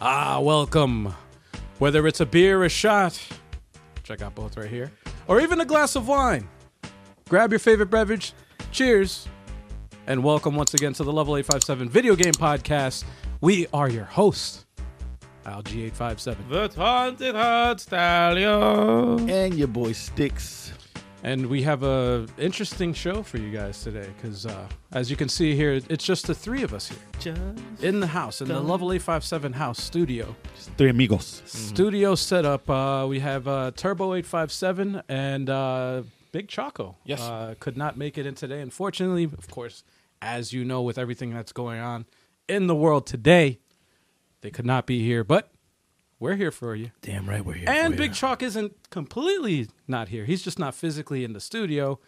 Ah, welcome. Whether it's a beer, a shot, which I got both right here, or even a glass of wine, grab your favorite beverage, cheers, and welcome once again to the Level 857 Video Game Podcast. We are your hosts, Al G857, The Taunted Hot Stallion. and your boy Sticks. and we have a interesting show for you guys today because, uh, as you can see here, it's just the three of us here in the house, in the Level 857 house studio. Three amigos. studio setup. Uh, we have uh, Turbo eight five seven and uh, Big Choco. Yes. uh, could not make it in today, unfortunately. Of course, as you know, with everything that's going on in the world today, they could not be here. But we're here for you. Damn right we're here. And Big Chalk isn't completely not here. He's just not physically in the studio.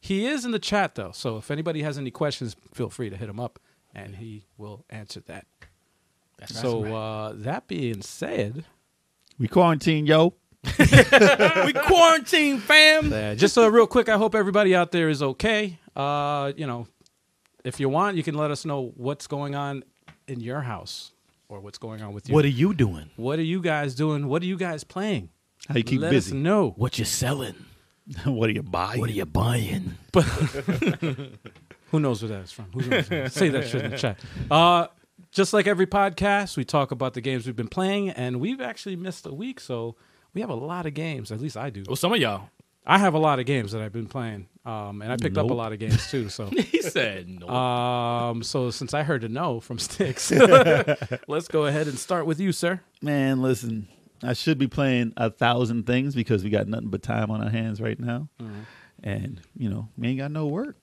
He is in the chat though, so if anybody has any questions, feel free to hit him up, and he will answer that. so uh, that being said, we quarantine, yo. we quarantine, fam. Yeah, just uh, real quick, I hope everybody out there is okay. Uh, you know, if you want, you can let us know what's going on in your house or what's going on with you. What are you doing? What are you guys doing? What are you guys playing? How you keep let us busy? know. What you selling? what are you buying? What are you buying? Who knows where that is from? Who knows where that is? Say that shit in the chat. Uh, just like every podcast, we talk about the games we've been playing, and we've actually missed a week, so we have a lot of games. At least I do. Well, some of y'all. I have a lot of games that I've been playing, um, and I picked up a Nope. lot of games too. So He said no. Um, so since I heard a no from Sticks, let's go ahead and start with you, sir. Man, listen, I should be playing a thousand things because we got nothing but time on our hands right now. Mm-hmm. And, you know, we ain't got no work.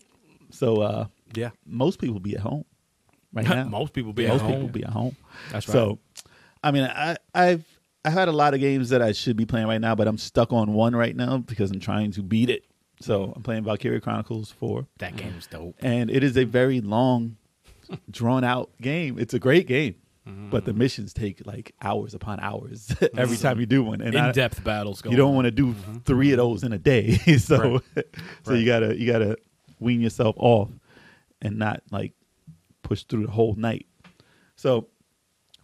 So uh Yeah. most people be at home right now. Most people be at Most home. people be at home. That's So, I mean, I, I've I had a lot of games that I should be playing right now, but I'm stuck on one right now because I'm trying to beat it. So I'm playing Valkyria Chronicles Four, That game's dope. and it is a very long, drawn out game. It's a great game, but Mm. the missions take like hours upon hours every time you do one. And I- In depth battles going Mm-hmm. you don't want to do three of those in a day so so you gotta you gotta wean yourself off and not like push through the whole night so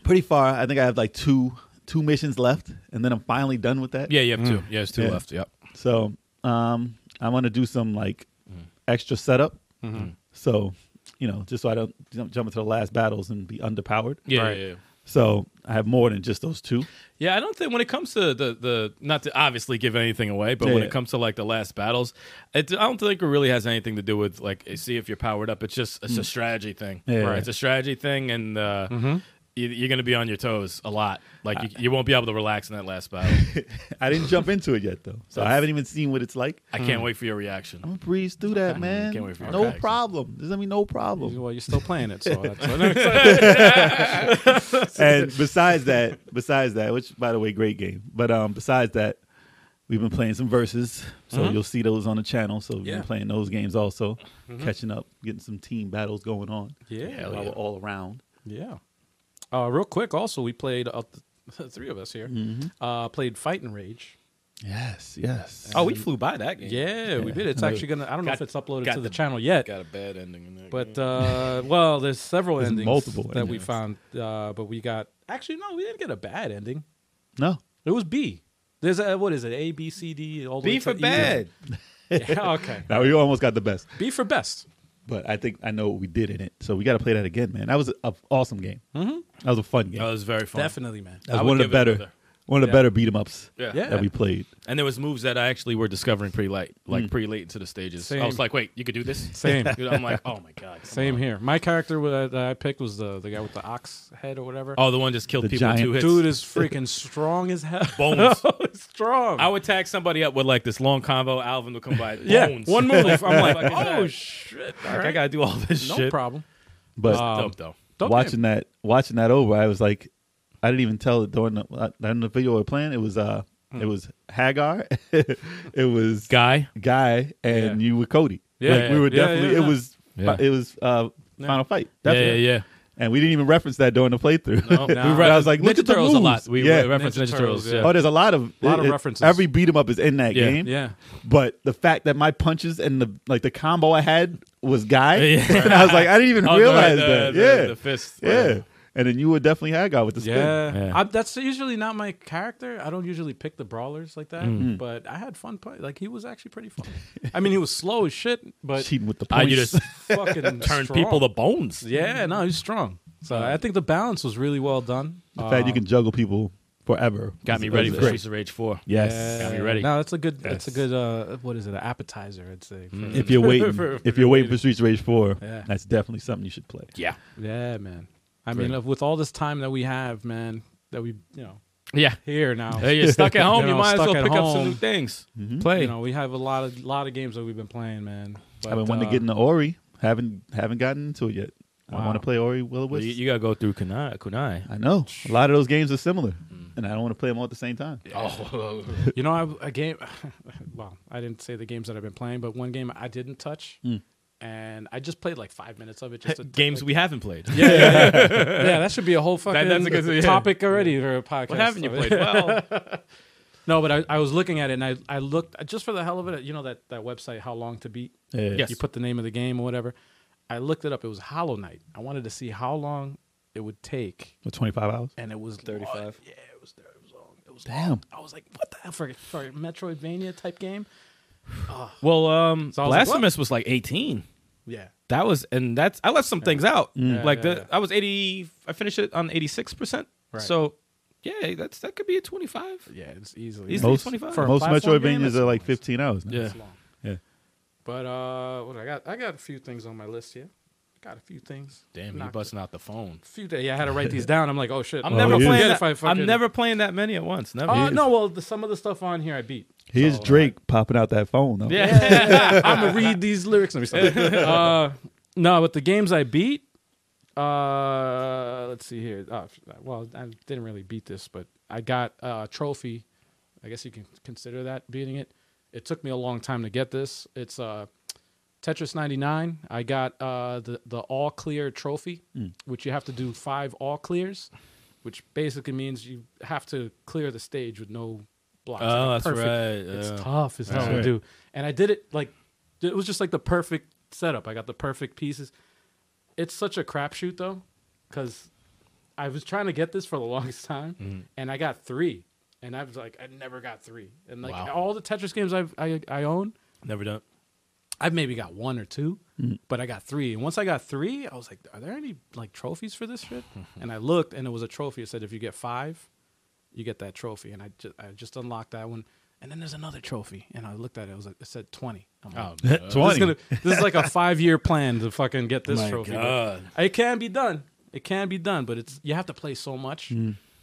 pretty far i think i have like two two missions left and then i'm finally done with that Yeah, you have two. Yeah, there's two Mm. Yeah. left. Yep. so um i want to do some like Mm-hmm. extra setup Mm-hmm. so you know just so i don't jump, jump into the last battles and be underpowered Yeah, Right. yeah, yeah. so i have more than just those two Yeah, I don't think when it comes to the the not to obviously give anything away, but when Yeah. it comes to like the last battles, it, I don't think it really has anything to do with like see if you're powered up. It's just it's a strategy thing. Mm. Yeah. Right. It's a strategy thing, and uh, you, you're going to be on your toes a lot. Like you, you won't be able to relax in that last battle. i didn't jump into it yet though so i That's- haven't even seen what it's like I can't wait for your reaction. I'm gonna breeze through that, man. Can't wait for your no reaction. problem. There's gonna be no problem. Well, you're still playing it, so that's and besides that, besides that, which by the way, great game. But um, besides that, we've been playing some verses, so Mm-hmm. you'll see those on the channel. So we've Yeah. been playing those games also, catching up, getting some team battles going on. yeah, Hell while Mm-hmm. yeah. we're all around. yeah. Uh, real quick, also we played uh, the three of us here uh, played Fight and Rage. Yes, yes. Oh, we flew by that game. Yeah, we did. It's actually gonna. I don't know if Got- it's uploaded got to the the- channel yet, Got a bad ending in there. but uh, well, there's several There's endings, multiple that we endings. found. Uh, but we got actually no, we didn't get a bad ending. no, It was B. There's a what is it? A B C D all the way B for to E. bad. Yeah, okay. now we almost got the best, B for best. but I think I know what we did in it. So we got to play that again, man. That was an awesome game. Mm-hmm. That was a fun game. that was very fun. Definitely, man. that was Uh, I would one of the give it better, another. one of the Yeah. better beat 'em ups Yeah. Yeah. that we played. And there was moves that I actually were discovering pretty late, like pretty late into the stages. Same. I was like, wait, you could do this? Same. Dude, I'm like, oh my god. come Same on. here. My character wa- that I picked was the the guy with the ox head or whatever. Oh, the one just killed The people in two giant hits. Dude is freaking strong as hell. Bones. strong. I would tag somebody up with like this long convo. Alvin would come by. yeah, Bones. one move. I'm like, Fucking oh bad. shit. Like, I gotta do all this No shit. problem. But Uh, Dope though. Dope watching game. that watching that over, I was like, I didn't even tell it during the uh, during the video we were playing. It was uh, Hmm. it was Hagar, it was Guy. Guy, and Yeah. you were Cody. Yeah, like, we were yeah, definitely. yeah, yeah. It was Yeah. it was uh, final fight. Definitely. Yeah, yeah, And we didn't even reference that during the playthrough. yeah. no. But I was like, look Ninja at the Turtles a lot. moves. We yeah. we reference Ninja Ninja, Turtles, Turtles. yeah. yeah. Oh, there's a lot of Lot of it- it- references. Every beat 'em up is in that Yeah. game. Yeah. But the fact that my punches and the like the combo I had was guy, Yeah. and I was like, I didn't even Oh, the- realize the- that. the- yeah, the fist. yeah. And and then you would definitely hag out with the spin. Yeah, Yeah. I, that's usually not my character. I don't usually pick the brawlers like that, but I had fun play. Like he was actually pretty fun. I mean, he was slow as shit, but Cheating with the I points. you just fucking turn strong. people to bones. yeah, no, he's strong. So I think the balance was really well done. Uh, the fact you can juggle people forever. uh, Got is- me ready is for great. Streets of Rage Four. Yes. Got me ready. No, it's a good. It's a Yes. good. uh What is it? An appetizer, I'd say. for- If you're waiting, For- if you're waiting for Streets of Rage Four, Yeah. that's definitely something you should play. Yeah. Yeah, man. I mean, uh, with all this time that we have, man, that we you know Yeah. here now. Hey, you're stuck at home. You You, know, might as Oh, stuck well at pick up some home. Mm-hmm. new things. Mhm. Play. You know, we have a lot of lot of games that we've been playing, man. I've been wanting uh, to get into Ori. Haven't haven't gotten into it yet. I Wow. want to play Ori Will Well, Wisp. you, you gotta go through Kunai. Kunai. I know a lot of those games are similar, Mm. and I don't want to play them all at the same time. Oh, You know, I, a game. Well, I didn't say the games that I've been playing, but one game I didn't touch, Mm. and I just played like five minutes of it. Just to games like- we haven't played. Yeah, yeah, yeah. Yeah, that should be a whole fucking that's a good- yeah. topic already for a podcast. What haven't you So- played? Well, No, but I, I was looking at it and I, I looked just for the hell of it. You know that, that website, How Long to Beat? Yeah. Yes. You put the name of the game or whatever. I looked it up. It was Hollow Knight. I wanted to see how long it would take, For 25 hours. and it was 35. Yeah, it was there. It was long. It was Damn. long. I was like, what the hell for, for a Metroidvania type game? well, um, So I was like, Blasphemous was like 18. Yeah. That was, and that's. I left some things out. Yeah, like yeah, the, yeah. I was 80. I finished it on 86. percent Right. So, yeah, that's that could be a 25. Yeah, it's easily. Easily. Most, 25? For a most platform game, Metroidvanias it's are like almost- 15 hours. Now. Yeah. It's long. Yeah. But uh, what do I got? I got a few things on my list here. Got a few things. Damn, you Knocked busting out the phone. A few days. Yeah, I had to write these down. I'm like, oh shit. I'm Oh, never yeah. yeah. playing. Forget That, I'm fucking- never playing that many at once. Never. Oh no, well the, some of the stuff on here I beat. Here's So, uh, Drake popping out that phone. Though. Yeah. I'm gonna read these lyrics. Let me stop. uh, no, with the games I beat, uh, let's see here. Uh, well, I didn't really beat this, but I got uh, a trophy. I guess you can consider that beating it. It took me a long time to get this. It's uh, Tetris 99. I got uh, the the all clear trophy, Hmm. which you have to do five all clears, which basically means you have to clear the stage with no blocks. Oh, that's perfect. right, It's yeah. tough as hell Right. to do. And I did it like it was just like the perfect setup. I got the perfect pieces. It's such a crapshoot though, because I was trying to get this for the longest time, Mm-hmm. and I got three, and I was like, I never got three, and like Wow. all the Tetris games I've, I I own, Never done. I've maybe got one or 2 but I got three. And once I got three, I was like, are there any like trophies for this shit? Mm-hmm. and I looked and it was a trophy. It said if you get five, you get that trophy. And I just I just unlocked that one. And then there's another trophy. And I looked at it, it was like, it said twenty. I'm like, Oh, this, 20. is gonna- this is like a five year plan to fucking get this my trophy. God. But It can be done. It can be done, but it's you have to play so much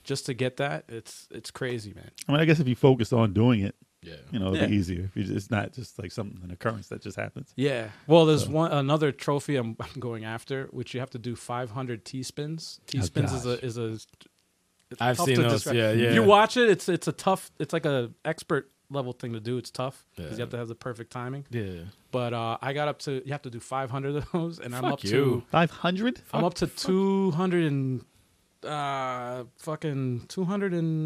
just to get that. It's it's crazy, man. I mean, I guess if you focus on doing it, Yeah. you know, it'll be Yeah. easier. If you just, it's not just like something an occurrence that just happens. Yeah. Well, there's one another trophy I'm, I'm going after, which you have to do 500 T spins. T spins is gosh. a is a. it's I've tough seen to those. describe. Yeah, yeah. If you watch it, it's it's a tough. It's like a expert level thing to do. It's tough because Yeah. you have to have the perfect timing. Yeah. But uh, I got up to you have to do 500 of those, and I'm Fuck up to you. 500? I'm up to 200 and uh fucking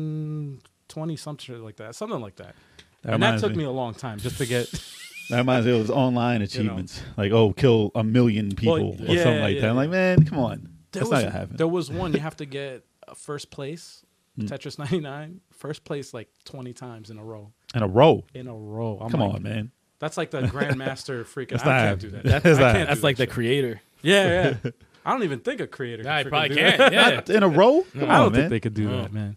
220 something like that, something like that. That and that reminds took me. me. a long time just to get. That reminds me of those online achievements. Like, oh, kill a million people Well, or yeah, something like yeah, that. I'm yeah. like, man, come on. There That's was, not going to happen. There was one you have to get a first place Tetris 99, first place like 20 times in a row. In a row. In a row. I'm Come like, on, man. That's like the grandmaster freaking. That's I not- can't do that. That- that's I not- can't do That's that like the shit. creator. Yeah, yeah. I don't even think a creator. I freaking probably do can. that. Yeah. In a row? Come I on, don't man. think they could do No. that, man.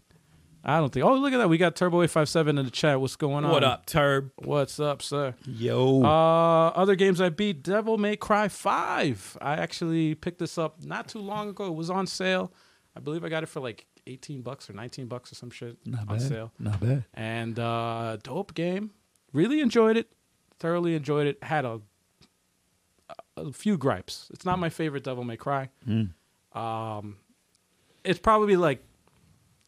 I don't think. Oh, look at that. We got Turbo A 57 in the chat. What's going on? What up, Turb? What's up, sir? Yo. Uh, other games I beat: Devil May Cry Five. I actually picked this up not too long ago. It was on sale. I believe I got it for like eighteen bucks or nineteen bucks or some shit not on bad. sale. Not bad. And uh, dope game. Really enjoyed it. Thoroughly enjoyed it. Had a a few gripes. It's not my favorite Devil May Cry. Um, it's probably like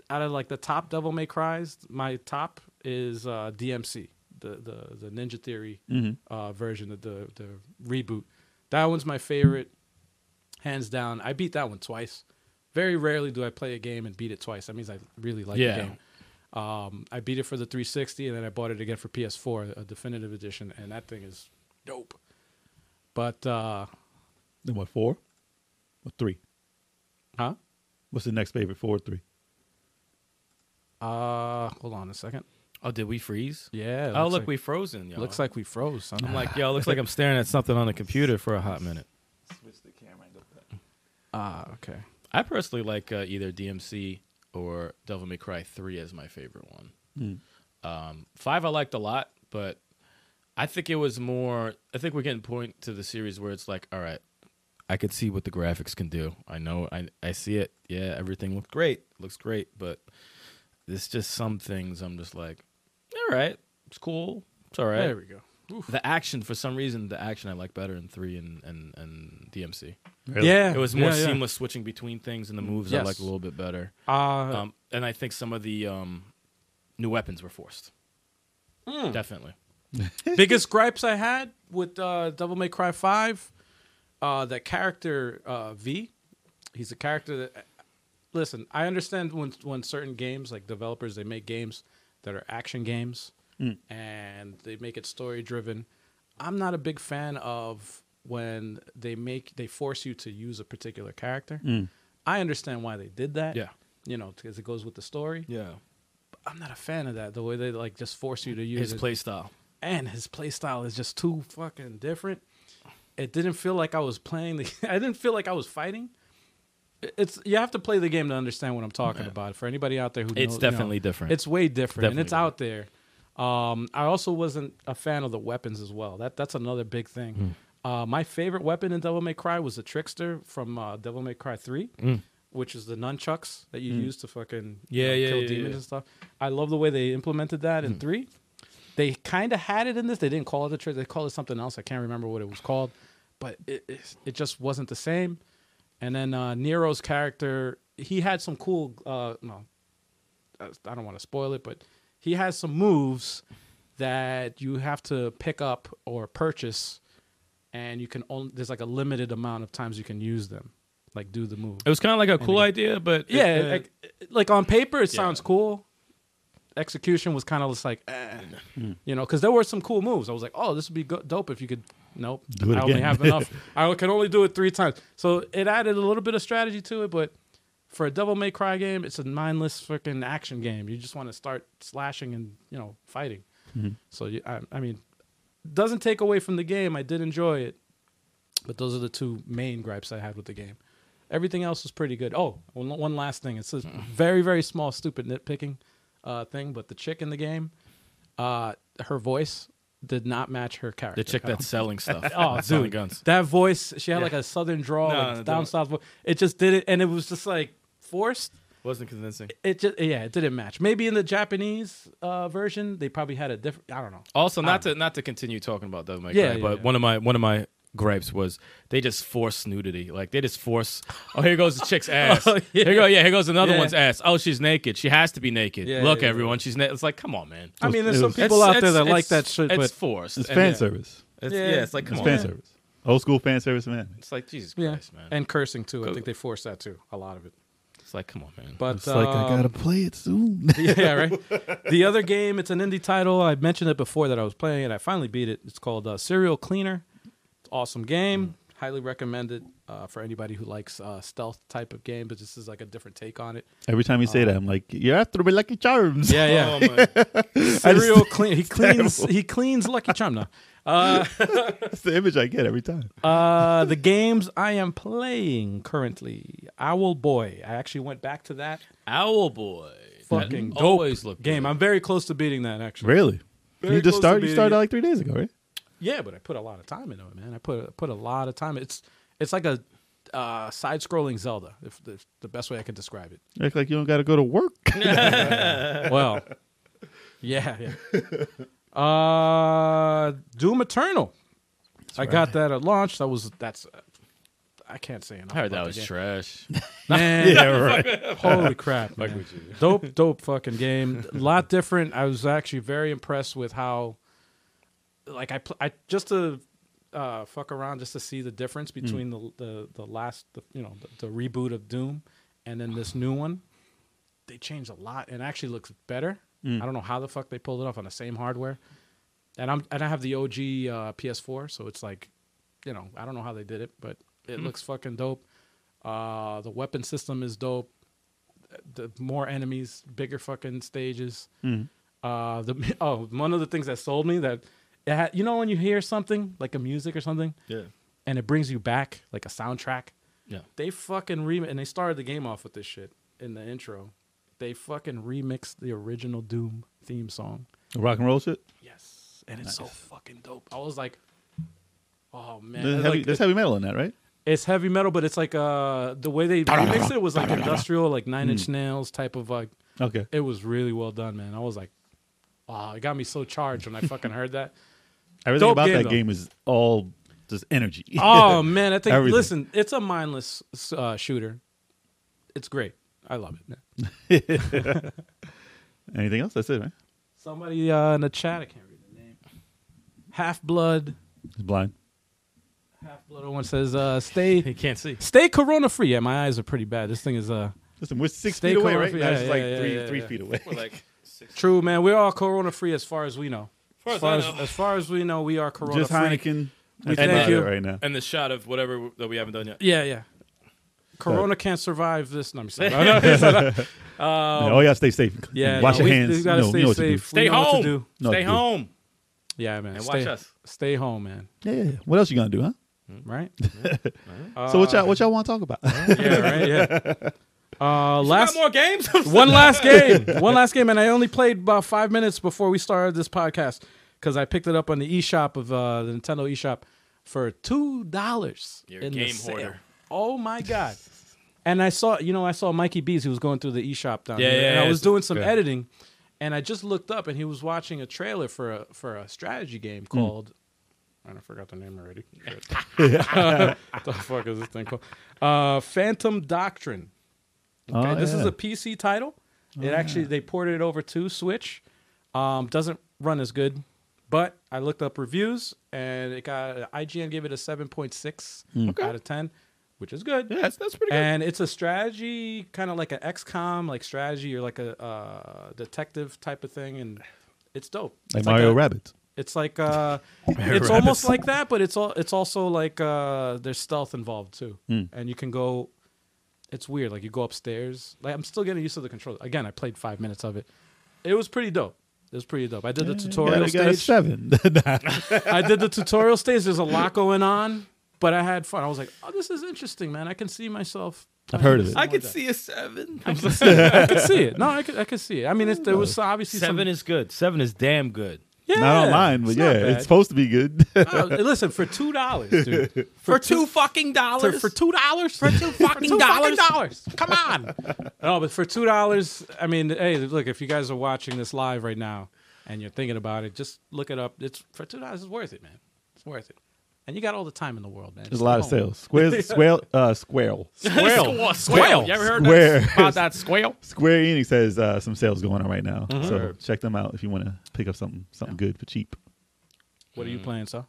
out of like the top Devil May Cries, my top is uh, DMC, the the the Ninja Theory uh, version of the the reboot. That one's my favorite, hands down. I beat that one twice. Very rarely do I play a game and beat it twice. That means I really like Yeah. the game. Um, I beat it for the 360, and then I bought it again for PS4, a definitive edition, and that thing is dope. But uh, Then what, four? Or three? huh? What's the next favorite? Four or three? Uh, hold on a second. Oh, did we freeze? Yeah. it Oh, looks look, like- we frozen. Y'all. looks like we froze. Son. I'm like, yo, looks like I'm staring at something on the computer for a hot minute. Switch the camera. ah, okay. I personally like uh, either DMC or Devil May Cry 3 as my favorite one. Um, 5 I liked a lot, but I think it was more. I think we're getting point to the series where it's like, all right, I could see what the graphics can do. I know, I I see it. Yeah, everything looked great, looks great, but there's just some things I'm just like, all right, it's cool, it's all right. There we go. The action, for some reason, the action I like better in three and and and DMC. Yeah, It was more yeah, yeah. seamless switching between things, and the moves I Yes. liked a little bit better. Uh, Um, and I think some of the um, new weapons were forced. Hmm. Definitely. biggest gripes I had with uh, Devil May Cry Five, uh, that character uh, V, he's a character that. Listen, I understand when when certain games like developers they make games that are action games and they make it story driven. I'm not a big fan of when they make they force you to use a particular character. I understand why they did that. Yeah. You know, because it goes with the story. Yeah. I'm not a fan of that. The way they like just force you to use His it play style. and his play style is just too fucking different. It didn't feel like I was playing the. I didn't feel like I was fighting. It- It's you have to play the game to understand what I'm talking about. For anybody out there who It's knows- definitely different. It's way different, and Definitely it's out there. Um, I also wasn't a fan of the weapons as well. That that's another big thing. Hmm. Uh, my favorite weapon in Devil May Cry was the Trickster from uh, Devil May Cry Three, Hmm. which is the nunchucks that you use to fucking you Mm. Yeah, know, yeah, kill yeah, demons yeah. Mm. and stuff. I love the way they implemented that in Three. They kind of had it in this. They didn't call it the trick. They called it something else. I can't remember what it was called, but it it, it just wasn't the same. And then uh, Nero's character, he had some cool. Uh, no, I I don't want to spoil it, but he has some moves that you have to pick up or purchase, and you can only there's like a limited amount of times you can use them, like do the move. It was kind of like a cool idea, but it- yeah, uh, like, like on paper it sounds cool. Execution was kind of just like, eh. you know, because there were some cool moves. I was like, oh, this would be go- dope if you could. Nope, Do it I only again. have enough. I can only do it three times. So it added a little bit of strategy to it, but for a Devil May Cry game, it's a mindless freaking action game. You just want to start slashing and you know fighting. So you, I, I mean, doesn't take away from the game. I did enjoy it, but those are the two main gripes I had with the game. Everything else was pretty good. Oh, one, one last thing. It's a very very small stupid nitpicking uh, thing, but the chick in the game, uh, her voice did not match her character. the chick at all. that's selling stuff. Oh, selling dude. guns. That voice, she had like a southern drawl, No, like no, down don't. south. vo- It just did it, and it was just like forced. Wasn't convincing. It just yeah, it didn't match. Maybe in the Japanese uh, version, they probably had a different. I don't know. Also, not to not to continue talking about Devil May Cry, Um, Yeah, yeah, but yeah. one of my one of my gripes was they just force nudity. Like they just force. Oh, here goes the chick's ass. Here go. Yeah, here goes another Oh, Yeah. one's ass. Oh, she's naked. She has to be naked. Yeah, Look, yeah, yeah. everyone, she's naked. It's like, come on, man. I mean, there's it some was- people It's- out there it's- that like it's- that shit, It's but forced. It's and fan yeah. service. It's, Yeah. yeah. it's like come It's on. fan service. Old school fan service man. It's like Jesus yeah, Christ, man. and cursing too. I think they forced that too, a lot of it. it's like come on, man. But It's like I um, gotta play it soon. yeah, right. The other game, it's an indie title. I mentioned it before that I was playing it. I finally beat it. It's called uh, Serial Cleaner. It's an awesome Mm. game. Highly recommended uh, for anybody who likes uh, stealth type of game. But this is like a different take on it. Every time you say that, I'm like, you're after me Lucky Charms. uh, Yeah, yeah. Oh, Serial clean. He cleans. He cleans Lucky Charm now. Uh, That's the image I get every time. uh, the games I am playing currently, Owl Boy. I actually went back to that Owl Boy. fucking That dope always looked game. good. I'm very close to beating that actually. Really? Very you just close to started. You beating started it. like three days ago, right? Yeah, but I put a lot of time into it, man. I put put a lot of time. It's it's like a uh, side-scrolling Zelda, if, if the best way I could describe it. You Act like you don't got to go to work. Well, yeah, yeah. Uh, Doom Eternal. I got that at launch. That was that's. Uh, I can't say enough. I heard about that the was game. trash. Man, right. Holy crap! man. Dope, dope fucking game. A lot different. I was actually very impressed with how, like, I pl- I just to uh, fuck around just to see the difference between the, the the last the, you know the, the reboot of Doom and then this new one. They changed a lot and actually looks better. I don't know how the fuck they pulled it off on the same hardware. And I'm and I have the OG uh, PS4, so it's like, you know, I don't know how they did it, but it looks fucking dope. Uh, the weapon system is dope. the more enemies, bigger fucking stages. Mm. Uh, the oh, one of the things that sold me that it had, you know when you hear something like a music or something, Yeah. and it brings you back like a soundtrack. Yeah. They fucking re and they started the game off with this shit in the intro. They fucking remixed the original Doom theme song. The rock and roll shit. Yes, and it's so fucking dope. I was like, oh man, There's, Like, heavy, there's heavy metal in that, right? it's heavy metal, but it's like uh the way they remixed it was like industrial, like Nine Mm. Inch Nails type of like. Okay. It was really well done, man. I was like, wow, it got me so charged when I fucking heard that. Everything Dope about game, that though. game is all just energy. Oh man, I think Everything. listen, it's a mindless uh, shooter. It's great. I love it. Anything else? That's it, right? Somebody uh, in the chat, I can't read the name. Half Blood, It's blind. Half Blood one says, uh, "Stay, He can't see. stay Corona free." Yeah, my eyes are pretty bad. This thing is uh, Listen, we're six Stay feet away, calm right? for- now. yeah, it's yeah, like yeah, three, yeah, three yeah. feet away. We're like six. true, man. We're all Corona free as far as we know. Far as I as, know. as far as we know, we are Corona Just free. Heineken. That's thank about you. it right now. And the shot of whatever that we haven't done yet. Yeah, yeah. Corona can't survive this. No, I'm sorry. No, no, Yeah, oh yeah, stay safe. yeah, wash no, we- your hands. We, gotta You know- stay you know what to do. safe. We Stay know what to home. do. No, Stay dude. home. Yeah, man. And stay, watch us. Stay home, man. Yeah, yeah, yeah. What else you gonna do, huh? Right? so what y'all what y'all want to talk about? Uh, Yeah, right. Yeah. Uh, Got last more games? one last game. One last game, and I only played about five minutes before we started this podcast because I picked it up on the eShop of uh, the Nintendo eShop for two dollars You're in a the game sale. hoarder. Oh my god! And I saw, you know, I saw Mikey Bees. He was going through the eShop down Yeah, here, yeah, and I yeah. was doing some Yeah. editing, and I just looked up, and he was watching a trailer for a for a strategy game Hmm. called. And I forgot the name already. Shit. the fuck is this thing called? Uh, Phantom Doctrine. Okay, Oh, this is yeah. a PC title. Oh, It actually they ported it over to Switch. Um, doesn't run as good, but I looked up reviews and it got IGN gave it a seven point six Hmm. out of ten, which is good. yeah, that's, that's pretty And it's a strategy, kind of like an XCOM, like strategy or like a uh, detective type of thing, and it's dope. Like It's Mario a- Rabbit. It's like uh, it's almost like that, but it's all it's also like uh, there's stealth involved too, Hmm. and you can go. It's weird, like you go upstairs. Like I'm still getting used to the controller. Again, I played five minutes of it. It was pretty dope. It was pretty dope. I did the tutorial got, got a stage. seven. I did the tutorial stage. There's a lot going on, but I had fun. I was like, oh, this is interesting, man. I can see myself. I've playing heard of this it. more I could depth." see a seven. I could see it. No, I could, I could see it. I mean, it's, there was obviously some- Seven is good. Seven is damn good. yeah, Not online, but it's yeah, not bad. it's supposed to be good. Oh, listen, for two dollars, dude. For, two, fucking for, for two dollars, for two fucking dollars? Come on. No, but for two dollars, I mean, hey, look, if you guys are watching this live right now and you're thinking about it, just look it up. It's for two dollars. It's worth it, man. It's worth it. And you got all the time in the world, man. Just There's a lot go of home. sales. Square, square, uh, square. Squirrel. Squirrel. You ever heard Square. that, about that squirrel? Square Enix has uh, some sales going on right now, Mm-hmm. so check them out if you want to pick up something something good for cheap. What are Mm. you playing, so?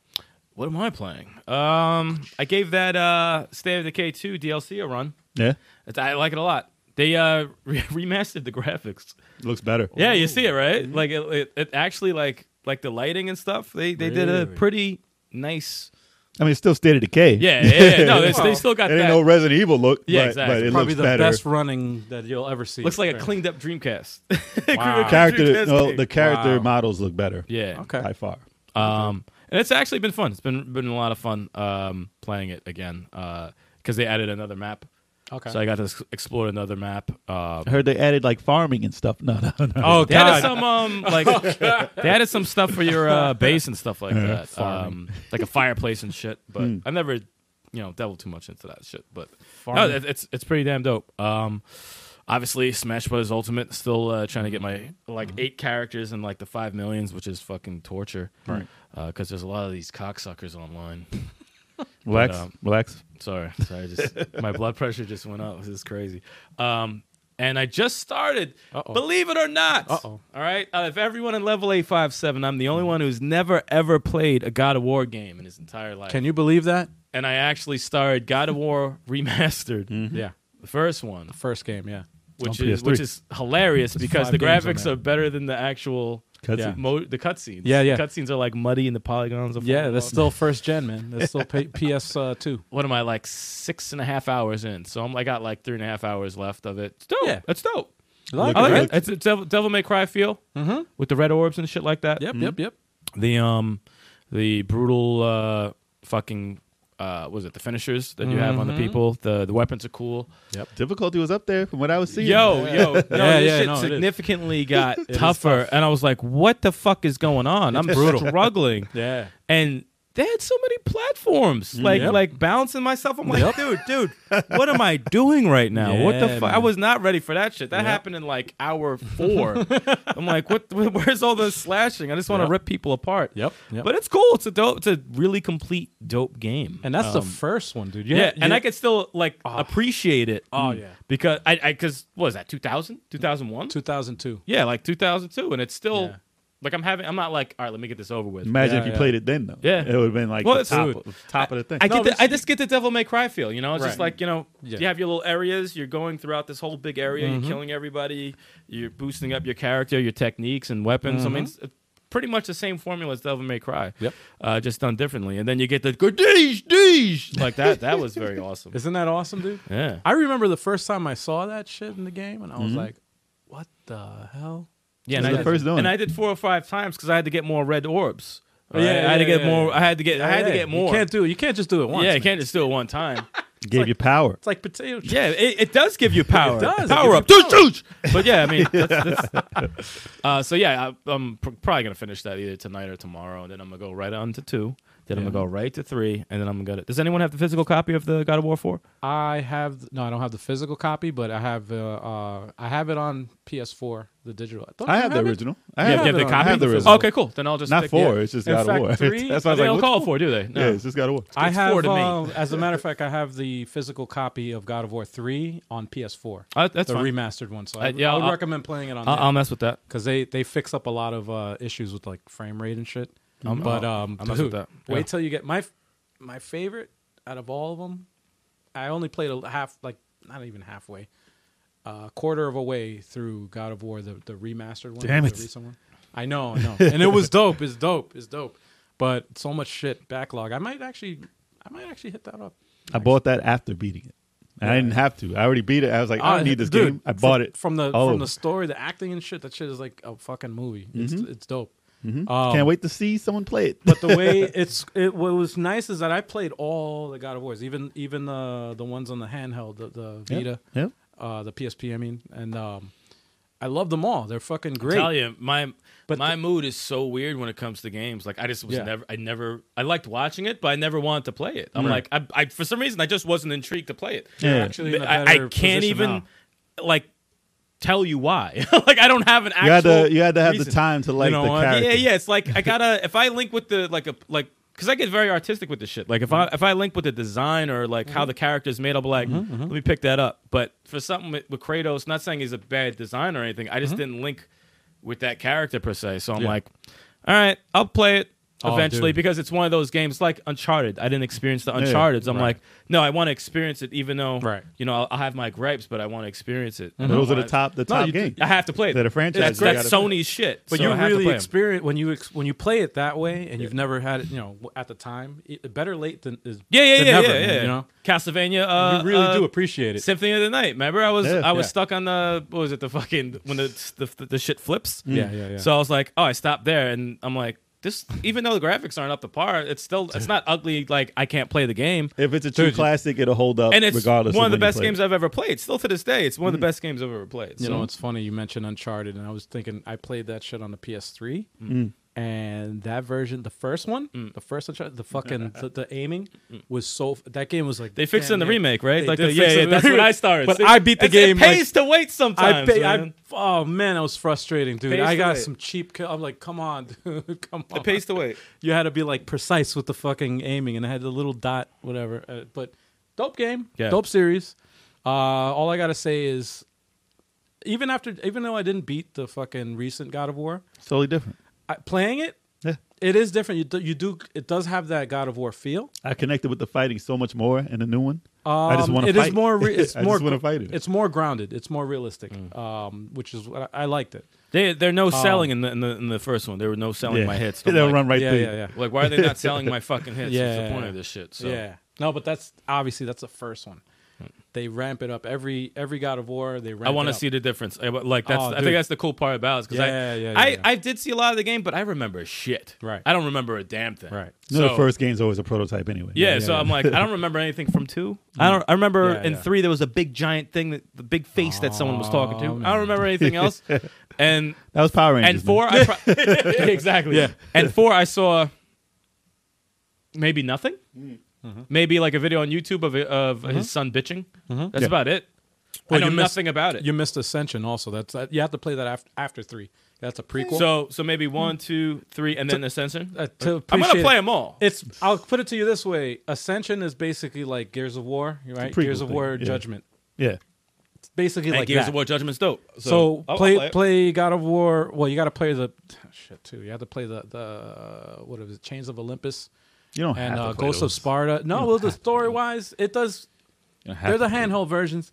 What am I playing? Um, I gave that uh, State of Decay 2 DLC a run. Yeah, It's, I like it a lot. They uh, re- remastered the graphics. looks better. Yeah, you see it, right? Mm-hmm. Like it, it, it actually like like the lighting and stuff. They they did Really? a pretty nice. I mean, it's still State of Decay. Yeah, yeah, yeah. no, they, they still it got ain't that. no Resident Evil look. Yeah, but, exactly. But it Probably looks the better. best running that you'll ever see. Looks like a Right. cleaned up Dreamcast. Wow. character. Dreamcast No, game. the character Wow. models look better. yeah. Okay. by far. Um, and it's actually been fun. It's been been a lot of fun um, playing it again because they added another map. Okay. So I got to s- explore another map. Uh, I heard they added like farming and stuff. No, no, no. oh They added god. Oh, some um like they added some stuff for your uh, base and stuff like that, um, like a fireplace and shit. But Hmm. I never, you know, delved too much into that shit. But no, it, it's it's pretty damn dope. Um, obviously, Smash Bros. Ultimate still uh, trying to get my like Uh-huh. eight characters and like the five millions, which is fucking torture, right? Because there's a lot of these cocksuckers online. relax, um, relax. Sorry, sorry. Just my blood pressure just went up. This is crazy. Um, and I just started. Uh-oh. Believe it or not. Uh-oh. All right. Out of everyone in level eight five seven, I'm the only one who's never ever played a God of War game in his entire life. Can you believe that? and I actually started God of War remastered, Mm-hmm. Yeah. the first one, First game, yeah. which On is PS3. which is hilarious because five the games on graphics there. are better than the actual Cutscene. Yeah. Mo- the cutscenes. Yeah, yeah. Cutscenes are like muddy and the polygons. Are Yeah, falling that's off. still first gen, man. That's still P- uh, PS2. What am I like six and a half hours in? So I'm I got like three and a half hours left of it. It's dope. Yeah. It's dope. like I it. like it. It's a Devil, Devil May Cry feel Mm-hmm. with the red orbs and shit like that. Yep, yep, yep. The um, the brutal uh, fucking uh, what was it the finishers that you have on the Mhm. people? The the weapons are cool. Difficulty was up there from what I was seeing. Yo, yo, no, Yeah, this yeah, shit no, it is. significantly got tougher, and I was like, "What the fuck is going on?" I'm struggling, Yeah. and they had so many platforms, like Yep. like balancing myself. I'm like, dude, dude, what am I doing right now? what the Yeah, fuck? man. I was not ready for that shit. That Yep. happened in like hour four. I'm like, what? Where's all the slashing? I just want to Yep. rip people apart. Yep, yep. But it's cool. It's a dope. It's a really complete dope game. And that's the Um, first one, dude. yeah, and I could still like appreciate it. mm, Oh, yeah. because I I because what is that 2000 2001? 2002. Yeah, like 2002, and it's still Yeah. like I'm having. I'm not like all right, let me get this over with. Imagine Yeah, if you yeah. played it then though. Yeah. It would have been like Well, the it's- top, dude, top of the thing. I No, get this the, I just get the Devil May Cry feel, you know. It's just Right. like you know, Yeah. Mm-hmm. you have your little areas. You're going throughout this whole big area. You're killing everybody. You're boosting up your character, your techniques and weapons. I mean, it's uh, pretty much the same formula as Devil May Cry. Mm-hmm. Yep. uh, just done differently. And then you get the Gadish, Dish like that. That was very awesome. Isn't that awesome, dude? Yeah, I remember the first time I saw that shit in the game, and I was like, what the hell? This yeah. And, is I the did, first one. and I did four or five times because I had to get more red orbs. Oh, Yeah, Yeah, I had to yeah, get yeah, more. yeah. I had to get. I had to Yeah, get more. You can't do it. You can't just do it once. yeah, man. you can't just do it one time. Gave you power. It's like potato chips. Yeah, it, it does give you power. It does. It Power up. gives you power. Doosh, doosh. But yeah, I mean, that's, that's, uh, so yeah, I, I'm pr- probably going to finish that either tonight or tomorrow. And then I'm going to go right on to two. Then I'm going to go right to three. And then I'm going to. Does anyone have the physical copy of the God of War 4? I have no, I don't have the physical copy, but I have uh, uh I have it on PS4, the digital. Don't I you have the it? original. I You have, have the the original. I have copy? The the original. physical. Okay, cool. Then I'll just. Not pick- four. yeah. It's just In God of fact, War. three- That's why I was They like, don't which call it one? four, do they? No. Yeah, it's just God of War. I It's have, four to me. uh, as a matter of fact, I have the physical copy of God of War three on PS4, Uh, that's the fine. remastered one. So I, Uh, yeah, I would I'll- recommend playing it on I'll, I'll there mess with that. because they they fix up a lot of uh, issues with like frame rate and shit. Mm-hmm. I'm- but Oh, I'll- um, I'll mess with dude, that. Yeah. wait till you get my f- my favorite out of all of them. I only played a half, like not even halfway, a quarter of a way through God of War, the the remastered one, Damn the it. recent one. I know, I know, and it was dope. It's dope. It's dope. But so much shit backlog. I might actually, I might actually hit that up. I bought that after beating it. And I didn't have to. I already beat it. I was like, I Uh, don't need this dude, game. I from- bought it. from the Oh. from the story, the acting and shit. That shit is like a fucking movie. It's it's dope. Um, Mm-hmm. Can't wait to see someone play it. but the way it's it what was nice is that I played all the God of Wars, even even the the ones on the handheld, the, the Vita, Yep. uh, the PSP. I mean, and um, I love them all. They're fucking great. Tell you, my But my mood is so weird when it comes to games. Like I just was Yeah. never, I never, I liked watching it, but I never wanted to play it. I'm Right. like, I, I for some reason I just wasn't intrigued to play it. They're Yeah. actually in a I, I better can't position even now. like tell you why. like I don't have an actual. You had to you had to have the reason. time to like know the what? Yeah, character. Yeah, yeah. It's like I gotta if I link with the like a like because I get very artistic with this shit. Like if I if I link with the design or like Mm-hmm. how the character's made, I'll be like, let me pick that up. But for something with, with Kratos, not saying he's a bad designer or anything, I just Mm-hmm. didn't link with that character per se. So I'm Yeah. like, all right, I'll play it. Oh, Eventually, dude. because it's one of those games like Uncharted. I didn't experience the Yeah, Uncharted. I'm right. like, no, I want to experience it, even though Right. you know I'll, I'll have my gripes, but I want to experience it. I Mm-hmm. Those are don't the wanna- top the No, top you game. did- I have to play it. They're the franchise. That's, You that's gotta- Sony's shit. But so you I have to really play 'em. experience when you ex- when you play it that way, and you've never had it. You know, w- at the time, it, better late than is Yeah, yeah, than yeah, never, yeah, man, yeah. You know, Castlevania. Uh, you really uh, do appreciate it. Symphony of the Night. Remember, I was Yeah. I was Yeah. stuck on the what was it? The fucking when the the, the, shit flips. Yeah, yeah, yeah. So I was like, oh, I stopped there, and I'm like, this. Even though the graphics aren't up to par, it's still it's not ugly. Like I can't play the game. If it's a true Dude, you- classic, it'll hold up And it's regardless. one of the when you best play it. games I've ever played. Still to this day, it's one of the best games I've ever played. You so. know, it's funny you mentioned Uncharted, and I was thinking I played that shit on the PS3, and that version, the first one, Mm. the first Uncharted, the fucking the, the aiming was so that game was like They fixed it in the damn near- remake, right? They like did fix the, yeah, it in yeah, the that's when remake. I started. But See, I beat the it's- game, It like- pays to wait sometimes. I, pay, I man. oh man, I was frustrating, dude. Pays I the got way. some cheap. Kill. I'm like, come on, dude, come on. It pays to wait. You had to be like precise with the fucking aiming, and I had the little dot, whatever. Uh, but dope game, Yeah. dope series. Uh, all I gotta say is, even after, even though I didn't beat the fucking recent God of War, It's totally different. I, playing it, Yeah. it is different. You do, you do it does have that God of War feel. I connected with the fighting so much more in the new one. Um, I just want to it is fight. more. Re- it's I more. just want to fight it. Mm. It's more grounded. It's more realistic. Um, which is what I, I liked it. They there are no selling in the, in the in the first one. There were no selling my hits. So I'm They'll like, run right yeah, through. yeah, you. yeah, Like why are they not selling my fucking hits? What's Yeah. the point of this shit? So Hmm. Yeah. No, but that's obviously that's the first one. They ramp it up every every God of War. They ramp I want it to up. see the difference. I, like that's Oh, I think dude. that's the cool part about it because Yeah, I yeah, I, yeah. I did see a lot of the game, but I remember shit. Right. I don't remember a damn thing. Right. No, So- the first game's always a prototype anyway. Yeah, so I'm like, I don't remember anything from two. I don't. I remember Yeah, in yeah. three there was a big giant thing, that, the big face that someone was talking to. I don't remember anything else. And that was Power Rangers. and four, I pro- exactly. Yeah. And four, I saw maybe nothing. Maybe like a video on YouTube of of his son bitching. That's Yeah. about it. Well, I know you missed- nothing about it. You missed Ascension also. That's that, you have to play that after after three. That's a prequel. Hmm. So so maybe one, two, three, and then Ascension. uh, to I'm gonna appreciate play it. them all. It's I'll put it to you this way: Ascension is basically like Gears of War, right? prequel Gears of thing, War yeah. Judgment. Man. Yeah. It's basically and like Gears that. of War Judgment's dope. So, oh, So, I'll- I'll play play play, it. God of War. Well, you got to play the oh, shit too. You have to play the the what is it? Chains of Olympus You Oh, don't and have uh, to play Ghost of those. Sparta. No, well, the story wise, it does. You don't have They're to. the handheld versions.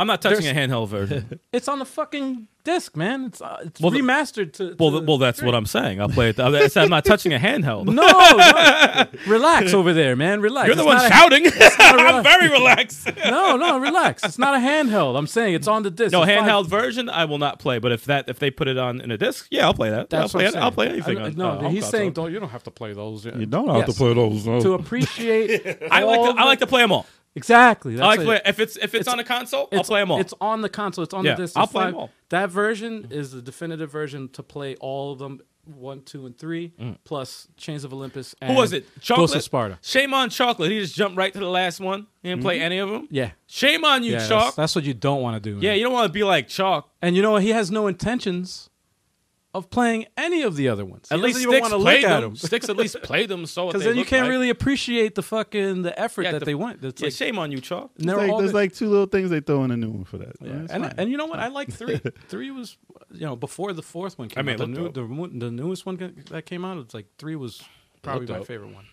I'm not touching There's- a handheld version. It's on the fucking disc, man. It's uh, it's Well, the- remastered to. well, to th- well, that's what I'm saying. I'll play it. I said I'm not touching a handheld. No, no. relax over there, man. Relax. You're the It's one not a- shouting. not a I'm relax- very relaxed. no, no, relax. It's not a handheld. I'm saying it's on the disc. No It's fine. handheld version, I will not play. But if that if they put it on in a disc, yeah, I'll play that. That's what I'll play I'm it. saying. I'll play anything. I- on, uh, Oh, no, on he's console. saying don't. You don't have to play those. You don't have to play those. no. to appreciate. I like all to, I like the- to play them all. exactly. That's I like to it. play if it's if it's, on a console, I'll It's- play them all. It's on the console. It's on Yeah, the disc. I'll It's play 'em fine. all. That version is the definitive version to play all of them. One, two, and three, plus Chains of Olympus. And Mm. Who was it? Chocolate. Ghost of Sparta. Mm-hmm. Shame on Chocolate. He just jumped right to the last one. He didn't play any of them. Yeah, Shame on you, yeah. That's, Chalk. that's what you don't want to do. man. yeah, you don't want to be like Chalk. And you know what? He has no intentions of playing any of the other ones. He At least doesn't even Sticks want to played look at them. them Sticks at least played them. So because then you can't really appreciate the fucking the effort Yeah, that the- they went. That's Yeah, like, shame on you, Chalk. and they're It's like- all there's the- like two little things they throw in a new one for that. Yeah, That's and, fine. and you know what? I like three. three was you know before the fourth one came. I mean, out, it the, looked new, dope. the mo- the newest one ca- that came out, it's like three was probably looked my dope. favorite one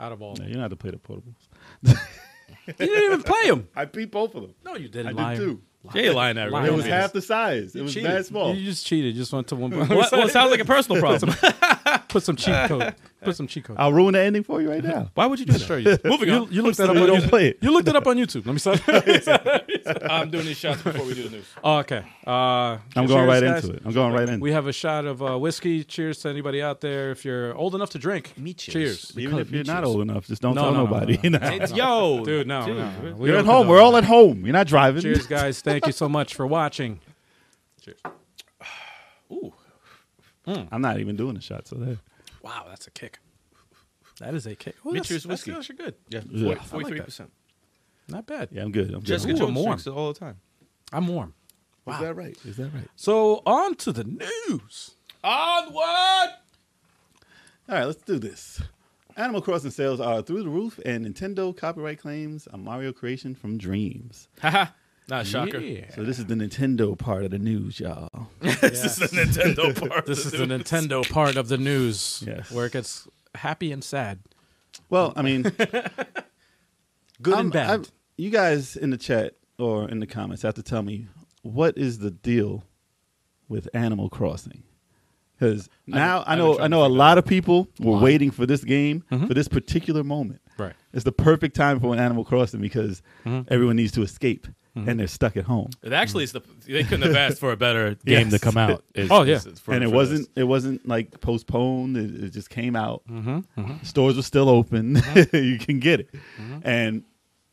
out of all. of No, them. you don't have to play the portables. you didn't even play them. I beat both of them. No, you didn't. I did liar. too. Yeah, you're lying. That Lying. It was Nice. half the size. It was Cheated. that small. You just cheated. Just went to one. well, well, it sounds like a personal problem. Put some cheat code. Put some cheat code. I'll ruin the ending for you right now. Why would you do that? Moving You, on. you looked that up. You on don't YouTube. play it. You looked it up on YouTube. Let me start. I'm doing these shots before we do the news. oh, okay. Uh, I'm going right into it. I'm going right into We it. have a shot of uh, whiskey. Cheers to anybody out there. If you're old enough to drink, Me cheers. Cheers. Even if you're not Meet you. old enough, just don't No, tell no, no, nobody. no, Nah. It's- yo, Dude, no, no, no. We You're at don't home. condone We're all that. at home. You're not driving. Cheers, guys. Thank you so much for watching. I'm not even doing the shot. So there. Wow, that's a kick. That is a kick. Well, Meet that's, yours that's whiskey. actually good. Yeah, Yeah. I like that. forty-three percent. Not bad. Yeah, I'm good. I'm Jessica good. Ooh, I'm Jones warm. drinks it all the time. I'm warm. Is that right? Is that right? So on to the news. Onward. All right, let's do this. Animal Crossing sales are through the roof, and Nintendo copyright claims a Mario creation from Dreams. Haha. Ah, Not a shocker. Yeah. So this is the Nintendo part of the news, y'all. This is the Nintendo part. This is the Nintendo part of the news Yes. where it gets happy and sad, Well, I mean, good I'm- and bad. I'm- you guys in the chat or in the comments have to tell me what is the deal with Animal Crossing? Because now I, I've been know I trying to know a figure lot of people were waiting for this game for this particular moment. Right. It's the perfect time for an Animal Crossing because everyone needs to escape and they're stuck at home. It actually is the. They couldn't have asked for a better game to come out. Is- Oh, yeah. is- for- and it for wasn't this. it wasn't like postponed. It, it just came out. Stores were still open. you can get it. And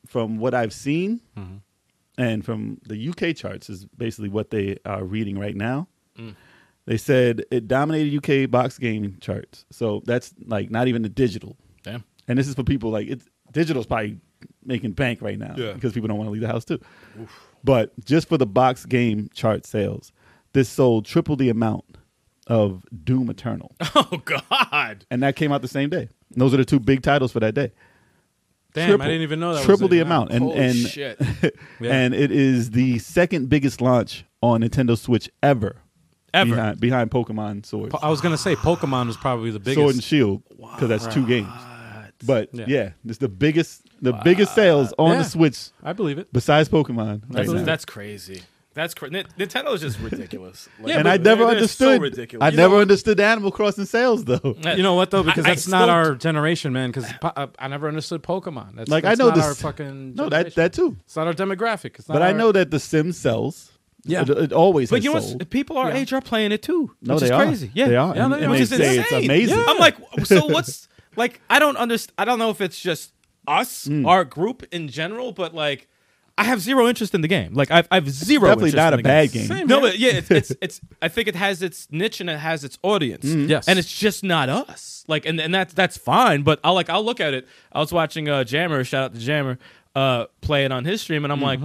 from what I've seen, and from the UK charts is basically what they are reading right now. They said it dominated UK box game charts. So that's like not even the digital. Damn. And this is for people like it's digital's probably making bank right now Yeah. because people don't want to leave the house too. But just for the box game chart sales, this sold triple the amount of Doom Eternal, Oh God. and that came out the same day. And those are the two big titles for that day. Damn, I didn't even know that. was Triple the even out. amount, and Holy and shit. Yeah. and it is the second biggest launch on Nintendo Switch ever. Ever. behind behind Pokemon Sword, Po- I was gonna say Pokemon was probably the biggest. Sword and Shield because that's two games. But Yeah. yeah. it's the biggest the biggest sales on Yeah. the Switch I believe it. besides Pokemon. right That's, now. that's crazy. That's cra- Ni- Nintendo is just ridiculous. Like, Yeah, and but I never they're- they're understood. So ridiculous. I You know never what? understood the Animal Crossing sales though. You know what though? Because I- I that's not still- our generation, man. Because I, I never understood Pokemon. That's Like, I that's know not this- our fucking. No, generation. that that too. it's not our demographic. It's not But I our- know that the Sim sells. Yeah. it, it always. But has you know, sold. what? people our Yeah. age are playing it too, No, which they is are. crazy. Yeah, they are. Yeah, and, no, and no, which they is say insane. it's amazing. Yeah. I'm like, so what's like? I don't understand. I don't know if it's just us, our group in general, but like, I have zero interest in the game. Like, I've I've zero. Definitely interest not in a the bad game. game. Same no, here. but yeah, it's, it's it's. I think it has its niche and it has its audience. Yes. and it's just not us. Like, and and that's that's fine. But I like I'll look at it. I was watching uh Jammer. Shout out to Jammer. Uh, play it on his stream, and I'm like.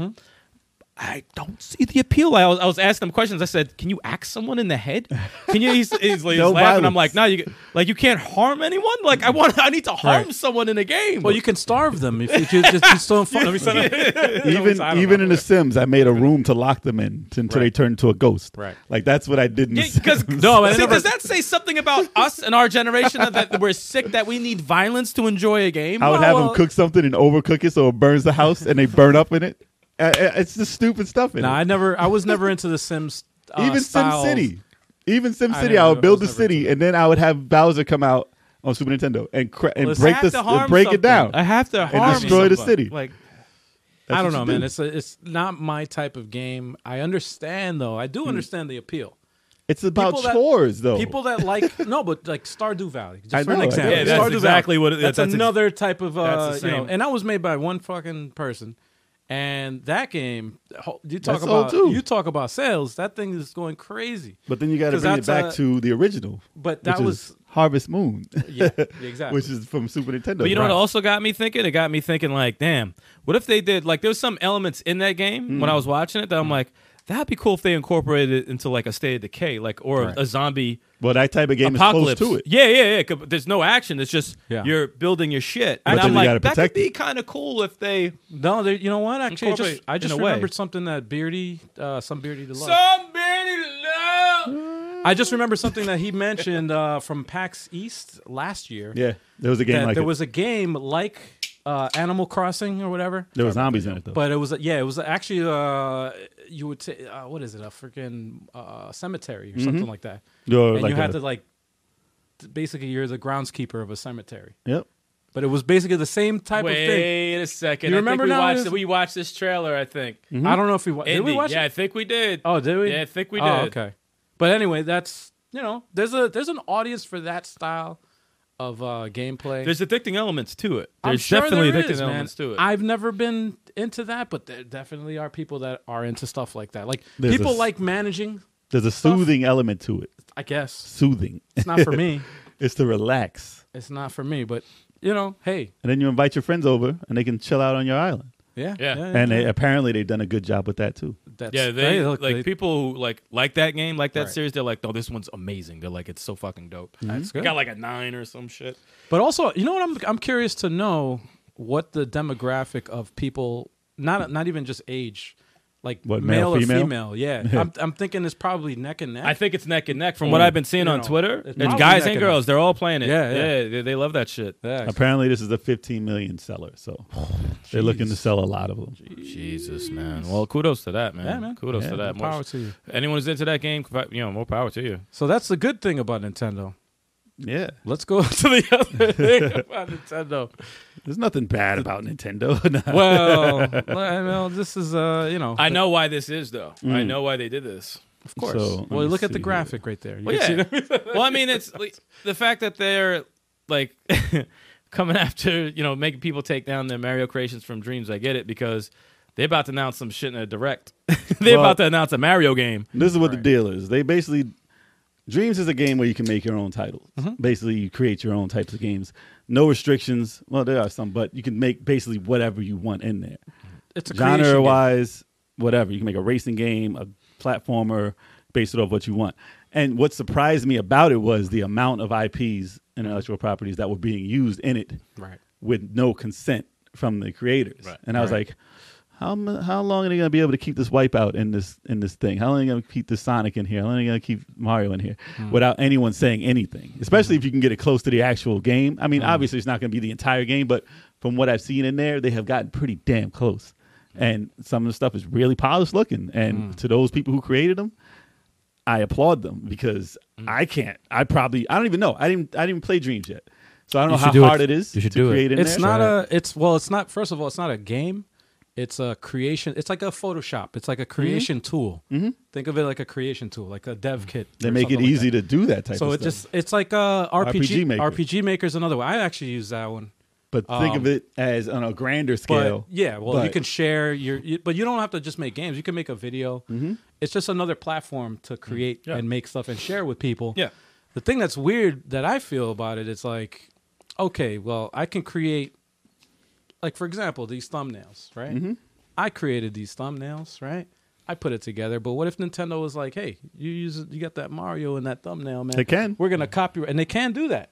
I don't see the appeal. I was, I was asking him questions. I said, "Can you axe someone in the head? Can you?" He's, he's, like, No he's laughing. violence. I'm like, "No, you like you can't harm anyone. Like I want, I need to harm someone in a game." Well, you can starve them if you just, just, just don't. Let me say that. even I don't even know. in the Sims, I made a room to lock them in t- until they turned into a ghost. Right. Like that's what I did. In the Sims. because No, no, but I see, never- does that say something about us and our generation that we're sick that we need violence to enjoy a game? I would have well- them cook something and overcook it so it burns the house and they burn up in it. I- I- It's just stupid stuff in Nah, it. I never. I was never into the Sims. Uh, even Sim styles. City, even Sim I City, never- I, I would build the was never city and then I would have Bowser come out on Super Nintendo and cra- and Listen, break I have this to and harm break something. it down. I have to harm destroy the somebody. city. Like That's I don't what know, you man. do. It's a, it's not my type of game. I understand though. I Hmm. do understand the appeal. It's about people that- chores though. People that like no, but like Stardew Valley, just I for an know, I example. know. Yeah, Stardew that's Valley, exactly what it- that's, that's ex- another type of uh, that's the you know, same. and that was made by one fucking person. And that game, ho- you talk That's about old, too. you talk about sales. That thing is going crazy. but then you got to 'Cause bring it that's, back uh, to the original. but that which was- is Harvest Moon, Yeah, exactly. which is from Super Nintendo. But you know Right. what also got me thinking? It got me thinking like, damn, what if they did like there's some elements in that game when Hmm. I was watching it that I'm like, that'd be cool if they incorporated it into like a state of decay, like or a zombie Well, that type of game apocalypse. is close to it. Yeah, yeah, yeah. 'cause There's no action. It's just Yeah. you're building your shit. But And then I'm you gotta like, that could protect be it. kind of cool if they no, there, you know what? Actually, I just Incorporate I in just a way. remembered something that Beardy, uh, some Beardy to love. somebody love. I just remember something that he mentioned uh, from PAX East last year. Yeah, there was a game that like there it. was a game like uh, Animal Crossing or whatever. there were zombies in it though. But it was yeah, it was actually uh, you would say uh, what is it a freaking uh, cemetery or something like that, Or and Mm-hmm. like you had a- to like t- basically you're the groundskeeper of a cemetery. yep. But it was basically the same type of thing. Wait a second. You I remember think we now watched this- we watched this trailer, I think. I don't know if we wa- did we Indy. watch yeah, it. I think we did. Oh, did we? Yeah, I think we did. Oh, okay. But anyway, that's you know there's a there's an audience for that style of uh, gameplay. There's addicting elements to it. There's I'm sure definitely there addicting is, man. elements to it. I've never been into that, but there definitely are people that are into stuff like that. Like There's people a s- like managing. There's a soothing element to it. I guess Soothing. it's not for me. it's to relax, It's not for me, but you know, hey, and then you invite your friends over, and they can chill out on your island. yeah, Yeah. And they, apparently, they've done a good job with that too. that's, Yeah, they, hey, look, like they- people who like like that game, like that Right. series. They're like, no, this one's amazing. They're like, it's so fucking dope. That's It good. got like a nine or some shit. Hmm? But also, you know what? I'm I'm curious to know what the demographic of people, not not even just age, like What, male, male, or female? female. Yeah, I'm I'm thinking it's probably neck and neck. I think it's neck and neck from what I've been seeing Mm. you on know, Twitter. it's And probably guys neck and and girls, they're all playing it. Yeah, yeah. they, they love that shit. yeah. Apparently, this is a 15 million seller, so they're looking to sell a lot of them. Jesus, man. Well, kudos to that, man. Yeah, man. Kudos Yeah, to that. more More- power to you. Anyone who's into that game, you know, more power to you. So that's the good thing about Nintendo. Yeah, Let's go to the other thing about Nintendo. there's nothing bad about Nintendo. Nah. Well, well, this is uh, you know, I know why this is though. I know why they did this. of course. So, let well, me look at see the here. graphic right there. You Well, can see yeah. well, I mean, it's like, the fact that they're like coming after, you know, making people take down their Mario creations from Dreams. I get it because they're about to announce some shit in a direct. they're Well- about to announce a Mario game. This is what the deal is. They basically Dreams is a game where you can make your own titles. Mm-hmm. Basically, you create your own types of games. No restrictions. Well, there are some, but you can make basically whatever you want in there. it's a creation Genre game. wise, whatever. You can make a racing game, a platformer, based off what you want. And what surprised me about it was the amount of IPs, intellectual properties, that were being used in it Right. with no consent from the creators. Right. And I was like, how mu- how long are they gonna be able to keep this wipeout in this in this thing? How long are they gonna keep this Sonic in here? How long are they gonna keep Mario in here Hmm. without anyone saying anything? Especially if you can get it close to the actual game. I mean, Hmm. obviously it's not gonna be the entire game, but from what I've seen in there, they have gotten pretty damn close. Hmm. And some of the stuff is really polished looking. And to those people who created them, I applaud them because Mm. I can't. I probably I don't even know. I didn't I didn't play Dreams yet, so I don't You should know do Oh, how it. hard it is You should to do it. create in It's there. not a. It's well. It's not. First of all, it's not a game. It's a creation. It's like a Photoshop. It's like a creation tool. Mm-hmm. Think of it like a creation tool, like a dev kit. They or make it something like easy that. to do that type. So of it stuff. just it's like a RPG. RPG Maker. RPG Maker's another way. I actually use that one. But think of Um, it as on a grander But scale. yeah, well, you But- can share your, you, but you don't have to just make games. You can make a video. Mm-hmm. It's just another platform to create Yeah. and make stuff and share with people. Yeah. The thing that's weird that I feel about it is like, okay, well, I can create, like for example, these thumbnails, right? Mm-hmm. I created these thumbnails, right? I put it together, but what if Nintendo was like, "Hey, you use you got that Mario in that thumbnail, man? They can. Mm. We're gonna copyright, and they can do that.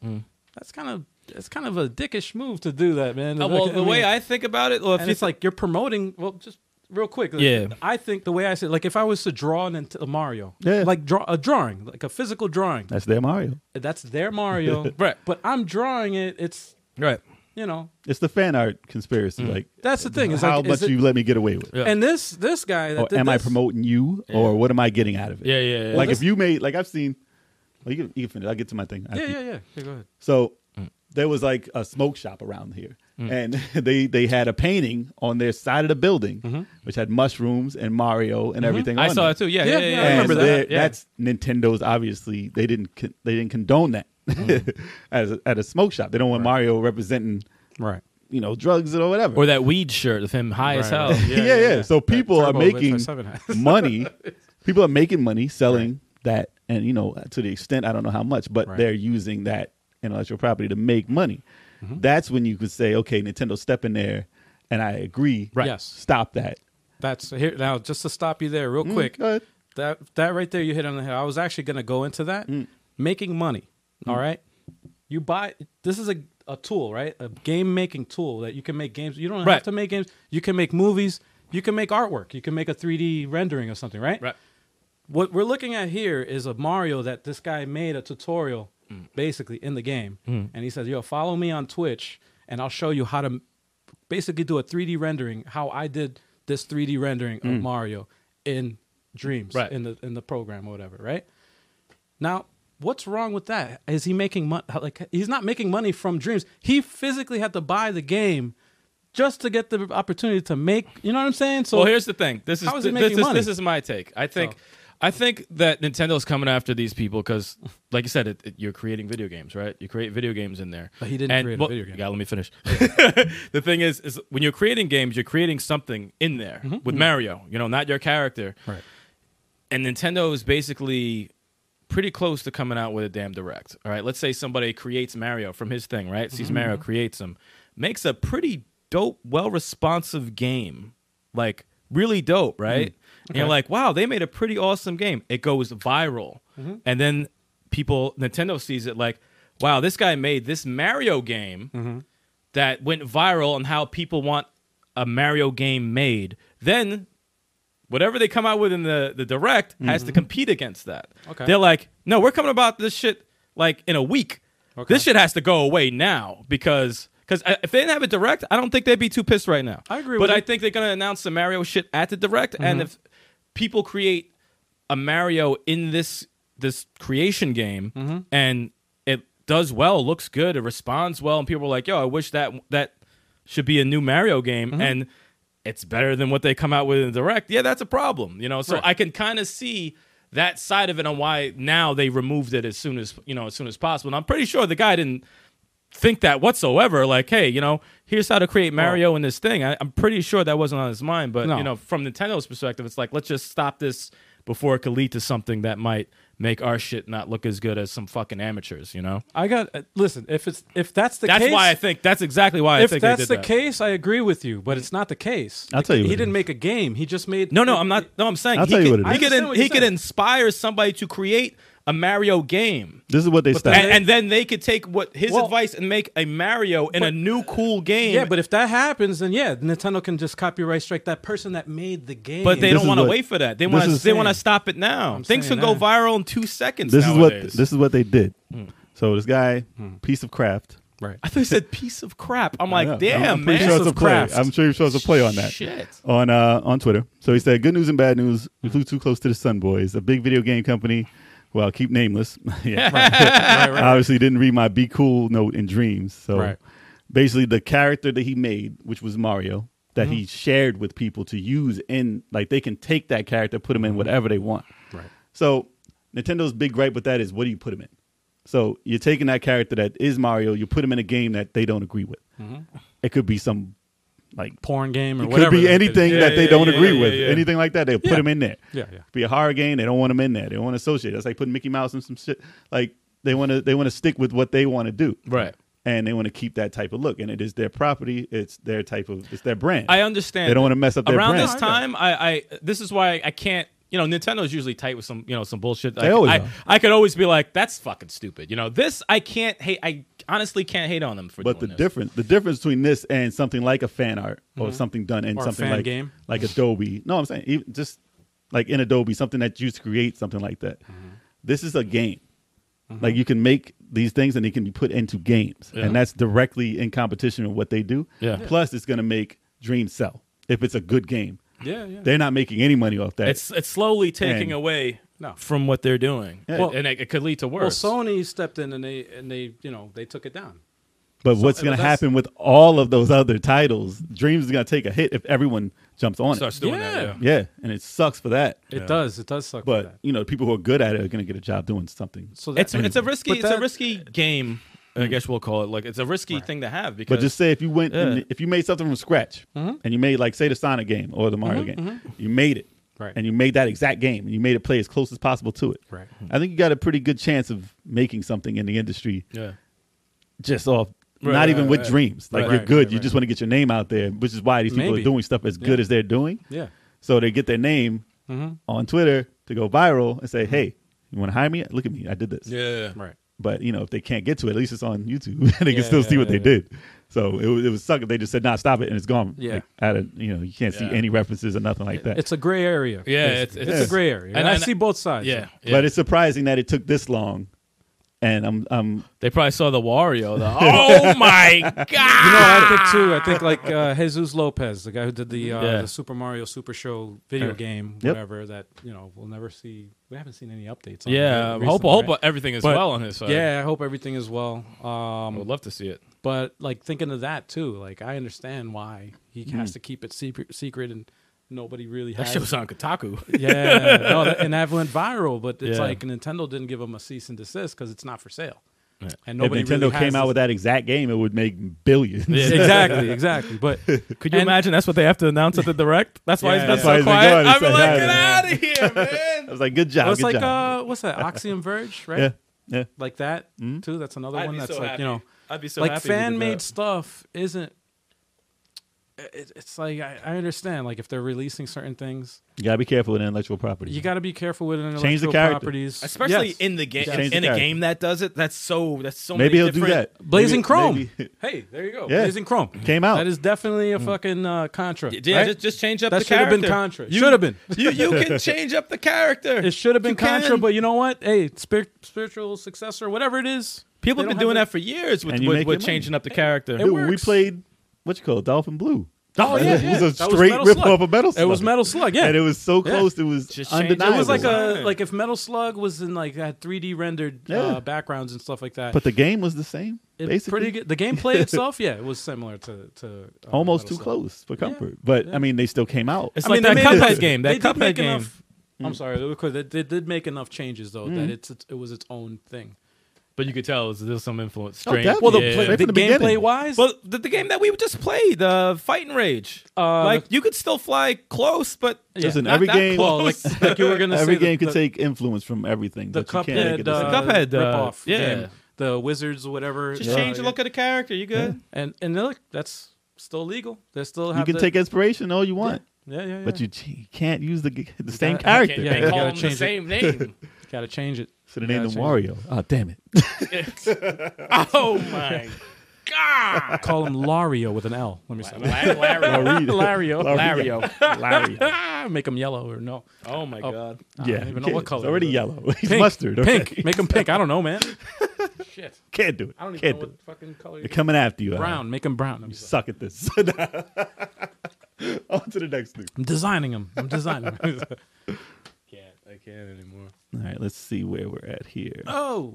That's kind of that's kind of a dickish move to do that, man. Uh, well, I the way mean- I think about it, well, if and you it's like you're promoting. Well, just real quick. like, Yeah. I think the way I said, like, if I was to draw an into Mario, Yeah. like draw a drawing, like a physical drawing, That's their Mario. that's their Mario, Right. But I'm drawing it. It's right, you know It's the fan art conspiracy. Like Mm. that's the thing. Is how like, is much it- you let me get away with. Yeah. And this this guy. That Or did am I this- promoting you? Or what am I getting out of it? yeah, yeah, yeah. Like this- if you made like I've seen well, you can, you can finish. I'll get to my thing. Yeah, after. yeah, yeah. Here, go ahead. So Mm. there was like a smoke shop around here, and they they had a painting on their side of the building, which had mushrooms and Mario and everything. Mm-hmm. I on saw there. it too. Yeah, Yeah, yeah, yeah. yeah, I yeah. And remember that. they're- Yeah. That's Nintendo's. Obviously, they didn't con- they didn't condone that Mm. as a, at a smoke shop. They don't want Mario representing Right. you know drugs or whatever. or that weed shirt of him high as Right. hell. yeah, yeah, So people are Turbo making 557 has. money. People are making money selling that, and you know, to the extent I don't know how much, but Right. they're using that intellectual property to make money. That's when you could say, okay, Nintendo, step in there, and I agree. Right. Yes. Stop that. That's here now. Just to stop you there, real quick. go ahead. That that right there, you hit on the head. I was actually going to go into that making money. All right, you buy. This is a a tool, right? A game making tool that you can make games. You don't have Right. to make games. You can make movies. You can make artwork. You can make a 3D rendering of something, right? Right. What we're looking at here is a Mario that this guy made a tutorial basically in the game. Mm. And he says, Yo, follow me on Twitch and I'll show you how to m- basically do a 3D rendering, how I did this 3D rendering of Mario in Dreams Mm. Right. in the in the program or whatever, right? Now, what's wrong with that? Is he making money? Like he's not making money from Dreams. He physically had to buy the game just to get the opportunity to make, you know what I'm saying? So well, here's the thing. This is How is he this, making is money? Oh. this is my take. I think So- I think that Nintendo's coming after these people because, like you said, it, it- you're creating video games, right? You create video games in there. But he didn't And- create a well, video game. you gotta let me finish. the thing is, is when you're creating games, you're creating something in there with Mario. You know, not your character. Mm-hmm. Right. And Nintendo is basically pretty close to coming out with a damn direct. All right, let's say somebody creates Mario from his thing, right? Sees Mario, creates him, makes a pretty dope, well responsive game, like really dope, right? And you're like, wow, they made a pretty awesome game. It goes viral, and then people, Nintendo sees it like, wow, this guy made this Mario game that went viral on how people want a Mario game made. Then whatever they come out with in the, the direct has to compete against that. Mm-hmm. Okay. They're like, no, we're coming about this shit like in a week. Okay. This shit has to go away now because because if they didn't have a direct, I don't think they'd be too pissed right now. I agree But with I you. think they're gonna announce the Mario shit at the direct, and if people create a Mario in this this creation game and it does well, looks good, it responds well, and people are like, "Yo, I wish that that should be a new Mario game," and it's better than what they come out with in the direct. Yeah, that's a problem, you know. So I can kind of see that side of it on why now they removed it as soon as you know as soon as possible. And I'm pretty sure the guy didn't think that whatsoever. Like, hey, you know, here's how to create Mario in this thing. I, I'm pretty sure that wasn't on his mind, but No. you know, from Nintendo's perspective, it's like let's just stop this before it could lead to something that might make our shit not look as good as some fucking amateurs. You know, I got uh, listen, if it's if that's the that's case why I think that's exactly why I if think that's they the did that. case, I agree with you, but it's not the case. I'll tell you He what it didn't is. make a game. He just made No, no, I'm not. No, I'm saying I'll he tell you could, what it he is. could, I understand what he you're could saying. inspire somebody to create a Mario game. This is what they And, stopped. and then they could take what his Well- advice and make a Mario and a new cool game. Yeah, but if that happens, then yeah, Nintendo can just copyright strike that person that made the game. But they This don't is want to what- wait for that. They this want to. is- They want to stop it now. I'm Things can saying go that. viral in two seconds. This nowadays. is what this is what they did. So this guy, piece of craft. right. I thought you said piece of crap. I'm I know. like, damn, I'm man. pretty sure it's a Piece of play. craft. I'm sure he shows a play on that Shit. on uh, on Twitter. So he said, "Good news and bad news. We Mm. flew too close to the sun, boys. A big video game company. Well, keep nameless. yeah, obviously didn't read my be cool note in dreams. So Right. basically, the character that he made, which was Mario, that Mm-hmm. he shared with people to use in like they can take that character, put Mm-hmm. him in whatever they want. Right. So Nintendo's big gripe with that is what do you put him in? So you're taking that character that is Mario, you put him in a game that they don't agree with. Mm-hmm. It could be some like Porn game or it whatever. could be anything Yeah, that they yeah, don't yeah, agree yeah, with, yeah. anything like that. They put Yeah. him in there. Yeah, yeah. Be a horror game, they don't want him in there. They don't want to associate. That's like putting Mickey Mouse and some shit. Like they want to they want to stick with what they want to do, Right. and they want to keep that type of look. And it is their property. It's their type of it's their brand. I understand. They don't want to mess up their around brand. this time I, I this is why I can't you know nintendo's usually tight with some you know some bullshit They I, always I, are. I could always be like that's fucking stupid you know this i can't hate i honestly can't hate on them for But the doing this. difference, the difference between this and something like a fan art or something done in Mm-hmm. Or a something fan like game. like Adobe. No, I'm saying even just like in Adobe, something that you create, something like that. Mm-hmm. This is a game. Like you can make these things and they can be put into games, Yeah. and that's directly in competition with what they do. Yeah. Yeah. Plus, it's going to make dreams sell if it's a good game. Yeah, yeah. They're not making any money off that. it's it's slowly And- taking away No. from what they're doing Yeah. well, and it, it could lead to Well, worse Sony stepped in and they and they you know they took it down. but what's so- going to that's- happen with all of those other titles? Dreams is going to take a hit if everyone jumps on starts it. doing Yeah. that yeah. Yeah, and it sucks for that. It does. It does suck. for but that. you know people who are good at it are going to get a job doing something so it's that- it's Hmm. a risky But it's a that- risky game i guess we'll call it like it's a risky thing to have because but just say if you went Yeah. and if you made something from scratch Mm-hmm. and you made like say the sonic game or the mario game you made it Right. and you made that exact game and you made it play as close as possible to it Right. i think you got a pretty good chance of making something in the industry yeah just off Right, not right, even with right. dreams like Right. you're Right, good right, you right. just want to get your name out there which is why these people Maybe. are doing stuff as good as they're doing yeah. Mm-hmm. so they get their name on twitter to go viral and say hey you want to hire me look at me i did this yeah Right. but you know if they can't get to it at least it's on youtube they Yeah, can still see yeah, what they yeah, did so it, was- it was suck if they just said nah stop it and it's gone Yeah. like, out of you know you can't see Yeah. any references or nothing like that It's a gray area. Yeah, basically. it's- it's, it's- a gray area. and And I, I- see both sides. yeah, yeah. but it's surprising that it took this long and i'm i'm they probably saw the wario the, oh my god You know, what I think too. I think like uh, Jesus Lopez, the guy who did the, uh, Yeah. the Super Mario Super Show video Yeah. game, Yep. whatever. That you know, we'll never see. We haven't seen any updates. on Yeah, that I hope recently, hope uh, right? everything is But- well on his side. Yeah, I hope everything is well. I would Um, love to see it. but like thinking of that too, like I understand why he has to keep it secret, secret, and nobody really Hmm. That has. show's on Kotaku. yeah, no, that, and that went viral. But it's Yeah. like Nintendo didn't give him a cease and desist because it's not for sale. Yeah. And if nobody nintendo really came has out this- with that exact game it would make billions Yeah. exactly, exactly. But Could you And- imagine? That's what they have to announce at the direct. That's why Yeah, he's been that's so why he's been quiet. gone. He I'm said, like, "Hey, get man." out of here, i man. was like good job Well, it's good like job uh, what's that? Oxy and Verge, right? yeah Mm-hmm. yeah Like that too. That's another one that's like you know, I'd be so like fan made stuff isn't. It, it's like I, I understand. Like if they're releasing certain things, you gotta be careful with intellectual property you got to be careful with intellectual Change the character. properties, especially Yes. in the game. Change the In a character. game that does it, that's so. That's so. maybe many he'll do different- that Blazing Maybe- Chrome. maybe- Hey, there you go. Yeah. Blazing Chrome came out Mm. That is definitely a fucking uh, Contra. Yeah, right? just, just change up That the should have character. been Contra. You- Should have been. You you can change up the character. It should have been You Contra, can. but you know what? Hey, spirit, spiritual successor, whatever it is. they people have been don't doing have that for years with And you with, make with your money. changing up the character. It Dude, when we works. played what you call it, dolphin blue Oh, yeah, it yeah. was a That was straight Metal rip Slug. off of metal slug It was Metal Slug, yeah. and it was so Yeah. close it was Just change it. It was undeniable It was like a Yeah. like if Metal Slug was in like had 3D rendered Yeah. uh, backgrounds and stuff like that. But the game was the same. It basically, pretty good. The gameplay itself, yeah, it was similar to to uh, almost Metal too Slug. close for comfort. But I mean, they still came out. It's I mean, like they that made Cuphead enough- game. That they did Cuphead make game. enough- Mm. I'm sorry, they were- they, they did make enough changes though Mm-hmm. that it's, it's it was its own thing. But you could tell there's still some influence. Oh, Strange. definitely. Well, the, Yeah. play- Straight the from the gameplay beginning. wise, Well, the, the game that we just played, uh, Fight and Rage. Uh, like the- you could still fly close, but Yeah. Listen, not every that game, well, like, close. like you were gonna every say, the- game could the, take influence from everything. the but you can't make it Cuphead, the same. uh, Cuphead, uh, ripoff yeah. game, the Wizards, whatever. Just uh, change the yeah. look of the character. You good? and and look, that's still legal. They still have you can the- take inspiration all you want. Yeah, yeah, yeah. but you, ch- you can't use the g- the same gotta- you character. can't- Can't Yeah, they you call gotta him the change it. same name? gotta change it. So the name Yeah, of change Wario. Oh damn it! oh my god! Call him Lario with an L. Let me say. Larry, Larry, Lario. Lario. Larry. Ah, Make him yellow or no? Oh my god! I yeah, don't even you know what can't- color It's already it is. yellow. He's Pink, mustard. okay? Pink. Make him pink. I don't know, man. Shit! Can't do it. I don't even can't do know what it. fucking color. They're coming after you. Al. Brown. Make him brown. I'm, You suck at this. On to the next news. I'm designing him. I'm designing. Him. Can't. I can't anymore. All right, let's see where we're at here. oh,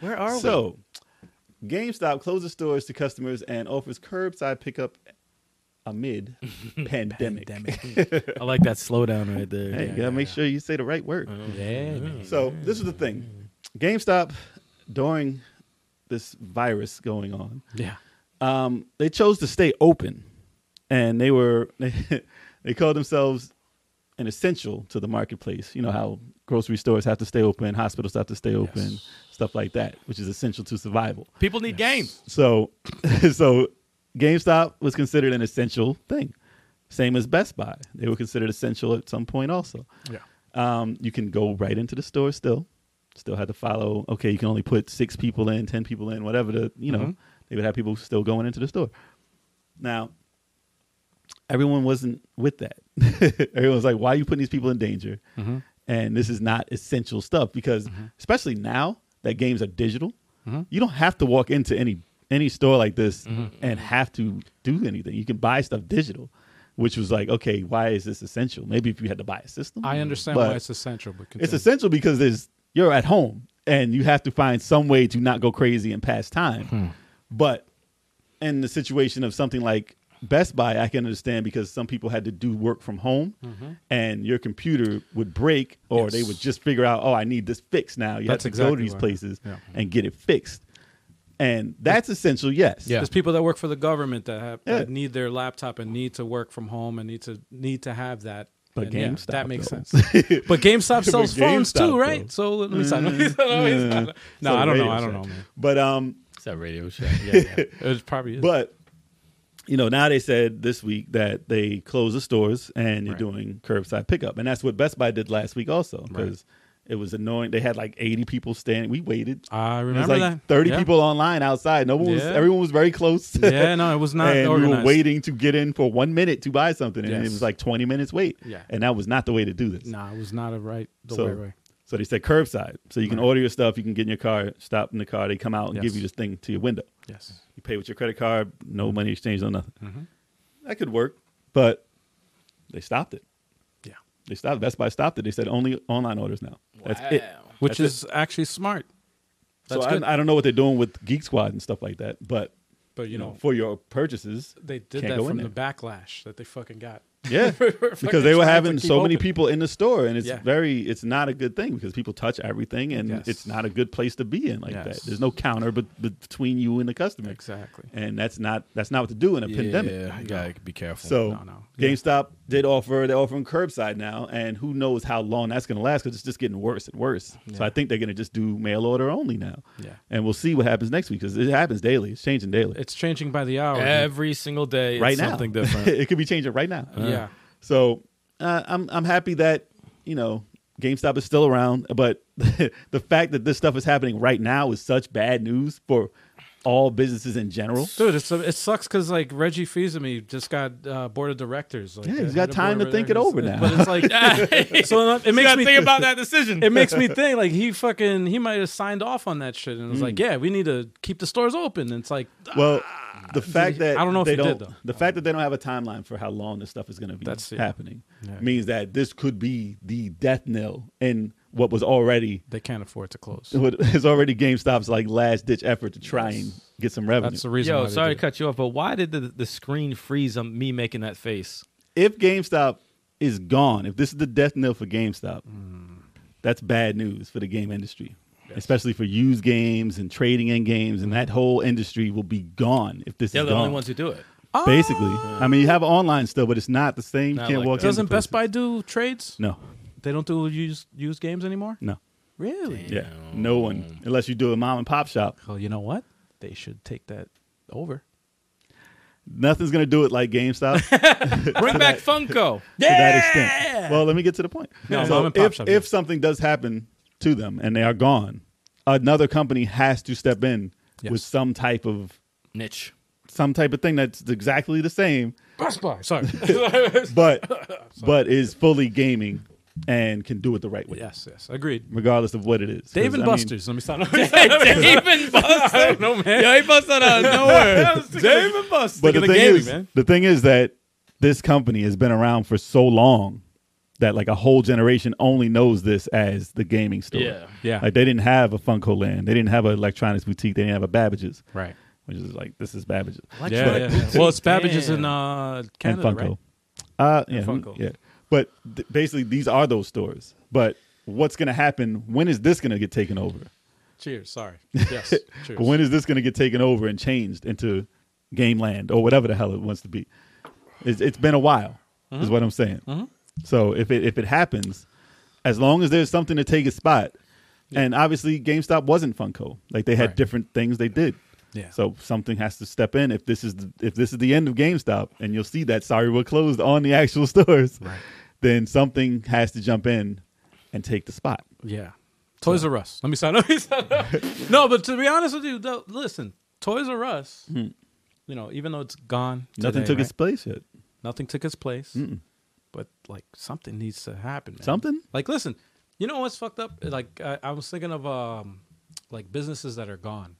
Where are So, GameStop closes stores to customers and offers curbside pickup amid pandemic. I like that slowdown right there. Hey, you gotta make sure you say the right word. Uh-huh. Yeah, man. So this is the thing. GameStop during this virus going on, yeah. um, they chose to stay open, and they were they, they called themselves an essential to the marketplace. You know how grocery stores have to stay open, hospitals have to stay open, stuff like that, which is essential to survival. people need games. So, so GameStop was considered an essential thing, same as Best Buy. They were considered essential at some point, also. Yeah. Um, you can go right into the store still. Still had to follow. Okay, you can only put six people in, ten people in, whatever. The you know they would have people still going into the store. Now, everyone wasn't with that. everyone was like, "Why are you putting these people in danger?" Mm-hmm. And this is not essential stuff because, especially now that games are digital, Mm-hmm. you don't have to walk into any any store like this Mm-hmm. and have to do anything. You can buy stuff digital, which was like, okay, why is this essential? Maybe if you had to buy a system, I understand But why it's essential, but it's continue. essential because there's you're at home and you have to find some way to not go crazy and pass time. Hmm. But in the situation of something like Best Buy, I can understand because some people had to do work from home Mm-hmm. and your computer would break or they would just figure out, oh, I need this fixed now. You That's have to go exactly to these why. places Yeah. and get it fixed. And that's essential, yes. Yeah. There's people that work for the government that, have, that Yeah. need their laptop and need to work from home and need to need to have that. But And, yeah, GameStop, that makes though. sense. But GameStop sells phones GameStop, too, right? though. Mm-hmm. So let me stop. no, So I don't know. Radio I don't Shack. know, man. But um It's that Radio Shack. Yeah, yeah. It probably is. But you know, now they said this week that they close the stores and you're doing curbside pickup, and that's what Best Buy did last week also because it was annoying. They had like 80 people standing. We waited. I It was remember like that. 30 Yeah. people online outside. No one was. Yeah. Everyone was very close. Yeah, no, it was not and we organized. were waiting to get in for one minute to buy something, and it Yes. was like 20 minutes wait. Yeah. and that was not the way to do this. Nah, it was not a right the So, right way. so they said curbside. So you can order your stuff. You can get in your car, stop in the car. They come out and Yes. give you this thing to your window. Yes. You pay with your credit card, Mm-hmm. no money exchange, no nothing. That could work, but they stopped it. Yeah. They stopped. Best Buy stopped it. They said only online orders now. That's it. Wow. Which is actually smart. So That's good. I, I don't know what they're doing with Geek Squad and stuff like that, but But you you know, know, for your purchases, they did Can't that go from in the backlash that they fucking got. yeah, because fucking they trying were to having keep so many open. people in the store, and it's Yeah. very, it's not a good thing because people touch everything, and Yes. it's not a good place to be in like Yes. that. There's no counter, but between you and the customer, Exactly. and that's not that's not what to do in a pandemic. Yeah, you gotta be careful. So No, no. Yeah. GameStop did offer they're offering curbside now, and who knows how long that's going to last because it's just getting worse and worse. So I think they're going to just do mail order only now. Yeah. and we'll see what happens next week because it happens daily. It's changing daily. It's changing by the hour. every single day, it's right now, something different. it could be changing right now. yeah. So uh, I'm I'm happy that you know GameStop is still around, but the fact that this stuff is happening right now is such bad news for all businesses in general. Dude, it's it sucks because like Reggie Fils-Aime just got uh, board of directors. Like, Yeah, he's uh, got the time board to of think it directors. over now. But it's like, so it you makes gotta me think about that decision. it makes me think like he fucking he might have signed off on that shit and was Hmm. like, yeah, we need to keep the stores open. And it's like, Well, the fact that I don't know if they he did, don't, though. the fact that they don't have a timeline for how long this stuff is going to be That's it. happening Yeah. means that this could be the death knell in what was already they can't afford to close. what is already GameStop's like last ditch effort to try and get some revenue. That's the reason. why Yo, they sorry did to it. cut you off, but why did the, the screen freeze on me making that face? if GameStop is gone, if this is the death knell for GameStop, Hmm. that's bad news for the game industry. Especially for used games and trading in games, and that whole industry will be gone if this They're is the gone. only ones who do it. Basically, Oh. I mean, you have online still, but it's not the same. Not you can't like walk. that. in Doesn't the Best person. Buy do trades? No, They don't do used used games anymore. no. Really? Yeah, no one unless you do a mom and pop shop. Well, you know what? They should take that over. Nothing's gonna do it like GameStop. Bring back Funko. to that extent. Well, let me get to the point. No, So mom and pop if, shop, if yeah. something does happen to them and they are gone, another company has to step in Yes. with some type of Niche. some type of thing that's exactly the same, Best Buy. Sorry. but but is fully gaming and can do it the right way, yes, yes, agreed. regardless of what it is. 'Cause, Dave I and mean, Buster's. Let me stop. David Buster. I don't know, man. Yo, he busted out of nowhere. Dave and Buster's. but the Thinking thing of gaming, is, man. the thing is that this company has been around for so long that like a whole generation only knows this as the gaming store. Yeah. Yeah. Like they didn't have a Funko Land, they didn't have an electronics boutique, they didn't have a Babbage's, Right. which is like this is Babbage's Yeah, yeah, yeah. Well, it's Babbage's in uh, Canada, and Funko. right? Uh, yeah, Funko. yeah. But th- basically, these are those stores. But what's going to happen? When is this going to get taken over? Cheers. Sorry. Yes. Cheers. When is this going to get taken over and changed into game land or whatever the hell it wants to be? It's, it's been a while, is Mm-hmm. what I'm saying. So if it if it happens, as long as there's something to take a spot, and obviously GameStop wasn't Funko, like they had Right. different things they did. Yeah. So something has to step in if this is the, if this is the end of GameStop, and you'll see that sorry we're closed on the actual stores, then something has to jump in and take the spot. Yeah. Toys R Us. Let me sign up. no, but to be honest with you, though, listen, Toys R Us, you know, even though it's gone, Nothing today, took right? its place yet. nothing took its place. But like something needs to happen. man. Something? Like, listen, you know what's fucked up? Like, I, I was thinking of um, like businesses that are gone,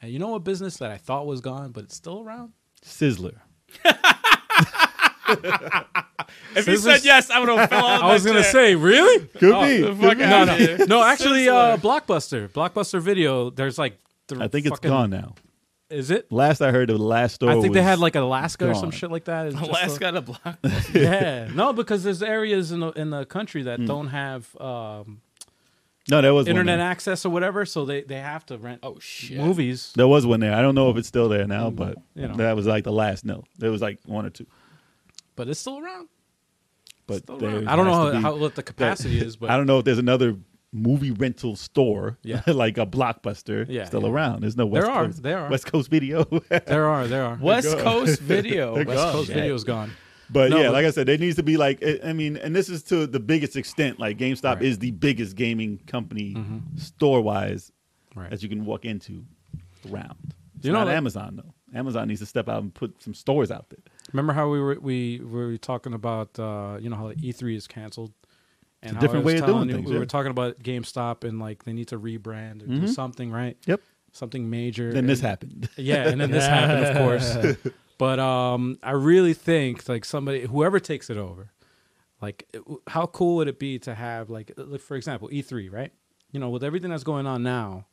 and you know what business that I thought was gone, but it's still around. Sizzler. If you said Scissors. yes, I would have fell off I was my gonna chair. say, really? Could Oh, be. the Could fuck be. outta no, here. no, no. Actually, uh, Sizzler. Blockbuster, Blockbuster Video. There's like, th- I think it's fucking- gone now. Is it? Last I heard, the last store. I think they was- had like Alaska or some gone. shit like that. It's just a- Alaska to block. yeah. No, because there's areas in the in the country that Hmm. don't have um, no, there was internet One there. access or whatever, so they they have to rent Oh shit. movies. there was one there. I don't know if it's still there now, but Mm, you know. that was like the last. No, there was like one or two. But it's still around. But Still there around. I don't know has how, to be- how what the capacity is, but I don't know if there's another movie rental store, Yeah. like a blockbuster, Yeah, still yeah. around. There's no There West are, Coast. there are. West Coast Video. but there are there are West Coast Video. West gone. Coast Shit. Video's gone. No, yeah, but- like I said, there needs to be like I- I mean, and this is to the biggest extent. Like GameStop Right. Mm-hmm. is the biggest gaming company store wise Right. that you can walk into around. It's You know, not like- Amazon though. Amazon needs to step out and put some stores out there. Remember how we were we were talking about uh, you know how E3 is canceled. And a how I different was way of telling doing you, things, We yeah. were talking about GameStop and like they need to rebrand or do something, right? Yep. Something major. Then this and- happened. Yeah, and then this happened, of course. But um, I really think like somebody, whoever takes it over, like it- how cool would it be to have like, like, for example, E3, right? You know, with everything that's going on now,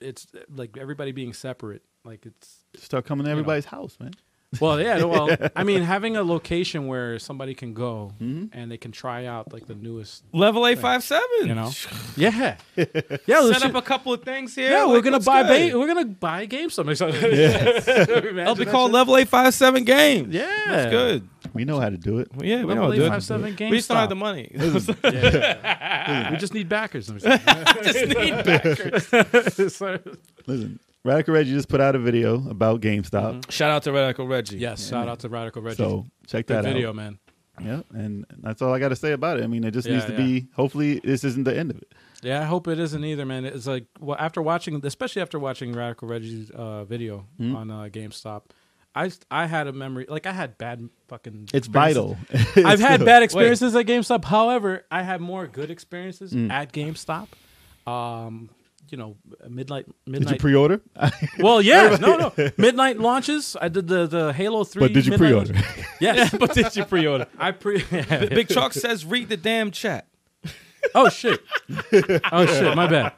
it's uh, like everybody being separate. Like it's Start coming to know. everybody's house, man. well, yeah. Well, I mean, having a location where somebody can go and they can try out like the newest, Level eight five seven. you know? Yeah, yeah. let's Set up ju- a couple of things here. yeah, we're Like, gonna what's buy. good? Ba- we're gonna buy games. Something. It'll be called Level Eight Five Seven Games. Yeah, that's good. We know how to do it. Well, yeah, we Level know dude. 857 We just don't GameStop. have the money. We just need backers. Let me see. just need backers. So- Listen, Radical Reggie just put out a video about GameStop. Mm-hmm. Shout out to Radical Reggie. yes, shout out to Radical Reggie. So check Good that video, out. man. Yeah, and that's all I got to say about it. I mean, it just Yeah, needs to yeah. be. Hopefully, this isn't the end of it. Yeah, I hope it isn't either, man. It's like well, after watching, especially after watching Radical Reggie's uh, video Mm-hmm. on uh, GameStop, I I had a memory like I had bad fucking. It's experiences. vital. I've had bad experiences at GameStop. However, I had more good experiences Mm. at GameStop. Um, you know, midnight Did you midnight. pre-order? well, yeah, no, no, midnight launches. I did the the Halo Three. but did you midnight pre-order? launch. Yes, but did you pre-order? I pre. Big Chalk says, "Read the damn chat." Oh shit! Oh shit! My bad.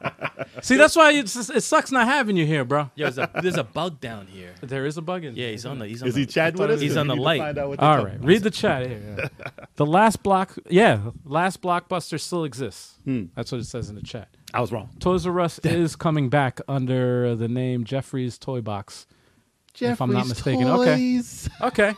See, that's why it's, it sucks not having you here, bro. Yo, there's a, there's a bug down here. There is a bug in. Yeah, he's on the. He's on Is the, he chatting with us? He's We on the need to light. find out what the All fuck- right, read the chat here. the last block, yeah, last blockbuster still exists. Hmm. That's what it says in the chat. I was wrong. Toys R Us is coming back under the name Jeffrey's Toy Box. If I'm not Jeffrey's mistaken, okay. Toys. Okay.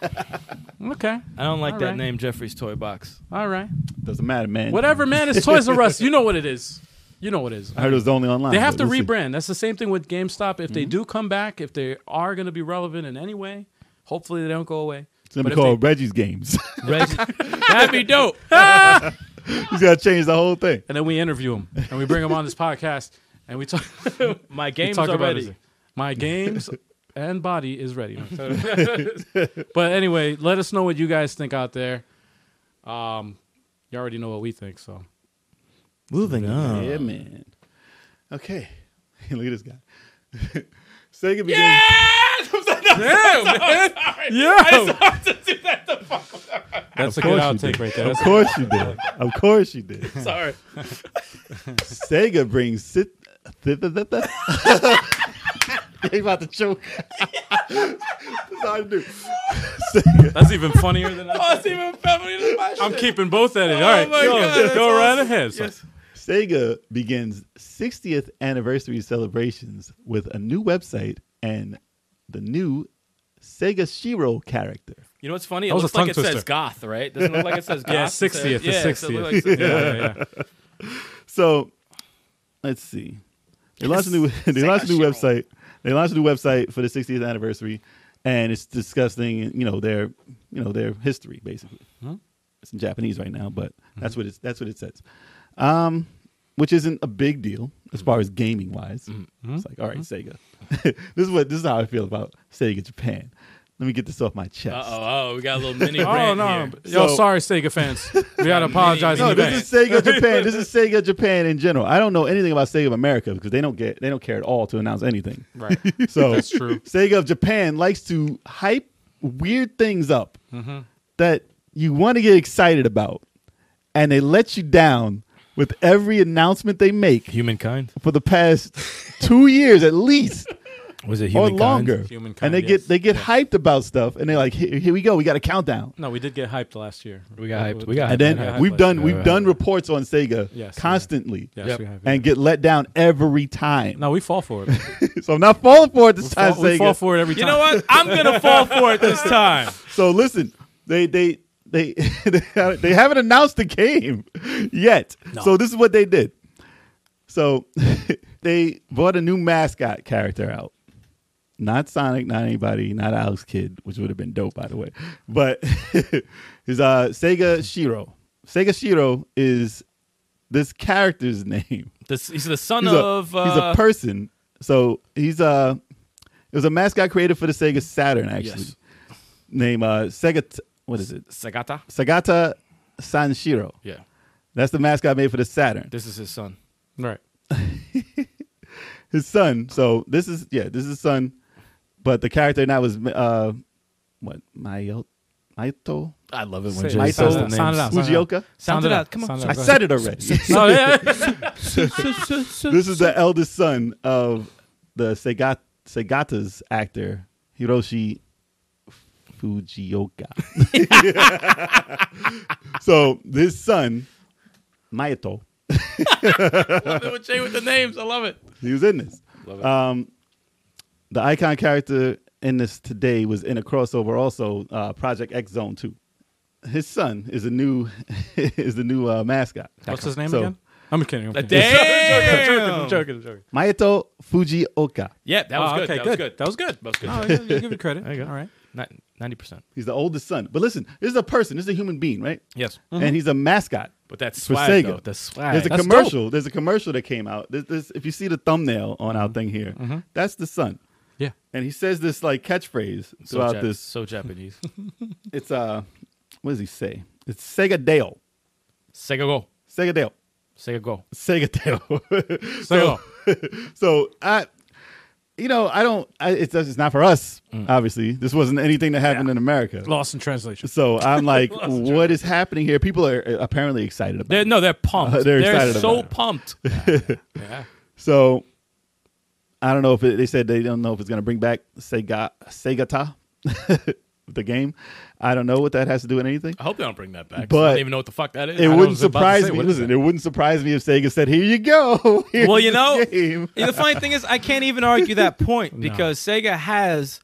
okay. I don't like All that right. name, Jeffrey's Toy Box. All right. Doesn't matter, man. Whatever, man. It's Toys R Us. You know what it is. You know what it is. I heard it was only online. They have to but we'll see. Mm-hmm. rebrand. That's the same thing with GameStop. If they do come back, if they are going to be relevant in any way, Hopefully they don't go away. It's gonna But be if called Reggie's games. they- Reg- that'd be dope. He's gotta change the whole thing. and then we interview him and we bring him on this podcast and we talk. My we games talk are about ready. his- my games and body is ready. but anyway, let us know what you guys think out there. Um, you already know what we think, so Moving on. Yeah, man. Okay. Look at this guy. Sega begins. Damn, man. Yeah. That's a good Of course you outtake did. right there. Of That's- course you did. Of course you did. Sorry. Sega brings sit. th- th- th- th- He about to choke. That's how I do. Sega, That's even funnier than I. Oh, it's even family than my I'm shit. keeping both at it. All right, Oh my go, God, that's go right ahead. So- Sega begins 60th anniversary celebrations with a new website and the new Sega Shiro character. You know what's funny? It That was a looks like tongue it twister. says goth, right? Doesn't it look like it says goth. yeah, It says- 60th. yeah, the so it 60th. looks like- yeah, yeah, yeah. So let's see. They launched a new they launched a new website. They launched a new website for the 60th anniversary, and it's discussing you know their you know their history basically. It's in Japanese right now, but that's what it's that's what it says. Um, which isn't a big deal as far as gaming wise. It's like all right, Sega. this is what this is how I feel about Sega Japan. Let me get this off my chest. Uh-oh, oh, we got a little mini Oh rant no, here. yo, So- sorry, Sega fans. We gotta apologize. No, in this is advance. Sega Japan. This is Sega Japan in general. I don't know anything about Sega of America because they don't get they don't care at all to announce anything. right. So That's true. Sega of Japan likes to hype weird things up Mm-hmm. that you want to get excited about, and they let you down with every announcement they make Humankind for the past two years at least Was it or humankind? longer. Humankind, and they yes. get they get hyped about stuff, and they're like, "Here, here we go, we got a countdown." No, we did get hyped last year. We got hyped. We got And hyped. then Yeah, we've hyped. done Yeah. we've done reports on Sega Yes, yeah. constantly. Yes, Yep. we have. and get let down every time. no, we fall for it. So I'm not falling for it this We time, fall, we Sega. fall for it every time. You know what? I'm gonna fall for it this time. So listen, they they they they haven't announced the game yet. So this is what they did. So they brought a new mascot character out. Not Sonic, not anybody, not Alex Kidd, which would have been dope, by the way. But is uh Sega Shiro. Sega Shiro is this character's name. This, he's the son he's a, of. Uh, he's a person. So he's uh it was a mascot created for the Sega Saturn actually. Yes. Name uh Sega t- what is it? Sagata. Sagata Sanshiro. Yeah, That's the mascot made for the Saturn. this is his son. Right. His son. So this is yeah, this is his son. But the character now was uh what Mayo Maito I love it when Say- Jay says the Sound- sound it names. out. Fujioka? Sound it out. Come on. Sound I go said it already. No, yeah, yeah. this is the eldest son of the Segat Segata's actor Hiroshi Fujioka. so this son, Maito, Love it with Jay with the names. I love it. he was in this. Love it. Um, the icon character in this today was in a crossover also, uh, Project X Zone Two. His son is a new is the new uh, mascot. What's his name So- again? I'm kidding. I'm kidding. Damn. I'm joking. I'm joking. Maito Fujioka. Yeah, that was Oh, good. okay, that good. was good. That was good. That was good. Oh, yeah, you give me credit. There you go. All right. Nin- 90%. He's the oldest son. But listen, this is a person. This is a human being, right? Yes. And he's a mascot. But Mm-hmm. that's For swag, Sega. though. That's swag. There's a That's commercial. There's a commercial that came out. This, this, if you see the thumbnail on Mm-hmm. our thing here, that's the son, Yeah. and he says this like catchphrase so throughout Jap- this. So Japanese. It's uh, what does he say? It's Sega Dale, Sega Go. Sega Dale, Sega Go. Sega Dale. So, so I, you know, I don't. I, it's it's not for us. Mm. Obviously, this wasn't anything that happened in America. lost in translation. So I'm like, what is happening here? People are uh, apparently excited about. They're, it. no, they're pumped. Uh, they're they're excited so about it. pumped. So I don't know if it, they said they don't know if it's going to bring back Sega Segata the game. I don't know what that has to do with anything. I hope they don't bring that back. 'cause But I don't even know what the fuck that is. It I wouldn't was about to surprise say, me. what is Listen, that? it wouldn't surprise me if Sega said, "Here you go." Here's Well, you the know, game." the funny thing is, I can't even argue that point because Sega has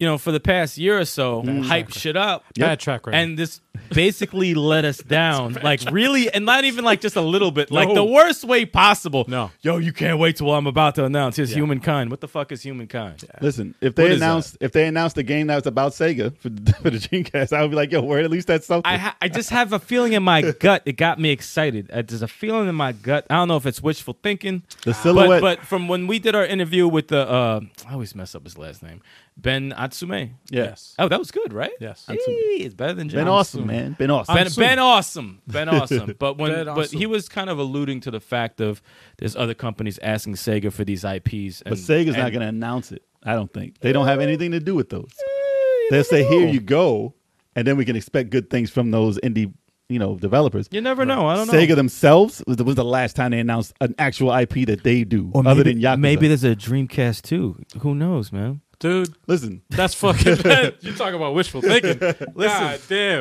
you know, for the past year or so, hype shit up. Bad track record. And this basically let us down, like really, and not even like just a little bit, like No. the worst way possible. No. yo, you can't wait till I'm about to announce. Here's humankind. What the fuck is humankind? Listen, if What they is announced if they announced a game that was about Sega for, the- for the Dreamcast, I would be like, yo, where at least that's something. I ha- I just have a feeling in my gut. It got me excited. Uh, There's a feeling in my gut. I don't know if it's wishful thinking. The silhouette- But, but from when we did our interview with the, uh, I always mess up his last name, Ben Atsume. yes. Oh, that was good, right? Yes. Hey, it's better than John. been awesome, man. Been awesome. Ben, Ben awesome. Ben awesome. But when Ben but awesome. he was kind of alluding to the fact of there's other companies asking Sega for these IPs. And, but Sega's not and- eh, going to announce it. I don't think they don't have anything to do with those. They'll say, here you go, and then we can expect good things from those indie, you know, developers. You never know. I don't Sega know. themselves was the, was the last time they announced an actual IP that they do, other than Yakuza. maybe there's a Dreamcast too. Who knows, man? Dude, listen, that's fucking You talk about wishful thinking. God damn.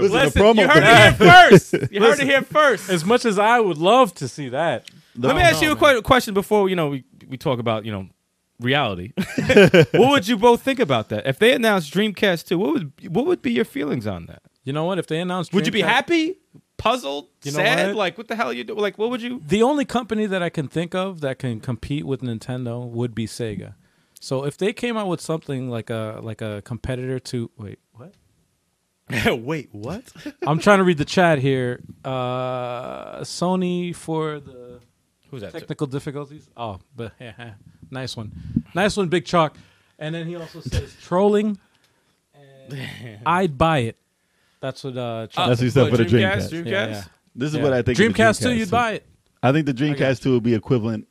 listen, Listen, the promo you for heard that- it here first. You heard it here first. As much as I would love to see that, Let me ask you a que- question before you know we, we talk about you know reality. what would you both think about that if they announced Dreamcast two? What would what would be your feelings on that? you know what? If they announced, Would you be Dreamcast- happy, puzzled, You know sad? what? Like what the hell you do? Like what would you? The only company that I can think of that can compete with Nintendo would be Sega. So if they came out with something like a like a competitor to wait, what? Wait, what? I'm trying to read the chat here. Uh, Sony for the Who's that? technical difficulties. Oh, but nice one, nice one, Big Chalk. And then he also says trolling. And I'd buy it. That's what uh, Chalk. That's what he said what, for the Dreamcast, Oh, Dreamcast. Dreamcast. Yeah, yeah. This is Yeah. what I think. of the Dreamcast too, you'd too. buy it. I think the Dreamcast 2 will be equivalent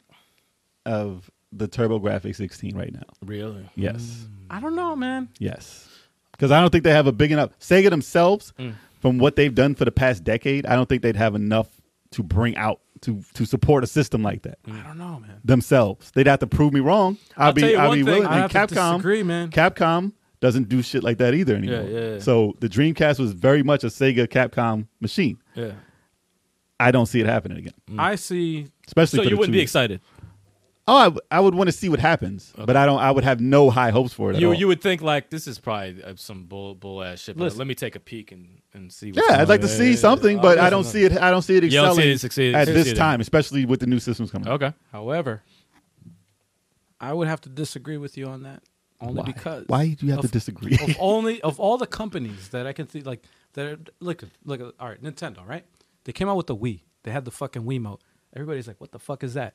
of the TurboGrafx 16 right now. Really? Yes. I don't know, man. Yes. Because I don't think they have a big enough. Sega themselves, from what they've done for the past decade, I don't think they'd have enough to bring out to to support a system like that I don't know, man. themselves. They'd have to prove me wrong. I'll, I'll be tell you I'll one be thing, willing. I And have to Capcom, disagree, man. Capcom doesn't do shit like that either anymore. yeah, yeah. So the Dreamcast was very much a Sega Capcom machine. Yeah, I don't see it happening again, I see. especially So for you the wouldn't be two- excited. Oh, I, w- I would want to see what happens, but I don't. I would have no high hopes for it. at You all. you would think like this is probably uh, some bull bull ass shit. But Listen. let me take a peek and and see. What's yeah, going I'd like to on. see something, but I don't see it. I don't see it You don't see excelling it succeed- at this succeeding. time, especially with the new systems coming. out. Okay. However, I would have to disagree with you on that only because Why do you have of- to disagree? of only of all the companies that I can see, like that. Are, look, look. All right, Nintendo. Right? They came out with the Wii. They had the fucking Wiimote. Everybody's like, "What the fuck is that?"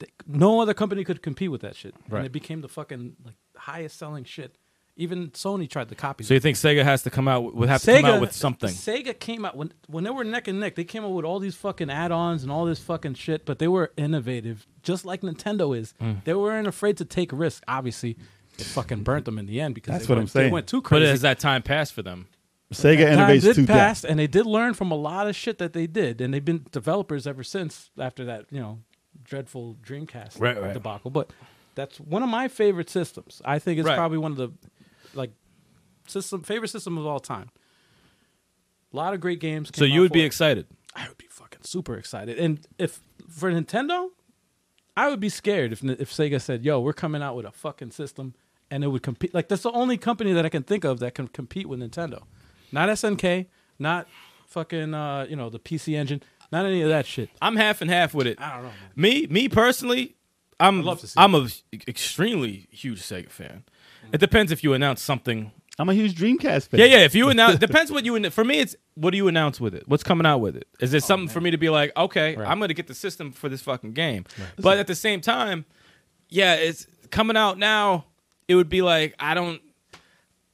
They, no other company could compete with that shit, Right. and it became the fucking like highest selling shit. Even Sony tried to copy. So that. you think Sega has to come out? Would have to come out with something? Sega came out when when they were neck and neck. They came out with all these fucking add-ons and all this fucking shit, but they were innovative, just like Nintendo is. Mm. They weren't afraid to take risks. Obviously, it fucking burnt them in the end because That's they what went, I'm saying. They went too But crazy. has that time passed for them? Sega Time innovates did too pass, fast. and they did learn from a lot of shit that they did, and they've been developers ever since after that, you know, dreadful Dreamcast Right, right. debacle. But that's one of my favorite systems. I think it's Right. probably one of the like system favorite system of all time. A lot of great games. So came you out would for be it. excited. I would be fucking super excited. And if for Nintendo, I would be scared if if Sega said, "Yo, we're coming out with a fucking system," and it would compete. Like that's the only company that I can think of that can compete with Nintendo. Not SNK, not fucking uh, you know the PC Engine, not any of that shit. I'm half and half with it. I don't know. Man. Me, me personally, I'm love to see I'm a extremely huge Sega fan. It depends if you announce something. I'm a huge Dreamcast fan. Yeah, yeah. If you announce, depends what you. ann- For me, it's what do you announce with it? What's coming out with it? Is there Oh, something for me to be like, okay, I'm gonna get the system for this fucking game. But at the same time, yeah, it's coming out now. It would be like I don't.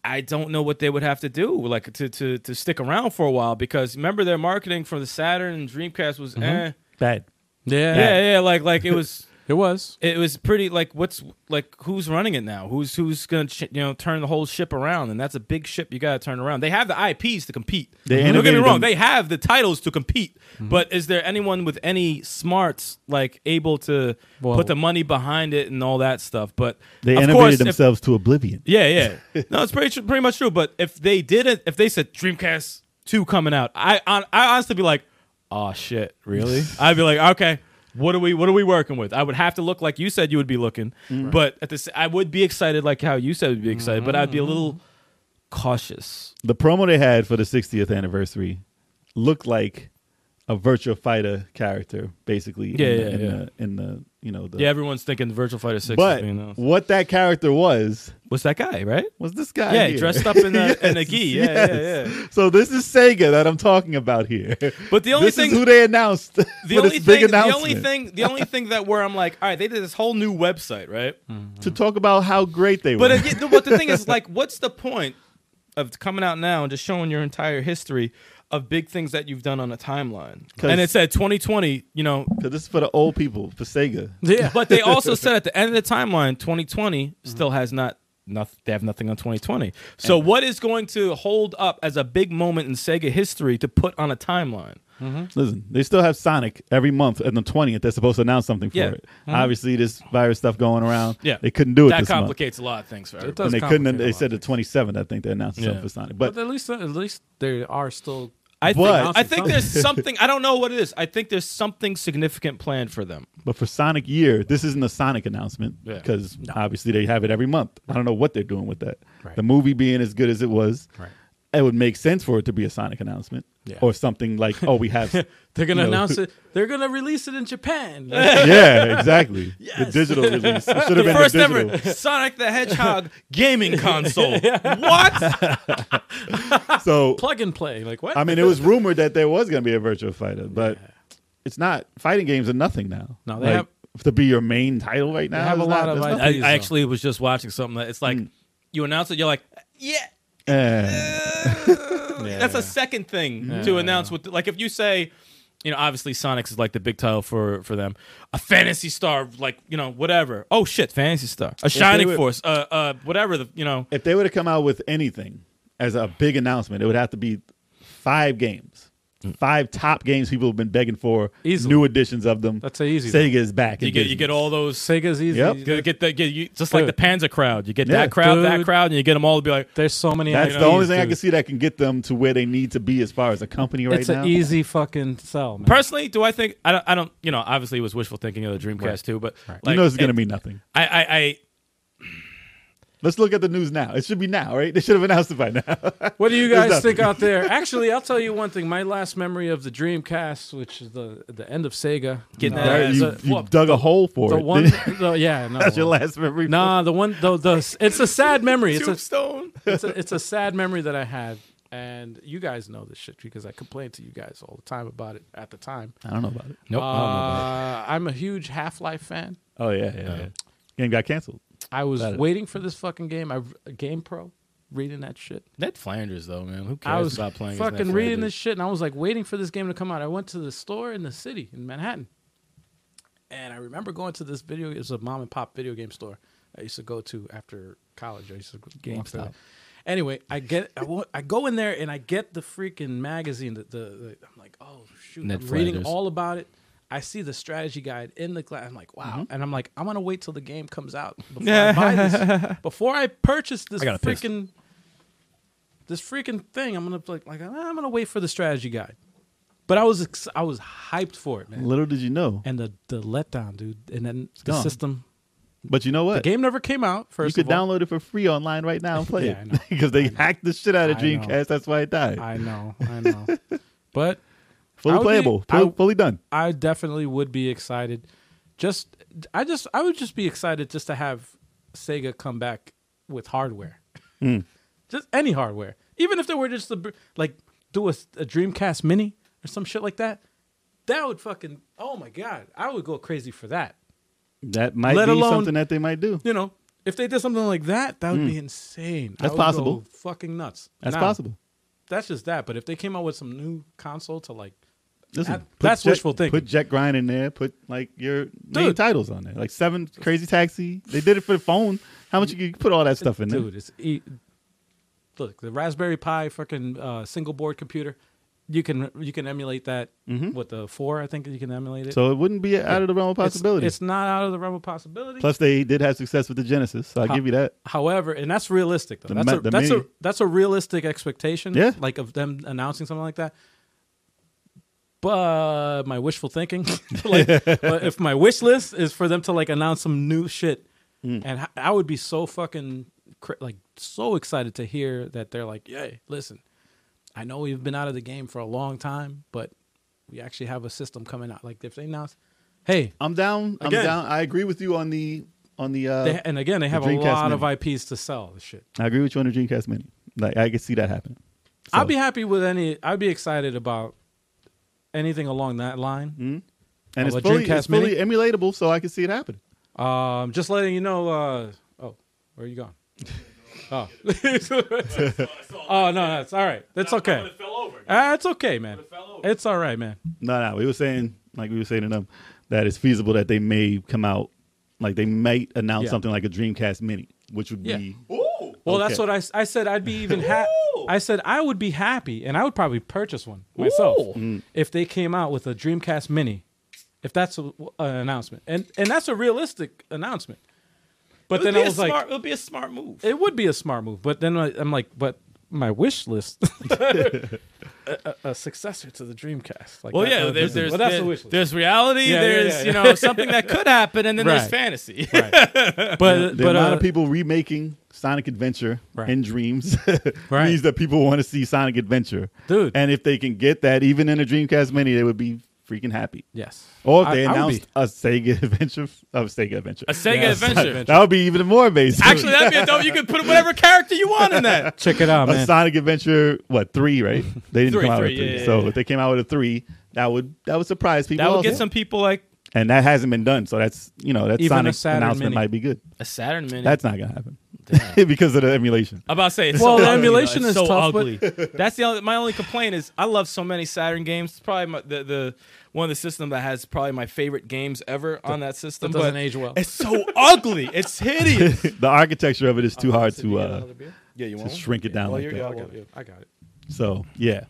I don't know what they would have to do, like to to to stick around for a while, because remember their marketing for the Saturn and Dreamcast was eh, Mm-hmm. Bad. Yeah, yeah, yeah, like like it was it was. it was pretty like what's like who's running it now? Who's who's gonna ch- you know turn the whole ship around? And that's a big ship you got to turn around. They have the IPs to compete. They Don't get me innovated wrong, them. Mm-hmm. they have the titles to compete. But is there anyone with any smarts like able to Well- put the money behind it and all that stuff? But They of innovated course, if- themselves to oblivion. yeah, yeah. No, it's pretty tr- pretty much true. But if they did it, if they said Dreamcast two coming out, I I, I honestly be like, oh shit, really? I'd be like, okay, What are we What are we working with? I would have to look like you said you would be looking, Mm-hmm. but at this, I would be excited like how you said would be excited, but I'd be a Mm-hmm. little cautious. the promo they had for the 60th anniversary looked like a virtual fighter character, basically. Yeah, in yeah, the, in yeah. The, in the you know the Yeah, everyone's thinking Virtual Fighter Six. but you know. what that character was what's that guy? Right? was this guy. Yeah, here. dressed up in a in a gi. Yeah, yeah, yeah. So this is Sega that I'm talking about here. But the only this thing is who they announced. the for only this big thing, the announcement only thing, the only thing that where I'm like, all right, they did this whole new website, right? to talk about how great they But were. again, but the thing is, like, what's the point of coming out now and just showing your entire history of big things that you've done on a timeline? 'Cause- And it said 2020, you know. 'Cause this is for the old people, for Sega. Yeah. But they also said at the end of the timeline, 2020 Mm-hmm. still has not. Nothing, they have nothing on 2020. So, what is going to hold up as a big moment in Sega history to put on a timeline? Listen, they still have Sonic every month on the 20th. They're supposed to announce something for Yeah. it. Mm-hmm. Obviously, this virus stuff going around. Yeah. They couldn't do it That this month. complicates a lot of things for everybody. does and they couldn't. complicate a lot. They said the 27th. I think they announced something Yeah. for Sonic. But But at least, at least they are still. I think, But- I think there's something. I don't know what it is. I think there's something significant planned for them. but for Sonic Year, this isn't a Sonic announcement Yeah. because obviously they have it every month. I don't know what they're doing with that. Right. The movie being as good as it was, Right. it would make sense for it to be a Sonic announcement Yeah. or something like, "Oh, we have." They're gonna No. announce it. They're gonna release it in Japan. yeah, exactly. The Yes. digital release it should have The been first the digital. ever Sonic the Hedgehog gaming console. What? So Plug and play. Like what? I mean, it was rumored that there was going to be a virtual fighter, but it's not. Fighting games are nothing now. No, they Like, have- to be your main title right now. have a is Mm. lot of not- that's ideas. nothing. I, I actually was just watching something that it's like you announce it, you're like, yeah. Eh. That's a second thing to announce with like if you say, you know, obviously Sonic's is like the big title for for them. A fantasy star, like, you know, whatever. Oh shit, fantasy star. A shining were- force. Uh uh whatever the you know if they were to come out with anything as a big announcement, it would have to be five games, five top games people have been begging for, Mm. Easily. new editions of them. That's an easy Sega is back. you in get you get business. all those Sega's easy. Yep. You get the, get you, just like the Dude. Panzer crowd. You get Yeah. that crowd, that Dude. crowd, and you get them all to be like, There's so many. That's IPs, the only thing I dude. can see that can get them to where they need to be as far as a company right It's now. an easy fucking sell, man. personally, do I think I don't? I don't. You know, obviously, it was wishful thinking of the Dreamcast too, but like, you know, it's it- going to be nothing. I, I, I Let's look at the news now. It should be now, right? They should have announced it by now. What do you There's guys nothing. think out there? Actually, I'll tell you one thing. My last memory of the Dreamcast, which is the the end of Sega, Getting uh, that Right? ass is you a- you what- dug a hole for the it. one, the, yeah, no, That's your well, last memory. Nah, the one, the, the it's a sad memory. It's a, Tombstone. it's a it's a sad memory that I had, and you guys know this shit because I complained to you guys all the time about it at the time. I don't know about it. Nope. Uh, I'm a huge Half Life fan. Oh yeah, yeah. yeah. Game got canceled. I was waiting for this fucking game. I Game Pro, reading that shit. Ned Flanders, though, man, who cares I was about playing? as Ned fucking reading this Flanders? shit, and I was like waiting for this game to come out. I went to the store in the city in Manhattan, and I remember going to this video. It was a mom and pop video game store I used to go to after college. I used to go GameStop. There. Anyway, I get I, wa- I go in there and I get the freaking magazine. The, the, the I'm like, oh shoot, Ned I'm reading Flanders. all about it. I see the strategy guide in the glass. I'm like, wow, Mm-hmm. and I'm like, I'm gonna wait till the game comes out before I buy this. Before I purchase this I gotta piss. freaking this freaking thing. I'm gonna like like I'm gonna wait for the strategy guide. But I was ex- I was hyped for it, man. Little did you know. And the the letdown, dude. And then the gone. system. But you know what? The game never came out. First, you could of all. download it for free online right now and play Yeah, I know. it because they hacked the shit out of I know. Dreamcast. That's why it died. I know, I know. but I fully would be- playable, I- full- fully done. I definitely would be excited. Just I just I would just be excited just to have Sega come back with hardware. Mm. just any hardware. Even if there were just the br- like do a, a Dreamcast mini or some shit like that. That would fucking oh my god. I would go crazy for that. That might Let be alone- something that they might do. You know, if they did something like that, that would be insane. I Mm. That's would possible. go fucking nuts. That's Now, possible. That's just that, but if they came out with some new console to like Listen, that- put that's Jet- wishful thinking. Put Jet Grind in there. Put like your main Dude. titles on there, like Seven Crazy Taxi. They did it for the phone. How much you could put all that stuff in there? Dude, it's e- look the Raspberry Pi fucking uh, single board computer. You can you can emulate that with the four. I think you can emulate it. Mm-hmm. So it wouldn't be out of the realm of It's- possibility. It's, not out of the realm of possibility. Plus, they did have success with the Genesis, so I will How- give you that. however, and that's realistic though. The That's ma- a the that's a mini- that's a realistic expectation. Yeah. like of them announcing something like that. but my wishful thinking, like, but if my wish list is for them to like announce some new shit, Hmm. and I- I would be so fucking cra- like so excited to hear that they're like, yay, listen, I know we've been out of the game for a long time, but we actually have a system coming out. Like if they announce, hey, I'm down. I'm Again. down. I agree with you on the on the. Uh, they, and again they have a Dreamcast lot Mini. of IPs to sell. The shit. I agree with you on the Dreamcast Mini. Like I could see that happen. So- I'd be happy with any. I'd be excited about anything along that line. of and it's a fully, Dreamcast it's fully emulatable, so I can see it happen. Um, just letting you know. Uh, oh, where are you going? Oh, oh no, that's all right. That's okay. fell over. Ah, it's okay, man. fell over. It's all right, man. No, no, we were saying like we were saying to them that it's feasible that they may come out, like they might announce Yeah. something like a Dreamcast Mini, which would Yeah. be Ooh. Well, Okay. that's what I, s- I said. I'd be even happy. I said I would be happy, and I would probably purchase one myself Mm. if they came out with a Dreamcast Mini, if that's a, an announcement, and and that's a realistic announcement. But then I was like, it would be a smart move. It would be a smart move, but then I, I'm like, but my wish list, a, a- a successor to the Dreamcast. Like, well, that- yeah, that- there's there's well, that's there- the wish list. there's reality, Yeah, yeah, there's yeah, you know something that could happen, and then Right. there's fantasy. But the but amount uh, of people remaking Sonic Adventure Right. and Dreams Right. means that people want to see Sonic Adventure, Dude. And if they can get that, even in a Dreamcast Mini, they would be freaking happy. yes, Or if I- Oh, they I would announced be. a Sega Adventure, a Sega Adventure, A Sega Yeah, adventure. Adventure. that would be even more amazing. Actually, that'd be a dope. You could put whatever character you want in that. check it out, a Oh, man. Sonic Adventure, what three? Right? They didn't Three, come out three, with three. yeah, so yeah, yeah. if they came out with a three, that would that would surprise people. That would also. get some people like and that hasn't been done. So that's you know that Even a Sonic Saturn announcement Mini. might be good. a Saturn Mini. That's not gonna happen because of the emulation. I'm about to say it's Well, so the ugly, though. emulation It's is so tough, but- ugly. That's the only, my only complaint is I love so many Saturn games. It's probably my, the the one of the system that has probably my favorite games ever on that system. doesn't but age well. It's so ugly. It's hideous. the architecture of it is too hard to uh, yeah, you to shrink it down like that. Oh, I got it. So yeah,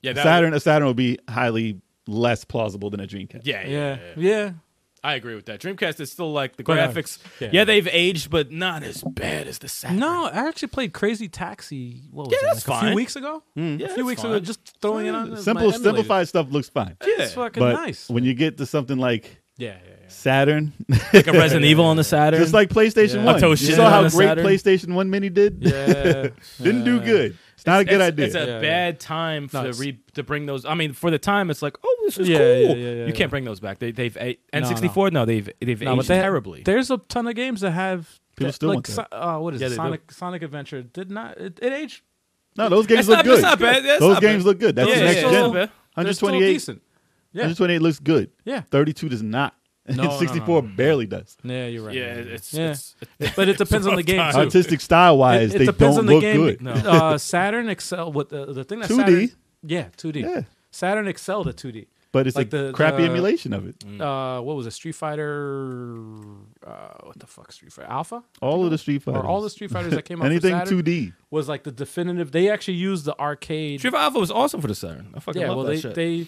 Yeah, that Saturn a Saturn would be highly less plausible than a Dreamcast. yeah, yeah, Yeah, yeah. yeah. I agree with that. Dreamcast is still like the But, uh, graphics. yeah. yeah. they've aged, but not as bad as the Saturn. No, I actually played Crazy Taxi. What was Yeah, it, that's like A fine. few weeks ago. Yeah, a that's few weeks fine. ago, just throwing it on. as my Hmm. Simple, emulator. simplified stuff looks fine, Yeah. It's fucking but nice. when you get to something like yeah, yeah, yeah. Saturn, like a Resident Evil on the Saturn. just like PlayStation Yeah. One, you Octo-shit saw how on a great Saturn. PlayStation One Mini did. Yeah, Didn't do good. It's not a good it's, idea. It's a Yeah, yeah. bad time No, for to, it's- re- to bring those. I mean, for the time, it's like, oh, this is Yeah, cool. yeah, yeah, yeah, you yeah. can't bring those back. They, they've a- No, no. N64. No, they've they've No, aged they- terribly. There's a ton of games that have People that- still like want that. So- uh, what is Yeah, it? they do. Sonic Sonic Adventure did not it, it aged no, those games look That's not- good. that's not bad. That's those not games bad. look good. That's Yeah, the yeah, next yeah. gen. That's bad. They're still 128, decent. Yeah. 128 looks good. Yeah. 32 does not. And No, no, no, 64 barely does. Yeah, you're right. yeah, it's, Yeah. it's but it depends on the game Sometimes. too. It- Artistic style wise, it they depends don't on the look game. good. No. Uh, Saturn Excel what the, the thing that 2D. Saturn, yeah, 2D. Yeah. Saturn excelled at 2D. But it's Like a the- crappy the- emulation of it. Uh, what was it? Street Fighter. Uh, what the fuck? Street Fighter Alpha All of the Street Fighters. or all the Street Fighters that came out. Anything for Saturn 2D. was like the definitive. They actually used the arcade. Street Fighter Alpha was awesome for the Saturn. I fucking yeah, love well, that they, shit. they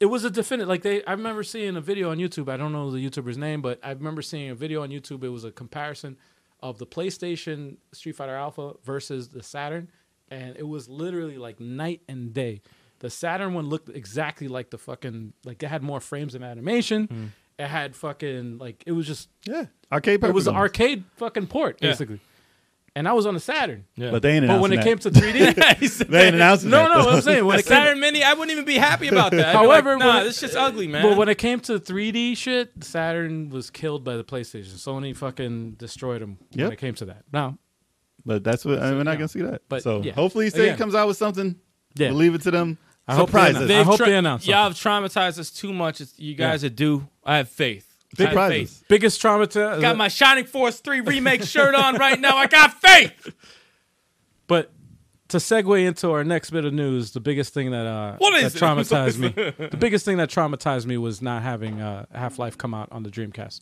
it was a definite like they. I remember seeing a video on YouTube. I don't know the YouTuber's name, but I remember seeing a video on YouTube. It was a comparison of the PlayStation Street Fighter Alpha versus the Saturn, and it was literally like night and day. The Saturn one looked exactly like the fucking like it had more frames of animation. Hmm. It had fucking like it was just Yeah. Arcade it was an perfect. arcade fucking port Yeah. basically, and I was on the Saturn. yeah. But they ain't But announced when it that. came to 3D, He said They ain't that. announced no, that, no, though. I'm saying when a it came, Saturn Mini, I wouldn't even be happy about that. I'd be However, like, nah, when- this shit's ugly, man. But when it came to 3D shit, Saturn was killed by the PlayStation. Sony fucking destroyed them Yep. when it came to that. No, But that's what, I mean, we're not yeah. going to see that. But, so yeah. hopefully Sega Again. comes out with something. Yeah. We'll leave it to them. I hope they Surprise announce- us. I hope tra- they announce Y'all have traumatized us too much. It's, you guys are due. I have faith. I Big have prizes. faith. biggest trauma to Got my Shining Force 3 remake shirt on right now. I got faith. But to segue into our next bit of news, the biggest thing that uh What that is it? traumatized me, the biggest thing that traumatized me was not having uh, Half Life come out on the Dreamcast.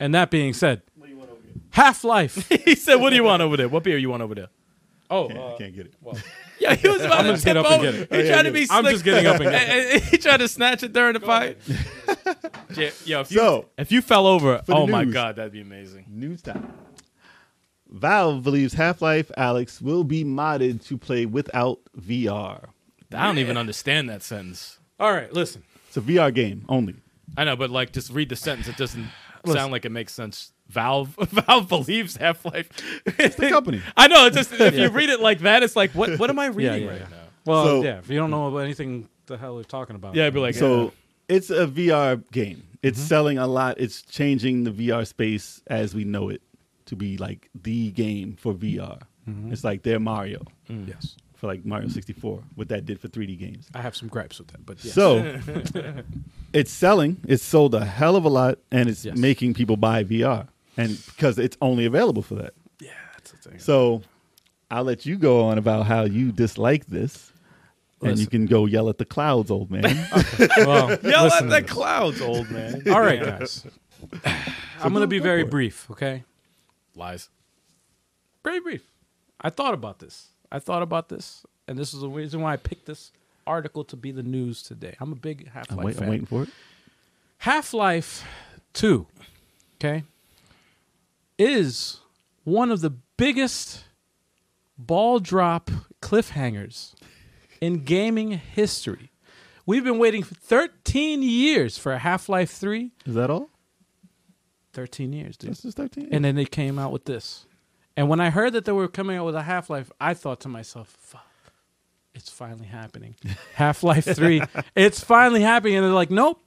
And that being said, Half Life. He said, "What do you want over there? What beer you want over there?" oh, I uh, can't get it. Yeah, he was about to just get tip up and over. get He tried to be. I'm slick. just getting up and getting And- and He tried to snatch it during the fight. yeah, yo, if you, So- if you fell over, the oh my news. god, that'd be amazing. News time. Valve believes Half Life Alex will be modded to play without VR. I don't even understand that sentence. All right, listen. It's a VR game only. I know, but like, just read the sentence. It doesn't sound like it makes sense. Valve, Valve believes Half Life. It's the company. I know. It's just if you read it like that, it's like, what? What am I Yeah, reading yeah, right yeah. now? Well, So- yeah. If you don't know about anything, the hell they're talking about. Yeah, I'd be like, So eh. it's a VR game. It's Mm-hmm. selling a lot. It's changing the VR space as we know it to be like the game for VR. Mm-hmm. It's like their Mario yes. for like Mario 64, what that did for 3D games. I have some gripes with that, but yes. So it's selling. It's sold a hell of a lot, and it's Yes. making people buy VR, and because it's only available for that. yeah, that's the thing. So I'll let you go on about how you dislike this, and you Listen. can go yell at the clouds, old man. well, listen yell at to the this. clouds, old man. All right, guys. I'm going to be very for it. brief, okay? Lies. Very brief. I thought about this. I thought about this, and this is the reason why I picked this article to be the news today. I'm a big Half I'm, Life wait, fan. I'm waiting for it. Half Life 2, okay, is one of the biggest ball drop cliffhangers in gaming history. We've been waiting for 13 years for Half Life 3. Is that all? 13 years, dude. That's just 13. And then they came out with this. And when I heard that they were coming out with a Half Life, I thought to myself, fuck, it's finally happening. Half Life 3, it's finally happening. And they're like, nope.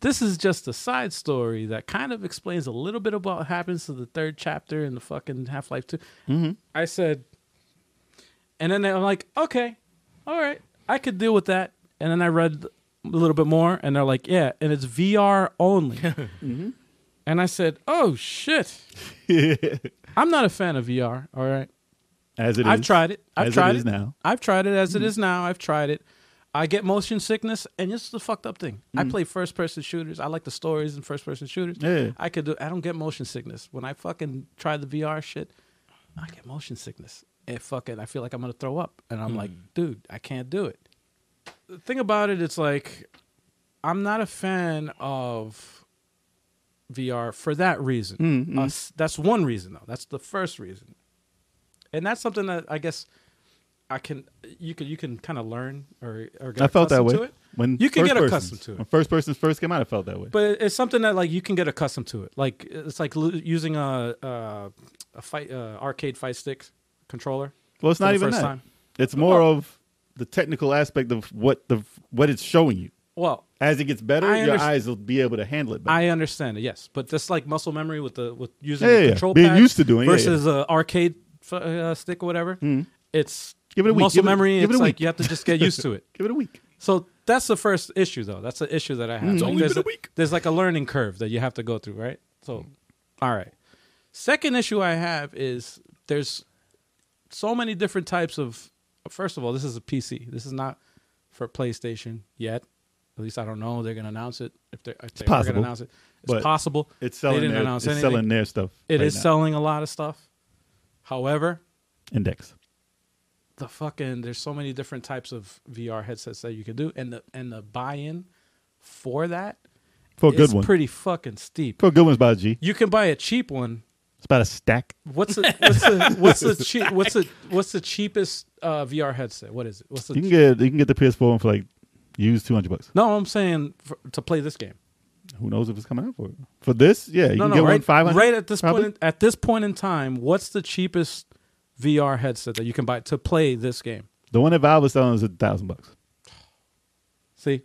This is just a side story that kind of explains a little bit about what happens to the third chapter in the fucking Half Life 2. I said, and then I'm like, okay, all right, I could deal with that. And then I read a little bit more, and they're like, yeah, and it's VR only. And I said, oh shit, I'm not a fan of VR. All right, as it is. I've tried it. I've as it tried is now. Mm. I've tried it as it is now. I've tried it. I get motion sickness, and this is the fucked up thing. Mm. I play first person shooters. I like the stories in first person shooters. Yeah. I could do. I don't get motion sickness when I fucking try the VR shit. I get motion sickness. And fucking, I feel like I'm gonna throw up, and I'm like, Mm. dude, I can't do it. The thing about it, it's like, I'm not a fan of VR for that reason. Mm, Uh, s- that's one reason, though. That's the first reason, and that's something that I guess I can you can you can kind of learn or or get I felt that accustomed way. to it. When You can first get persons- accustomed to it. When first persons first came out, I felt that way. But it's something that like you can get accustomed to it. Like it's like lo- using a a, a fight uh, arcade fight stick controller. well, it's for not the even first that. time. Oh. It's more of the technical aspect of what the what it's showing you. Well, As it gets better, I your underst- eyes will be able to handle it. Better. I understand it. Yes, but just like muscle memory with the with using Yeah, the yeah, yeah. control Being pad used to doing it, yeah, Mm-hmm. versus a arcade f- uh, stick or whatever. It's Give it a week, muscle give it- memory. give it it's a like week. you have to just get used to it. Give it a week. So that's the first issue, though. That's the issue that I have. Like, only there's been a week. There's like a learning curve that you have to go through, right? So, all right. Second issue I have is there's so many different types of. First of all, this is a PC. This is not for PlayStation yet. At least I don't know. They're going to announce it if they're. If it's possible, Announce it. It's but possible. It's They selling. didn't Their, announce it's anything. selling their stuff. It right is now. selling a lot of stuff. However, Index. the fucking there's so many different types of VR headsets that you can do, and the and the buy-in for that For a it's good one. pretty fucking steep. for a good one's about a G. You can buy a cheap one. It's about a stack. What's the what's the what's the cheap what's the what's the cheapest uh, VR headset? What is it? What's the You can get you can get the PS4 one for like used two hundred bucks. no? I'm saying for, to play this game. Who knows if it's coming out for it. for this? Yeah, you No, can no, get one right, five hundred. right at this probably. point in, at this point in time, what's the cheapest VR headset that you can buy to play this game? The one that Valve was selling is a thousand bucks. See,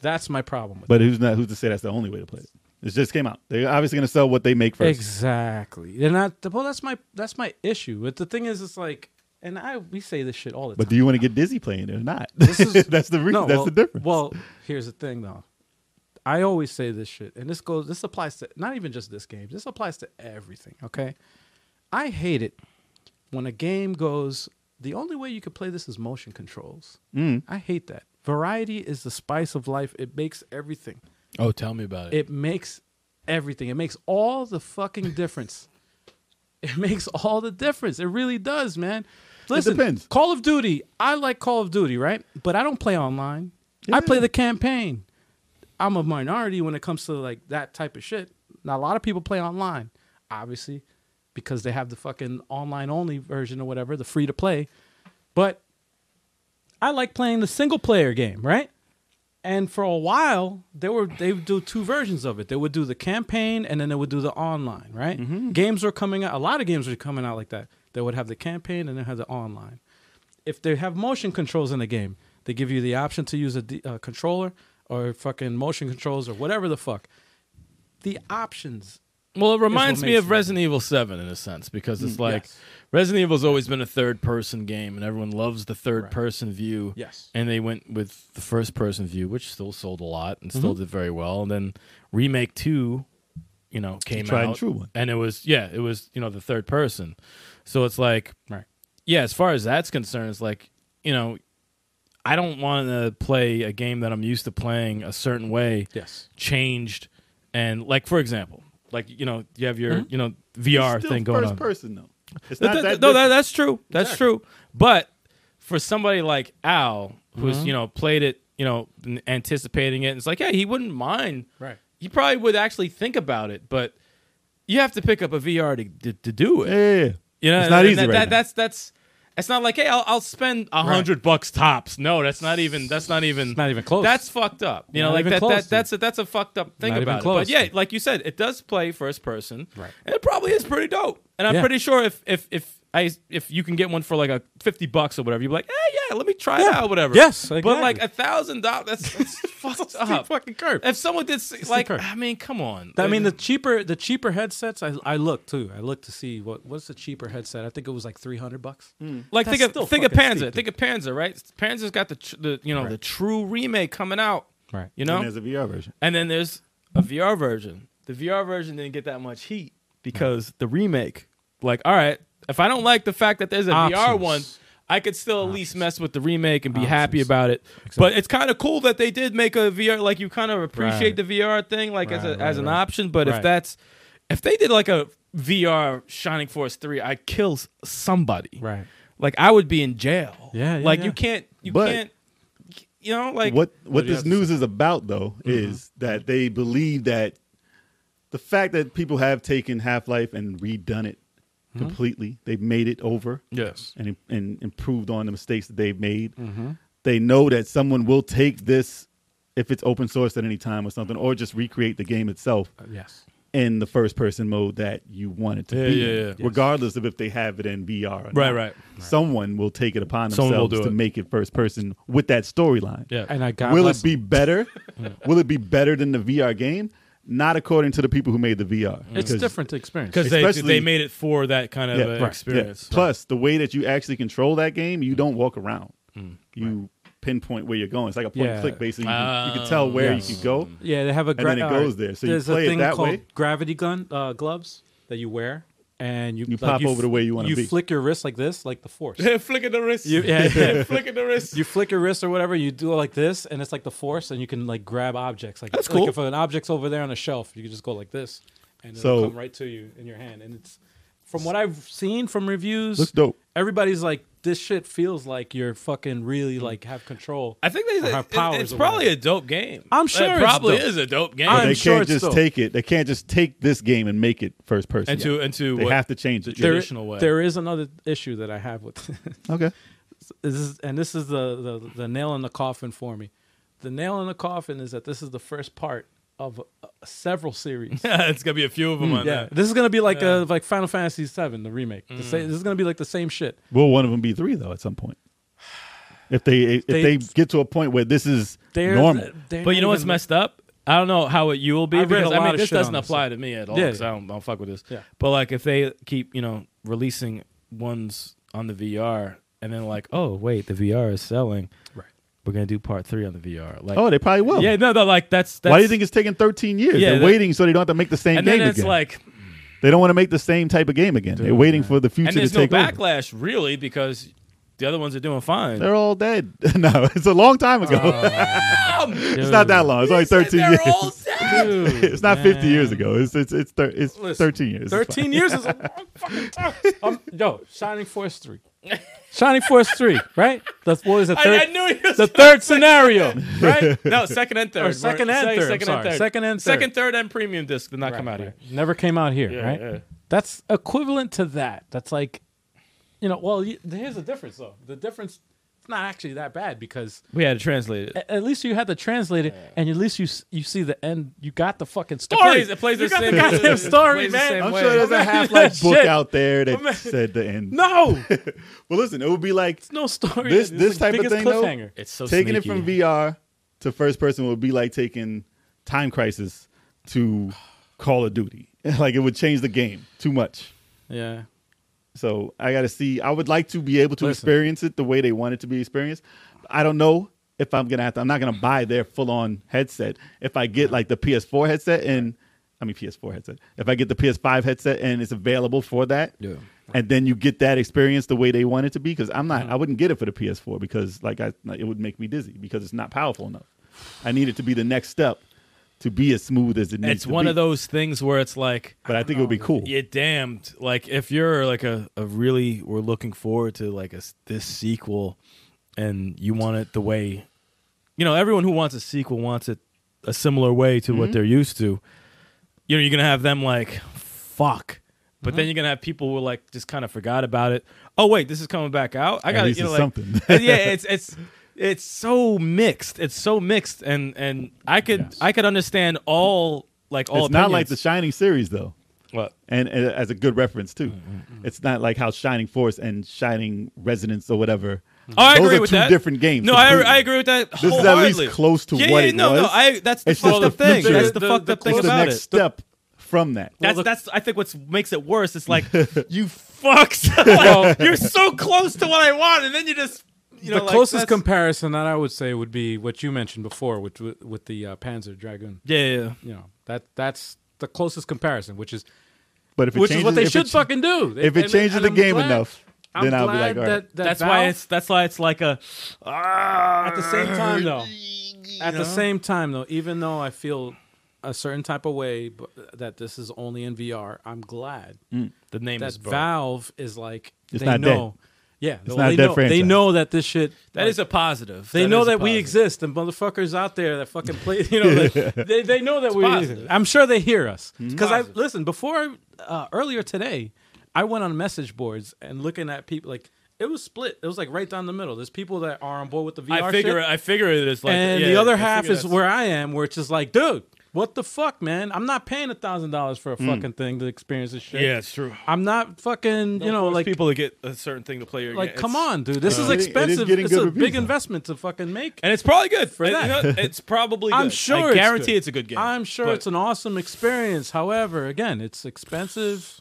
that's my problem. With But who's not? Who's to say that's the only way to play it? It just came out. They're obviously going to sell what they make first. Exactly. They're not. Well, that's my that's my issue. But the thing is, it's like, and I we say this shit all the But time. do you want to get dizzy playing it or not? This is- that's the reason. that's well, the difference. Well, here's the thing though. I always say this shit, and this goes. This applies to not even just this game. This applies to everything. Okay. I hate it when a game goes. The only way you could play this is motion controls. Mm. I hate that. Variety is the spice of life. It makes everything. Oh, tell me about it. It makes everything. It makes all the fucking difference. It makes all the difference. It really does, man. Listen, depends. Call of Duty. I like Call of Duty, right? But I don't play online. I play the campaign. I'm a minority when it comes to like that type of shit. Now a lot of people play online, obviously, because they have the fucking online only version or whatever, the free to play. But I like playing the single player game, right? And for a while, they were they would do two versions of it. They would do the campaign, and then they would do the online. Right? Games were coming out. A lot of games were coming out like that. They would have the campaign, and then have the online. If they have motion controls in the game, they give you the option to use a D, uh, controller or fucking motion controls or whatever the fuck. The options. Well, it reminds me makes of me- Resident Evil 7 in a sense because it's like yes. Resident Evil's always been a third person game and everyone loves the third person view. Yes. And they went with the first person view, which still sold a lot and still did very well. And then Remake 2, you know, came tried out. and true one. And it was, yeah, it was, you know, the third person. So it's like, Right. yeah, as far as that's concerned, it's like, you know, I don't want to play a game that I'm used to playing a certain way Yes. changed and like for example like you know you have your you know vr Mm-hmm. Still thing going first on person though. It's Th- not th- that no that, different. that's true that's true but for somebody like al who's Mm-hmm. you know played it you know n- anticipating it it's like yeah he wouldn't mind Right. he probably would actually think about it but you have to pick up a vr to, to, to do it Yeah, yeah, yeah. you know It's not and easy that, right that- now. that's that's it's not like hey i'll, I'll spend a hundred bucks tops no that's not even that's not even Not even close. that's fucked up. You know, Not like even that, close, that dude. that's a that's a fucked up thing Not even about it. close, But yeah, dude. like you said, it does play first person. Right. And it probably is pretty dope. And I'm Yeah. pretty sure if if if I if you can get one for like a fifty bucks or whatever, you're like, hey, yeah, let me try it Yeah. out, whatever. Yes, But exactly. like a thousand dollars, that's, that's fucked up. fucking curve. If someone did s- like, curve. I mean, come on. I mean, the cheaper the cheaper headsets. I I looked too. I looked to see what what's the cheaper headset. I think it was like three hundred bucks. Hmm. like Mm. That's think of still think of fucking Panzer, stupid. think of Panzer, right? Panzer's got the tr- the you know the true remake coming out, Right. You know, And there's a VR version. And then there's a VR version. The VR version didn't get that much heat because the remake, like, all right, if I don't like the fact that there's a VR Options. one, I could still at least mess with the remake and be happy Options. about it. But it's kind of cool that they did make a VR. Like, you kind of appreciate Right. the VR thing, like as a, Right, as right, an right. option. But if Right. that's if they did like a VR Shining Force three, I kill s- somebody. Right. Like I would be in jail. Yeah, yeah, like yeah. you can't. You But- can't. You know, like what what you this have to news is about though Mm-hmm. is that they believe that the fact that people have taken Half Life and redone it completely, they've made it over Hmm? Yes. Mm-hmm. and and improved on the mistakes that they've made. They know that someone will take this if it's open source at any time or something, or just recreate the game itself Yes. in the first person mode that you want it to Yeah, be, yeah, yeah. regardless of if they have it in VR. Or Right, not. right. Someone will take it upon Someone will themselves do to it. make it first person with that storyline. Yeah. And I got. will it be better? will it be better than the VR game? Not according to the people who made the VR. It's because- different to experience. because they Especially- they made it for that kind of Yeah, uh, right, yeah. experience. Plus, the way that you actually control that game, Mm. you don't walk around. You pinpoint where you're going. It's like a point and Yeah. Um, click, basically. You can, you can tell where yes. Mm. you could go. Yeah, they have a. uh, then it goes there. So you there's play a it thing that called way. gravity gun uh, gloves that you wear, and you You like, pop over the way you wanna You be. flick your wrist like this, like the force. flicking the wrist. You- yeah, yeah. flicking the wrist. you flick your wrist or whatever. You do it like this, and it's like the force, and you can like grab objects. Like That's like, cool. if an object's over there on a shelf, you can just go like this, and it'll So- come right to you in your hand. And it's from what I've seen from reviews, Looks dope. Everybody's like, this shit feels like you're fucking really like have control. I think they, Or have it, powers it's or probably whatever. a dope game. I'm sure it it's probably dope. is a dope game. I'm they sure can't it's just dope. take it. They can't just take this game and make it first person. and to and to they what, have to change it. There- There- traditional way. there is another issue that I have with okay. this is and this is the, the the nail in the coffin for me. The nail in the coffin is that this is the first part of uh, several series. it's gonna be a few of them on yeah, there. this is gonna be like uh like Final Fantasy VII, the remake. The Mm. sa- this is gonna be like the same shit. Will one of them be three though? At some point, if they if They- they, get to a point where this is They're, normal, they're But you not know what's even- messed up? I don't know how it you will be I read because a I lot mean of this shit on doesn't this. apply to me at all Yeah, 'cause yeah. I don't, I don't fuck with this. Yeah. But like if they keep you know releasing ones on the VR and then like oh wait the VR is selling Right. we're gonna do part three on the VR like oh, they probably will. yeah no no like that's, that's Why do you think it's taking 13 years? Yeah, They're that- waiting so they don't have to make the same and game then it's again. like they don't want to make the same type of game again. They're waiting for the future and to there's no take over. backlash really because the other ones are doing fine. They're all dead. no, it's a long time ago. Oh, it's not that long. It's only 13 years. it's not 50 years ago. It's it's it's, thir- it's Listen, 13 years. It's fine. Thirteen years is a long fucking time. Um, yo, Shining Force three, Shining Force three, right? That's what is the I, I third? knew he was The third scenario. right. No, second and third. Or second and Sorry, third, Second I'm and sorry. third. Second and Second, third, and premium disc did not come out here. Never came out here, Yeah, right? yeah. That's equivalent to that. That's like, you know, well, you, here's the difference though. The difference not actually that bad because We had to translate it. a- at least you had to translate it, and at least you s- you see the end. You got the fucking It story. plays, it plays you the got same the goddamn it story, plays the man. same I'm way. sure there's a half life book Shit. out there that I'm- said the end. No, it's Well, listen, it would be like no story. It's This- the this type of biggest thing, though, cliffhanger. It's so taking it sneaky. from VR to first person would be like taking Time Crisis to Call of Duty. like it would change the game too much. Yeah, So I got to see. I would like to be able to Listen. experience it the way they want it to be experienced. I don't know if I'm gonna have to. I'm not gonna buy their full on headset. If I get like the PS4 headset and I mean PS4 headset. If I get the PS5 headset and it's available for that, Yeah. And then you get that experience the way they want it to be. Because I'm not. Mm-hmm. I wouldn't get it for the PS4 because like I, like, it would make me dizzy because it's not powerful enough. I need it to be the next step to be as smooth as it needs. It's to one be. of those things where it's like But I think it would be cool. you're damned. Like if you're like a, a really we're looking forward to like a s this sequel, and you want it the way, you know, everyone who wants a sequel wants it a similar way to Mm-hmm. what they're used to. You know, you're gonna have them like fuck. But Mm-hmm. then you're gonna have people who like just kind of forgot about it. Oh wait, this is coming back out. I At got to least you know, it's like, something. and yeah, it's it's it's so mixed. It's so mixed, and and I could Yes. I could understand all like all. It's not like the opinions. Shining series though. What? and, and as a good reference Mm, too. It's not like how Shining Force and Shining Resonance or whatever. Mm. Oh, I Those agree are with two that. different games. No, I, completely. I agree with that. This is at wholeheartedly. least close to yeah, what yeah, it no, was. No, I, that's the It's just fucked up the thing. future. That's the, The- fucked the up thing It's the about next it. step from that. That's Well, the- that's I think what's makes it worse. It's like you fucks. Like, you're so close to what I want, and then you just you know the like, closest that's- comparison that I would say would be what you mentioned before, with with, with the uh, Panzer Dragoon. Yeah, yeah, yeah. You know that that's the closest comparison, which is but if it which changes, is what they if it should ch- fucking do. if it And- changes and the I'm game glad- enough, I'm then I'll be glad like, all right. that- that That's why Valve- it's that's why it's like a At the same time, though, at the same time, though, even though I feel a certain type of way but, that this is only in VR, I'm glad Hmm. the name that is Burr. Valve is like It's they not dead. know. Yeah, well, not they a dead know, They franchise. know that this shit. That is a positive. They know is a that we positive. exist, and motherfuckers out there that fucking play. You know, like, they they know that we. positive. I'm sure they hear us because I Positive. listen before uh, earlier today. I went on message boards and looking at people like it was split. It was like right down the middle. There's people that are on board with the VR. I figure shit, it, I figure it is like and yeah, the other I half figure is that's- where I am, where it's just like, dude, what the fuck, man? I'm not paying a thousand dollars for a Hmm. fucking thing to experience this shit. yeah, it's true. I'm not fucking, you Don't know, force like people to get a certain thing to play your like game. come It's- on, dude. This is it is- it is expensive. getting it's good a reviews, big though. investment to fucking make. and it's probably good for that. that. it's probably. Good. I'm sure I it's guarantee good. it's, a good game. I'm sure But it's an awesome experience. However, again, it's expensive.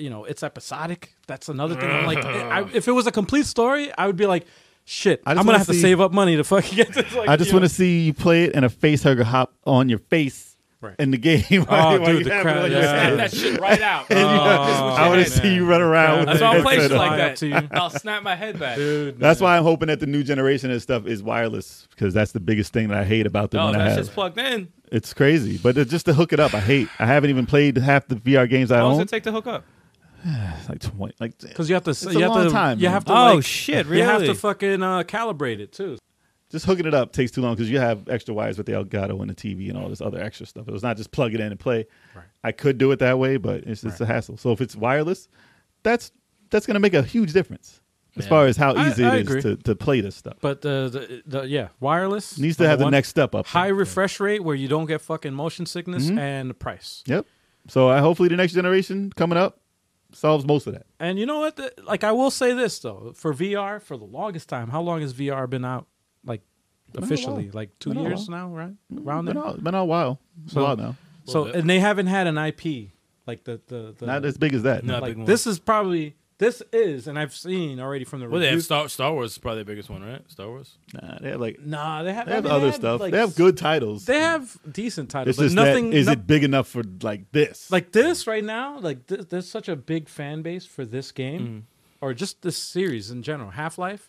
You know, it's episodic. That's another thing. I'm like, I, if it was a complete story, I would be like, shit, I I'm gonna just wanna have to see- save up money to fucking get this. Like, I just you want know. to see you play it and a face hugger hop on your face Right. in the game. Oh, While dude, you the have it crowd, on your yeah. Oh, snap head. that shit right out. Um, I want to see you run around. with That's the why I play headset shit on. Fly like up to you. that. I'll snap my head back. dude. That's why I'm hoping that the new generation of stuff is wireless because that's the biggest thing that I hate about them. No, when I that have. shit's plugged in. It's crazy, but it- just to hook it up, I hate. I haven't even played half the VR games I How long own. does it take to hook up? It's like twenty, like Because you have to, a you have long to, time, you man. have to, Oh, like, shit, You have to really? fucking uh, calibrate it too. just hooking it up takes too long because you have extra wires with the Elgato and the TV and all this other extra stuff. It's not just plug it in and play. Right. I could do it that way, but it's just a hassle. So if it's wireless, that's that's going to make a huge difference as Yeah. far as how I- easy I it agree. is to, to play this stuff. But uh, the, the yeah, wireless Needs to number have the one. next step up. Mm-hmm. high refresh rate where you don't get fucking motion sickness and the price. Yep. So I hopefully the next generation coming up solves most of that. And you know what? The- Like I will say this though, for VR for the longest time, how long has VR been out? Like a officially, while. like two Been a years while. now, Mm-hmm. right? Around Been there. all, been all while. It's a So- while now. So Little bit. and they haven't had an IP like the the, the Not as big as that. No. like big one. this is probably this is and I've seen already from the Well, they have reviews. Star Star Wars is probably the biggest one, right? Star Wars. Nah, they have like nah, they have, They have I mean, other stuff. like, they have good titles. They have decent titles, it's but just nothing that, is no- it big enough for like this? like this right now like th- there's such a big fan base for this Mm. game or just this series in general half-life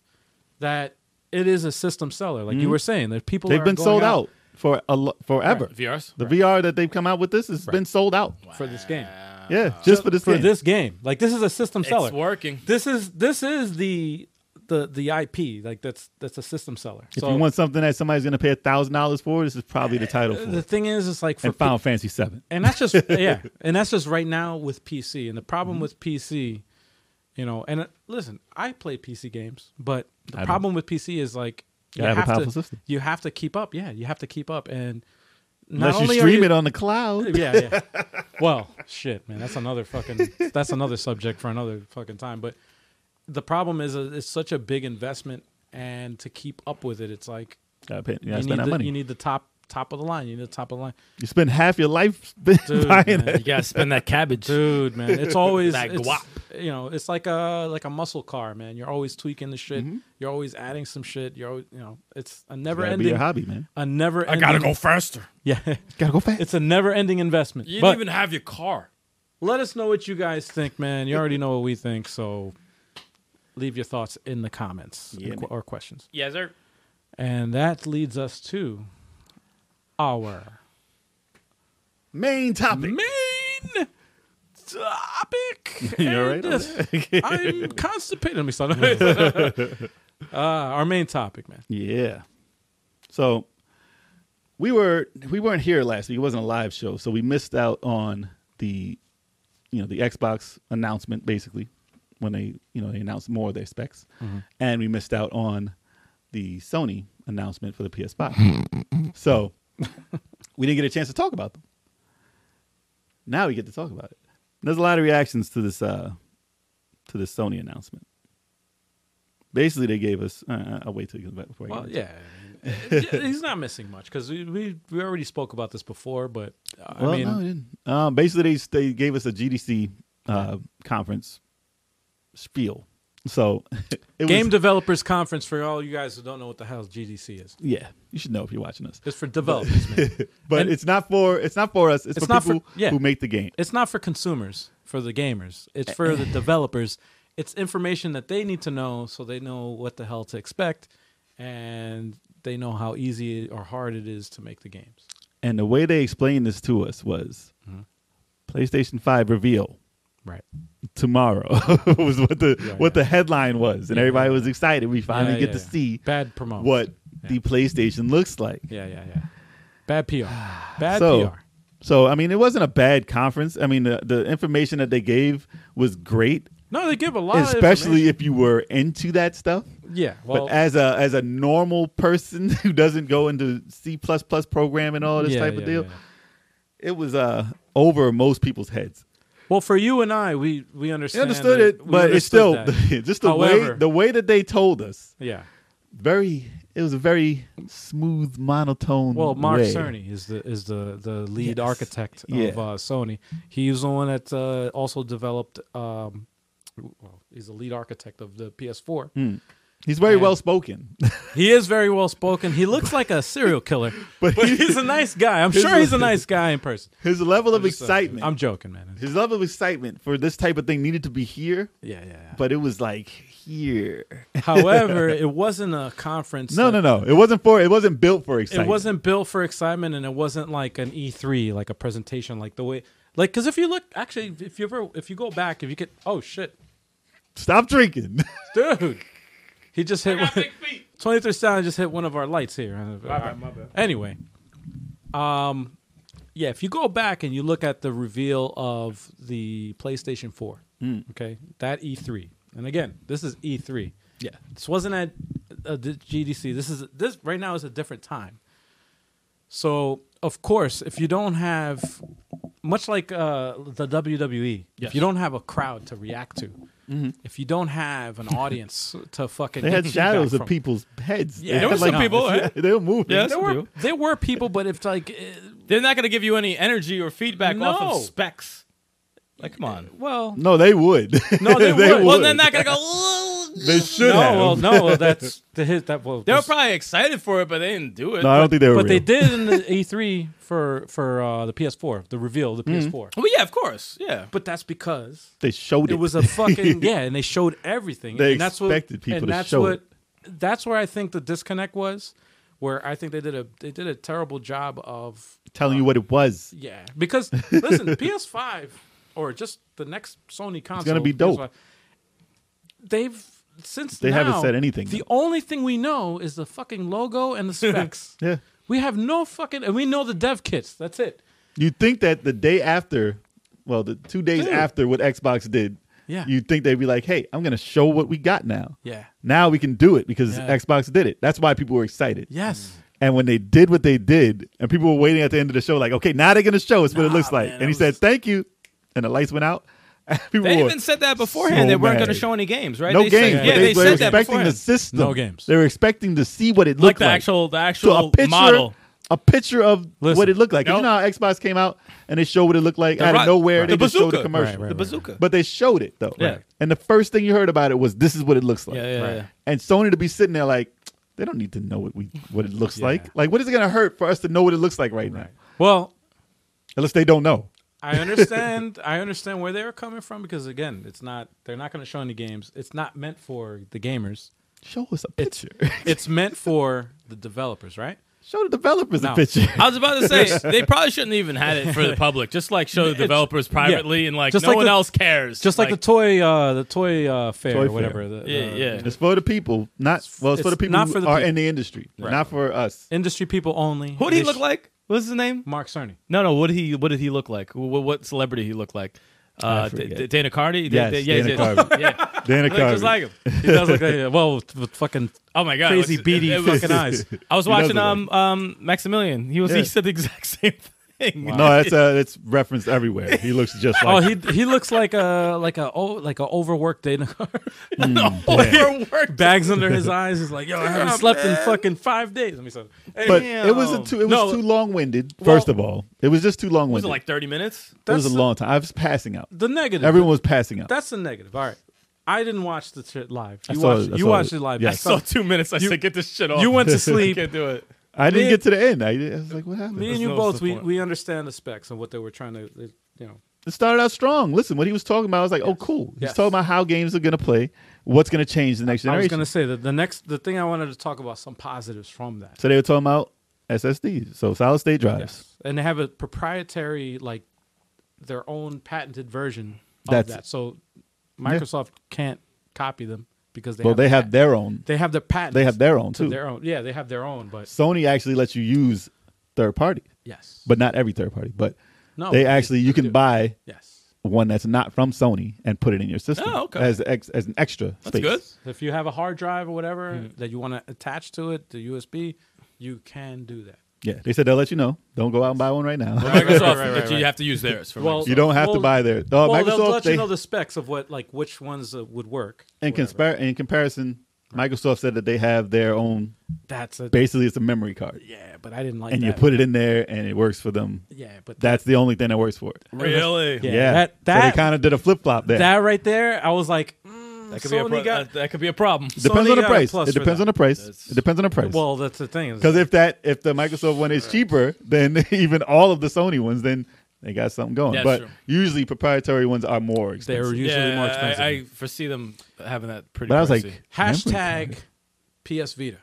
that it is a system seller like you were saying that people Mm. they've are been going sold out, for a lo- forever. VRs. The VR that they've come out with this has been sold out. for this game Yeah, just for this for game. this game like this is a system seller It's working. this is this is the the the ip like that's that's a system seller if so you want something that somebody's going to pay a thousand dollars for, this is probably the title for. the it. thing is it's like for and pe- Final Fantasy Seven. Mm-hmm. and that's just yeah and that's just right now with pc and the problem with pc You know, and uh, listen, I play PC games, but the I don't. problem with PC is like you Gotta have a to powerful system. you have to keep up. Yeah, you have to keep up, and not Unless you only are stream you- it on the cloud. yeah, yeah. Well, shit, man. That's another fucking. That's another subject for another fucking time. But the problem is, uh, it's such a big investment, and to keep up with it, it's like Gotta pay, you gotta you, need spend that the, money. you You, need the top top of the line. You need the top of the line, spend half your life dude. buying man. it. You gotta spend that cabbage. Dude, man, it's always That it's- guap. you know, it's like a like a muscle car, man. You're always tweaking the shit. You're always adding some shit. You're always, you know, it's a never Gotta be ending, your hobby, man. a never. Ending, faster. Yeah, Gotta go fast. it's a never ending investment. You didn't But- even have your car. let us know what you guys think, man. You already know what we think, so leave your thoughts in the comments Yeah, and- man. or questions. Yes, sir. And that leads us to our Main topic. main topic. You all right And, over uh, I'm constipated. Let me start. uh, our main topic, man. Yeah. So we were we weren't here last week. It wasn't a live show, so we missed out on the you know the Xbox announcement basically when they you know they announced more of their specs, Mm-hmm. and we missed out on the Sony announcement for the PS5. so we didn't get a chance to talk about them. Now we get to talk about it. There's a lot of reactions to this uh, to this Sony announcement. Basically, they gave us. Uh, I'll wait till you get back before. I get Well, into it. yeah. He's not missing much because we, we we already spoke about this before, but uh, I well, mean, no, it didn't. Um, basically, they, they gave us a GDC uh, conference spiel. So, it Game was, Developers Conference for all you guys who don't know what the hell GDC is. yeah, you should know if you're watching us. It's for developers, man. But And- it's not for it's not for us. It's, It's for not for- people yeah. who make the game. It's not for consumers, for the gamers. It's for the developers. It's information that they need to know so they know what the hell to expect and they know how easy or hard it is to make the games. And the way they explained this to us was Mm-hmm. PlayStation Five reveal Right. tomorrow was what the Yeah, what yeah. the headline was, and everybody was excited. We finally Yeah, get yeah, to yeah. see Bad promotion. what the PlayStation looks like. Yeah, yeah, yeah. Bad PR. Bad so, PR. So I mean, it wasn't a bad conference. I mean, the, the information that they gave was great, No, they give a lot especially of if you were into that stuff. information. Yeah, well, but as a as a normal person who doesn't go into C plus plus program and all this yeah, type of yeah, deal, yeah. it was uh over most people's heads. Well, for you and I, we we understand understood that- it, we but it's still understood that. just the However- way the way that they told us. Yeah. Very, it was a very smooth monotone. Well, Mark way. Cerny is the is the the lead Yes. architect Yeah. of uh, Sony. He's the one that uh, also developed. Um, well, he's the lead architect of the PS4. Hmm. He's very And- well spoken. He is very well spoken. He looks like a serial killer, but, But he- he's a nice guy. I'm his- sure he's a nice guy in person. His level of I'm just, uh, excitement. I'm joking, man. his level of excitement for this type of thing needed to be here, Yeah, yeah. but it was like here. yeah. However, it wasn't a conference. No, that- no, no. It wasn't for. It wasn't built for It excitement. wasn't built for excitement, and it wasn't like an E3, like a presentation, like the way, like because if you look, actually, if you ever, if you go back, if you could, oh shit, Stop drinking. dude. He just hit one, Big feet. 23 Stallion just hit one of our lights here. Anyway, um, yeah, if you go back and you look at the reveal of the PlayStation 4, Hmm. okay, that E3, and again, this is E3. yeah. This wasn't at uh, the GDC. This is this right now is a different time. So of course, if you don't have much like uh, the WWE, if Yes. you don't have a crowd to react to, if you don't have an audience to fucking, Mm-hmm. They get had feedback shadows from- of people's heads. Yeah, They there had, were some people, eh? They were moving. Yes. There were people. there were people, but if like, eh, They're not going to give you any energy or feedback off No. of specs. Like, come on. well, No, they would. no, they, They would. would. Well, they're not going to go. they should no, have. well, no, well, that's the hit that well, They were this- probably excited for it, but they didn't do it. no, I don't think they were. but they real. did in the E3 for for uh, the PS4, the reveal, of the PS4. Well, yeah, of course. Yeah. Mm-hmm. But that's because They showed it. it was a fucking yeah, and they showed everything. They and that's what, expected people and to that's show what, it. That's where I think the disconnect was, where I think they did a they did a terrible job of telling you what it was. yeah. Because listen, PS5 or just the next Sony console, be dope. PS5, they've since They haven't now, said anything, The though. only thing we know is the fucking logo and the specs. Yeah. We have no fucking, and we know the dev kits. That's it. You think that the day after, well, the two days Dude. after what Xbox did, Yeah. you think they'd be like, "Hey, I'm going to show what we got now. Yeah. Now we can do it because Yeah. Xbox did it. That's why people were excited. Yes. And when they did what they did, and people were waiting at the end of the show, like, "Okay, now they're going to show us what it Nah, looks like." man, and he I said, was- "Thank you," and the lights went out. People They were- even said that beforehand. so they weren't mad. going to show any games, right? no they games. Said, but yeah, they, they, were said that expecting the beforehand. system. No games. They were expecting to see what it Like looked the like. actual, the so actual a picture, model. a picture of Listen. what it looked like. 'Cause You Nope. know how Xbox came out and they showed what it looked like out ro- of nowhere. right. They The just showed the bazooka. commercial, Right, the bazooka. but they showed it though. Yeah. And the first thing you heard about it was this is what it looks like. yeah, yeah, yeah. And Sony to be sitting there like they don't need to know what we what it looks like. Like what is it going to hurt for us to know what it looks like right, now? Well, Unless they don't know. I understand. I understand where they were coming from because again, it's not. They're not going to show any games. It's not meant for the gamers. Show us a It's- picture. It's meant for the developers, right? show the developers No. a picture. I was about to say they probably shouldn't even had it for the public. Just like show the developers privately and like Just no like one the- else cares. Just like, the toy, uh, the toy uh, fair Toy or fair. whatever. the- Yeah, the yeah. It's for the people, not well. It's, for It's the people not who for the are people. in the industry, not for us. Industry people only. who did he They look sh- like? What's his name? Mark Cerny. No, no. What did he? What did he look like? What, what celebrity he looked like? Uh, D- forget. D- Dana Carvey. D- Yes, D- yeah, Dana yeah, Carvey. yeah. Dana Look just Carvey. like him. He does look like yeah, well, with, with fucking Oh my god, crazy it was- beady it- it was- fucking eyes. I was He does watching look um um Maximilian. He was Yeah. he said the exact same thing. No, that's uh, it's referenced everywhere. He looks just Oh, like. he he looks like a like a oh, like a overworked Dana Carvey. Hmm. overworked. Bags under his eyes. He's like, yo, I haven't slept in fucking five days. Let me say. but it was a too. It was No. too long winded. First of all, it was just too long Was it winded. like thirty minutes? it was a That's- long time. I was passing out. The negative. Everyone was passing out. That's the negative. All right. I didn't watch the shit live. You saw watched it. it, I you saw watched it. it live. Yeah. I saw two minutes. I said, "Get this shit off." You went to I sleep. can't do it. I didn't me- get to the end. I, I was like, what happened? Me and That's you no- both, that's the we, point. we understand the specs and what they were trying to, they- you know. It started out strong. Listen, what he was talking about, I was like, oh, cool. He's Yes. talking about how games are going to play, what's going to change the next I was generation. going to say that the next, the thing I wanted to talk about, some positives from that. So they were talking about SSDs, so solid state drives. Yes. And they have a proprietary, like, their own patented version of That's- that. So Microsoft can't copy them because they Well, have they the have pat- their own. they have their patent. They have their own to too. their own. Yeah, they have their own, but Sony actually lets you use third party, yes. but not every third party. But No, they they- actually you they can do. buy yes. one that's not from Sony and put it in your system Oh, okay. as ex, as an extra That's space. good. If you have a hard drive or whatever Hmm. that you want to attach to it, the USB, you can do that. Yeah, they said they'll let you know. Don't go out and buy one right now. Microsoft, right, that right. you have to use theirs for Well, Microsoft. you don't have to Well, buy their. Oh, well, they'll Microsoft let they, you know the specs of what, like, which ones uh, would work. in, conspar- in comparison, Microsoft said that they have their own. That's a Basically, it's a memory card, yeah, but I didn't like and that. you put it in there, and it works for them. yeah, but That's the only thing that works for it. Really? Yeah, Yeah, that- so they that- kind of did a flip flop there. that right there, I was like, mm, That could, be a Sony pro- got. that, that could be a problem. depends Sony on the got a price. plus It for depends that. on the price. That's- It depends on the price. well, that's the thing. is- Because if that if the Microsoft one is cheaper than even all of the Sony ones, then they got something going. Yeah, but true. usually proprietary ones are more they're expensive. usually yeah, more expensive. I, I foresee them having that pretty. But I was pricey. like, Hashtag PS Vita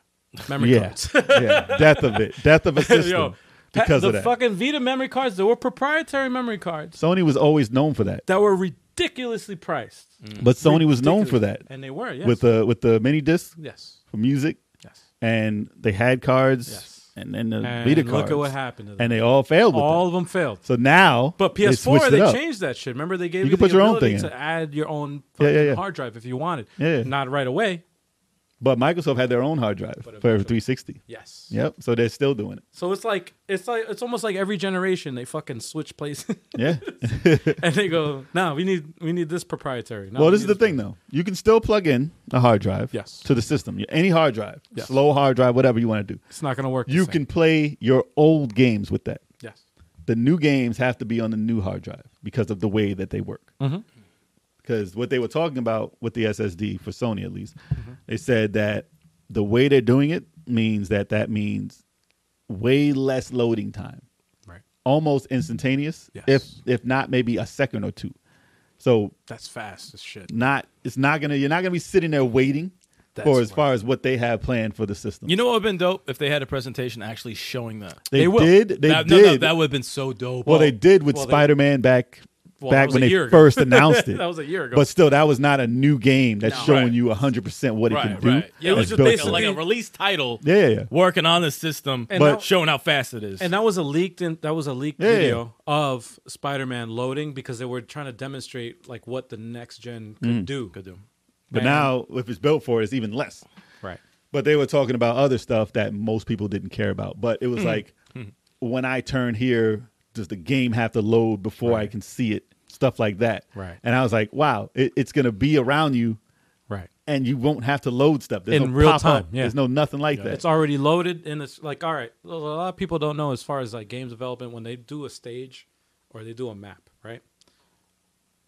memory yeah, cards. yeah, death of it, death of a system Yo, because the of that. fucking Vita memory cards, they were proprietary memory cards Sony was always known for that, that were ridiculously priced. Mm. but Sony was known for that And they were, Mm. yes. with the with the mini disc yes. for music, Yes. and they had cards, Yes. and then the And Vita cards. look at what happened to them. and they all failed with All them. of them failed. So now, But they switched PS4, it they up. changed that shit. Remember, they gave you, You could the put your own ability thing in. to add your own Yeah, yeah, fucking yeah. hard drive if you wanted. Yeah. Not right away. But Microsoft had their own hard drive for 360. Yes. Yep. So they're still doing it. So it's like it's like it's almost like every generation they fucking switch places Yeah. and they go, no, we need we need this proprietary. No, well, we this need is the thing, though. You can still plug in a hard drive Yes. to the system, any hard drive, Yes. slow hard drive, whatever you want to do. It's not gonna work. the You same. can play your old games with that. yes. The new games have to be on the new hard drive because of the way that they work. Mm-hmm. Because what they were talking about with the SSD for Sony, at least, Mm-hmm. they said that the way they're doing it means that that means way less loading time Right. almost instantaneous Yes. if if not maybe a second or two so That's fast as shit. not it's not gonna you're not gonna be sitting there waiting That's for as right. far as what they have planned for the system you know what would have been dope if they had a presentation actually showing that. they, They will. did they that, did No, no, that would have been so dope. well, they did with well, they- spider-man back well, that back was when a they year ago. first announced it. That was a year ago. But still, that was not a new game that's No. showing Right. you 100% what it right, can do. right. Yeah, it was It's just built basically like in. a release title. Yeah, yeah, yeah. Working on the system, And but now- showing how fast it is. And that was a leaked in, that was a leaked Yeah, yeah. video of Spider-Man loading because they were trying to demonstrate like what the next gen could do. Could do. Mm. But And- now, if it's built for it, it's even less. Right. But they were talking about other stuff that most people didn't care about. But it was Hmm. like, when I turn here, does the game have to load before I can see it? Stuff like that. Right. And I was like, wow, it, it's going to be around you right. and you won't have to load stuff. There's In no real pop-up. time, yeah. There's no nothing like that. It's already loaded and it's like all right. A lot of people don't know as far as like games development when they do a stage or they do a map, right?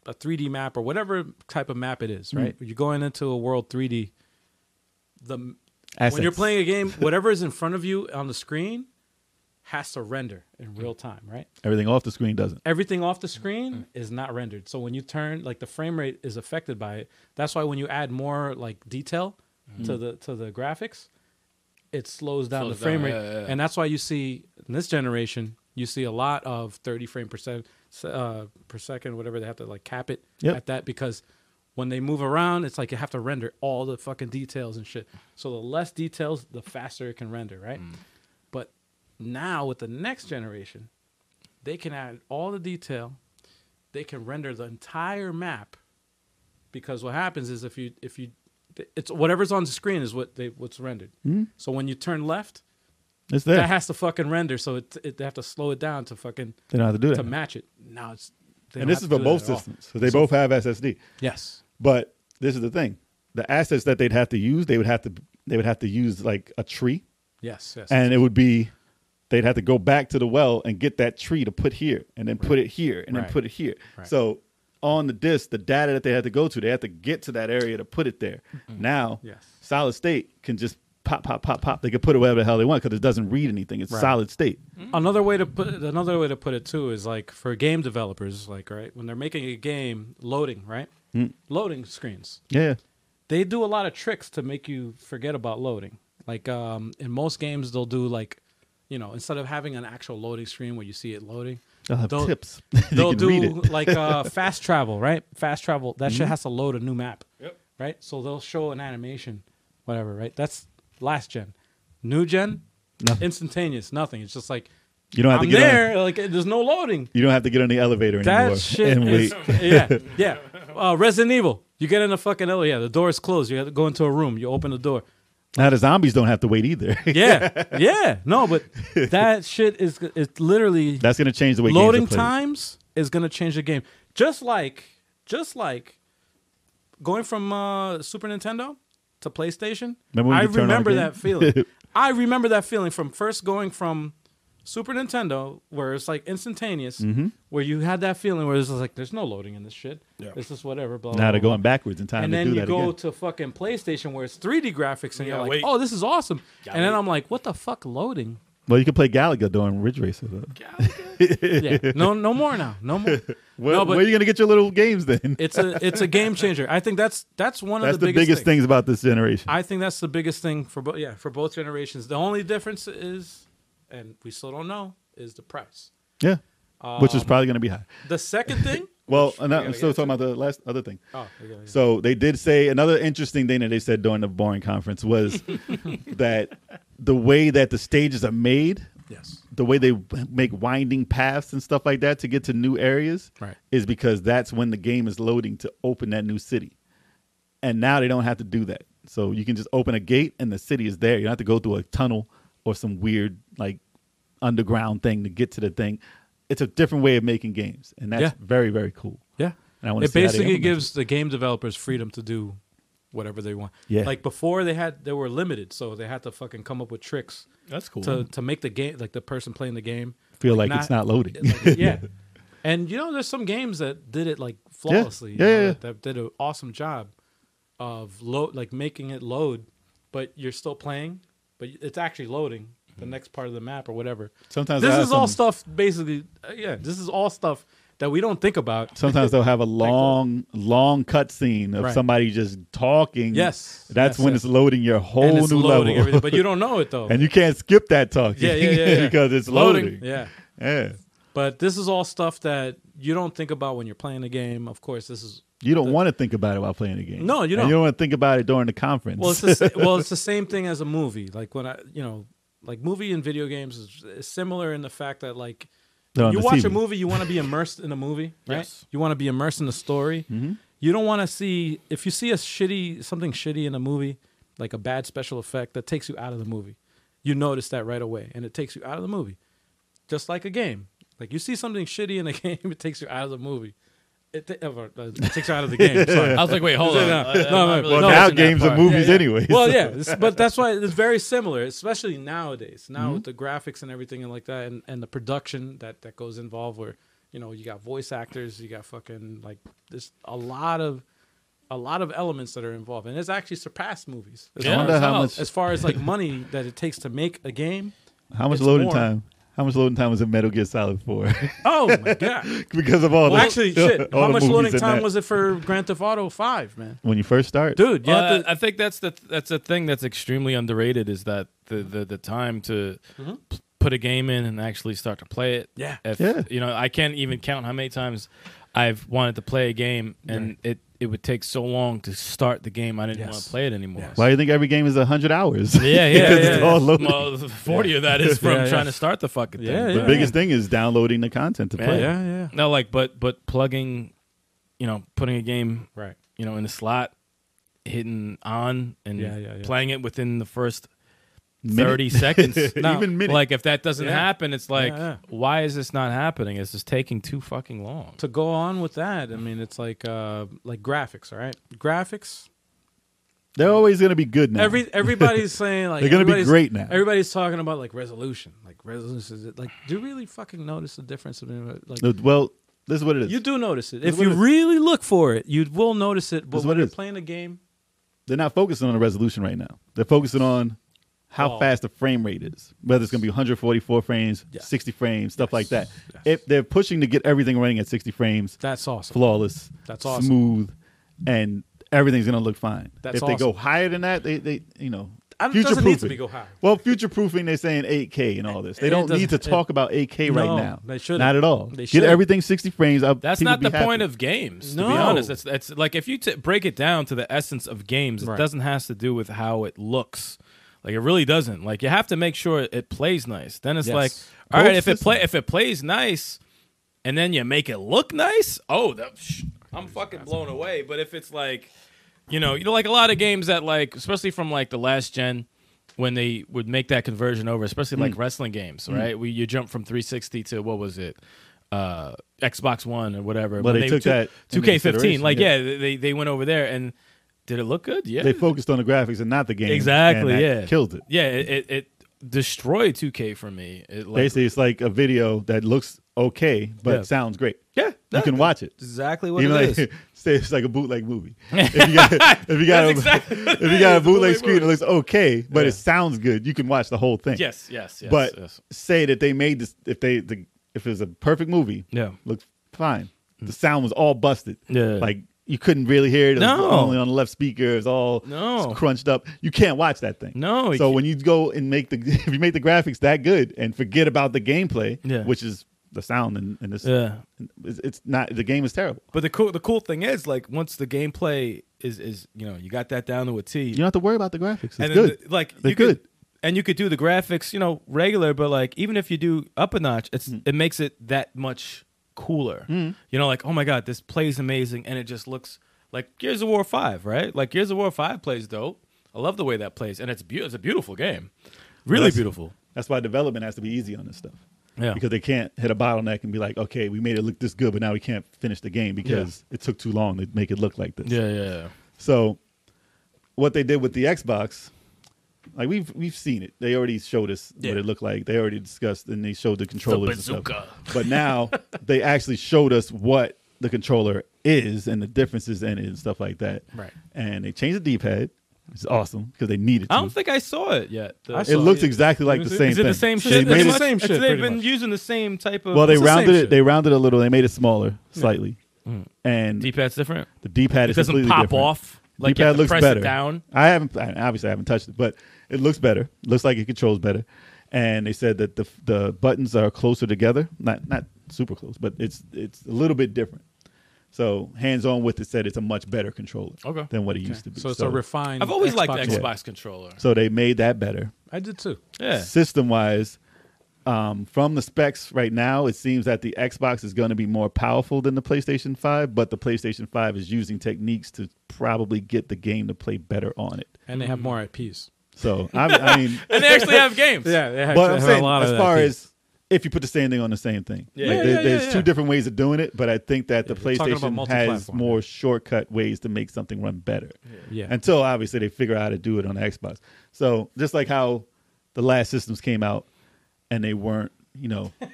A 3D map or whatever type of map it Hmm. is, right? You're going into a world 3D. The when you're Assets. playing a game, whatever is in front of you on the screen has to render in real time, right? Everything off the screen doesn't. everything off Mm-hmm. the screen is not rendered. So when you turn, like the frame rate is affected by it. That's why when you add more like detail to the to the graphics, it slows down Mm-hmm. Slows the frame down, rate, yeah, yeah, yeah. and that's why you see in this generation you see a lot of thirty frame per second uh, per second, whatever they have to like cap it Yep. at that because. When they move around, it's like you have to render all the fucking details and shit. So the less details, the faster it can render, right? But now with the next generation, they can add all the detail. They can render the entire map because what happens is if you if you it's whatever's on the screen is what they what's rendered. So when you turn left, It's there. that has to fucking render. So it, it they have to slow it down to fucking they don't have to do that. to match it. Now it's they don't and this have is to for do both that at all. systems. So they both have SSD. Yes. But this is the thing: the assets that they'd have to use, they would have to they would have to use like a tree, Yes. Yes. and it would be they'd have to go back to the well and get that tree to put here, and then put it here, and Right. then put it here. Right. So on the disk, the data that they had to go to, they had to get to that area to put it there. Now, Yes. solid state can just pop, pop, pop, pop. They can put it wherever the hell they want because it doesn't read anything. It's Right. Mm-hmm. solid state. another way to put another way to put it too is like for game developers, like right when they're making a game, loading right, Hmm. loading screens. Yeah. they do a lot of tricks to make you forget about loading. Like um, in most games, they'll do like, you know, instead of having an actual loading screen where you see it loading, They'll have They'll- tips. they'll you can read do it. Mm-hmm. like uh, fast travel, right? Fast travel. That shit has to load a new map, Yep. right? So they'll show an animation, whatever, right? That's last gen. New gen, Nothing. instantaneous, nothing. It's just like You don't have I'm to get on- there, like there's no loading. You don't have to get on the elevator anymore. That shit and is, wait. yeah, yeah. Uh, Resident Evil. You get in a fucking elevator. Yeah, the door is closed. You have to go into a room. You open the door. Now the zombies don't have to wait either. Yeah, yeah. No, but that shit is it's literally That's gonna change the way loading games are played. times is gonna change the game. Just like, just like going from uh, Super Nintendo to PlayStation. Remember when I you could turn on a remember game? that feeling. I remember that feeling from first going from Super Nintendo, where it's like instantaneous, Mm-hmm. where you had that feeling where it's just like there's no loading in this shit. Yeah. This is whatever. Blah, Now blah, they're blah, going backwards in time and to then do you that go again. to fucking PlayStation where it's 3D graphics, and Yeah, you're like, wait. "Oh, this is awesome!" Yeah, and then wait. I'm like, "What the fuck, loading?" well, you can play Galaga during Ridge Racer. Though. Yeah, no, no more now, no more. Where, no, where are but you gonna get your little games then? it's a it's a game changer. I think that's that's one That's of the, biggest, Uh, things. things about this generation. I think that's the biggest thing for both. Yeah, for both generations. The only difference is, and we still don't know, is the price. yeah, which is probably gonna be high. The second thing. Well, and um, gotta I'm still get talking about the last other thing. Oh, yeah, yeah. So they did say another interesting thing that they said during the boring conference was that the way that the stages are made, yes. the way they make winding paths and stuff like that to get to new areas, Right. is because that's when the game is loading to open that new city. And now they don't have to do that. So you can just open a gate and the city is there. You don't have to go through a tunnel or some weird like underground thing to get to the thing. It's a different way of making games, and that's Yeah. very very cool. Yeah. And I wanna it see how they basically implement gives the game developers freedom to do whatever they want. Yeah. Like before they had they were limited, so they had to fucking come up with tricks That's cool. to to make the game like the person playing the game Feel like, it's not loading. like, yeah. And you know, there's some games that did it like flawlessly. you Yeah, know, yeah, yeah. That, that did an awesome job of load, like making it load, but you're still playing, but it's actually loading the next part of the map or whatever. Mm-hmm. Sometimes this I have is all some- stuff basically. uh, yeah, this is all stuff that we don't think about. Sometimes they'll have a long, long cutscene of Right. somebody just talking. Yes. that's Yes, when yes. it's loading your whole and it's new loading level, everything, but you don't know it though. and you can't skip that talking. yeah, yeah, yeah, yeah. because it's loading. Yeah. Yeah. But this is all stuff that you don't think about when you're playing the game. Of course, this is You don't want to think about it while playing the game. No, you And don't. you don't want to think about it during the conference. well, it's the, sa- well, it's the same thing as a movie. Like when I, you know, like movie and video games is, is similar in the fact that like They're on you the watch a TV. movie, you want to be immersed in the movie, right? Yes. You want to be immersed in the story. Mm-hmm. You don't want to see if you see a shitty something shitty in a movie, like a bad special effect that takes you out of the movie. You notice that right away, and it takes you out of the movie, just like a game. Like you see something shitty in a game, it takes you out of the movie. It, ta- uh, it takes you out of the game. Sorry. I was like, wait, hold on. No, I- I'm no, not no, really well, watching now that games are part. movies anyway. Well, so- yeah, it's- but that's why it's very similar, especially nowadays. Now Mm-hmm. with the graphics and everything and like that, and, and the production that that goes involved, where you know you got voice actors, you got fucking like there's a lot of a lot of elements that are involved, and it's actually surpassed movies as, Yeah. I far, wonder as, how hell. much as far as like money that it takes to make a game. how much it's loading more. time? How much loading time was in Metal Gear Solid Four? Oh my god! because of all Well, the, actually, shit. all How the much movies loading in time that. was it for Grand Theft Auto Five, man? when you first start? Dude, you Well, have Uh, I to, I think that's the that's the thing that's extremely underrated is that the the, the time to p- put a game in and actually start to play it. Mm-hmm. Yeah. If, Yeah. You know, I can't even count how many times I've wanted to play a game and it it would take so long to start the game. I didn't Yes. want to play it anymore. Yes. Why do you think every game is hundred hours? Yeah, yeah, Because yeah. it's all loaded. Well, forty of that is from Yeah, yeah. trying to start the fucking thing. Yeah, But- the yeah. biggest thing is downloading the content to Yeah. play. yeah, yeah, No, like, but but plugging, you know, putting a game right. you know, in the slot, hitting on and Yeah, yeah, yeah. playing it within the first Minute. thirty seconds. No. Even minute. Like if that doesn't Yeah. happen, it's like, Yeah, yeah. why is this not happening? It's just taking too fucking long. to go on with that, I Mm. mean, it's like uh, like graphics, all right? Graphics. They're always going to be good now. Every everybody's saying like They're gonna be everybody's- great now. Everybody's talking about like resolution, like resolution. Is it, like, do you really fucking notice the difference? Between, like, No, well, this is what it is. you do notice it This if is you what it- really look for it. You will notice it, This but is what when it you're is. playing a game, They're not focusing on the resolution right now. They're focusing on how Oh. fast the frame rate is, whether it's going to be 144 frames, Yes. 60 frames, stuff like that. Yes. If they're pushing to get everything running at 60 frames, that's awesome. flawless, That's awesome. smooth, and everything's going to look fine. That's if they go awesome. higher than that, they, they you know, I- it future doesn't need to proofing. be go high. Well, future proofing, they're saying 8K and all this. They It don't need to doesn't- it- talk about 8K right No, now. they shouldn't. Not at all. They get shouldn't. everything 60 frames. Up, That's people not be the happy. point of games. To No. be honest, it's it's like if you t- break it down to the essence of games, it Right. doesn't has to do with how it looks. Like it really doesn't. Like you have to make sure it plays nice. Then it's Yes. like, all right, Both if it play if it plays nice, and then you make it look nice. Oh, that, sh- I'm fucking blown away. But if it's like, you know, you know, like a lot of games that like, especially from like the last gen. When they would make that conversion over, especially Mm. like wrestling games, right? We you jump from 360 to what was it, uh, Xbox One or whatever. Well, When they took that two into K fifteen. consideration, Like, yeah. yeah. they they went over there and did it look good? Yeah, They focused on the graphics and not the game. exactly. and that yeah, Killed it. Yeah, it it, it destroyed two K for me. It like, Basically, it's like a video that looks okay, but Yeah. sounds great. yeah, You can watch it. Exactly what Even it like, is. say it's like a bootleg movie. If you got, if you got a, That's exactly what if it you got a is, a bootleg bootleg screen, movie. it looks okay, but Yeah. it sounds good. You can watch the whole thing. yes, yes, yes. but yes. say that they made this if they the, if it was a perfect movie, Yeah. Mm. looked fine. The sound was all busted. Yeah. like you couldn't really hear it. It was No. only on the left speaker. It's all No. crunched up. You can't watch that thing. No, you So can't. when you go and make the if you make the graphics that good and forget about the gameplay, Yeah. which is the sound and, and this, Yeah. it's, it's not the game is terrible. but the cool the cool thing is like once the gameplay is is you know you got that down to a T. You don't have to worry about the graphics. It's and then good. the- like They're you could, good. and you could do the graphics, you know, regular, but like even if you do up a notch, it's Mm. it makes it that much cooler. You know, like oh my god, this plays amazing, and it just looks like Gears of War Five, right? Like Gears of War Five plays dope. I love the way that plays, and it's beau- it's a beautiful game, really That's- beautiful. That's why development has to be easy on this stuff. Yeah. Because they can't hit a bottleneck and be like, okay, we made it look this good, but now we can't finish the game because it took too long to make it look like this. yeah, yeah. So what they did with the Xbox, like we've we've seen it. They already showed us Yeah. what it looked like. They already discussed and they showed the controllers bazooka. and stuff. But now they actually showed us what the controller is and the differences in it and stuff like that. Right. And they changed the D-pad. It's awesome because they needed to. I don't think I saw it yet. The- I it saw looks it. exactly like the Is it same is it thing. the same They shit? made It's it the same shit, They've pretty been much. using the same type of. Well, they It's the same rounded it. shit. They rounded it a little. They made it smaller, slightly, and D-pad's different. the D-pad It is doesn't completely pop different. off. Like you D-pad have to looks press better. it down. I haven't. I, obviously, I haven't touched it, but it looks better. Looks like it controls better. And they said that the the buttons are closer together. Not not super close, but it's it's a little bit different. So hands on with it said it's a much better controller Okay. than what it used to be. So it's a refined. I've always liked the Xbox. Xbox One. controller. so they made that better I did too. Yeah. system wise. Um, from the specs right now, it seems that the Xbox is going to be more powerful than the PlayStation 5, but the PlayStation 5 is using techniques to probably get the game to play better on it. And they have more IPs. So, I, I mean, And they actually have games. Yeah, they but I'm saying as far as if you put the same thing on the same thing, Yeah, Like, yeah, there- yeah, there's yeah, two yeah. different ways of doing it. But I think that the you're talking about PlayStation has multi-platform. more shortcut ways to make something run better. Yeah. Until obviously they figure out how to do it on the Xbox. So just like how the last systems came out and they weren't, you know, what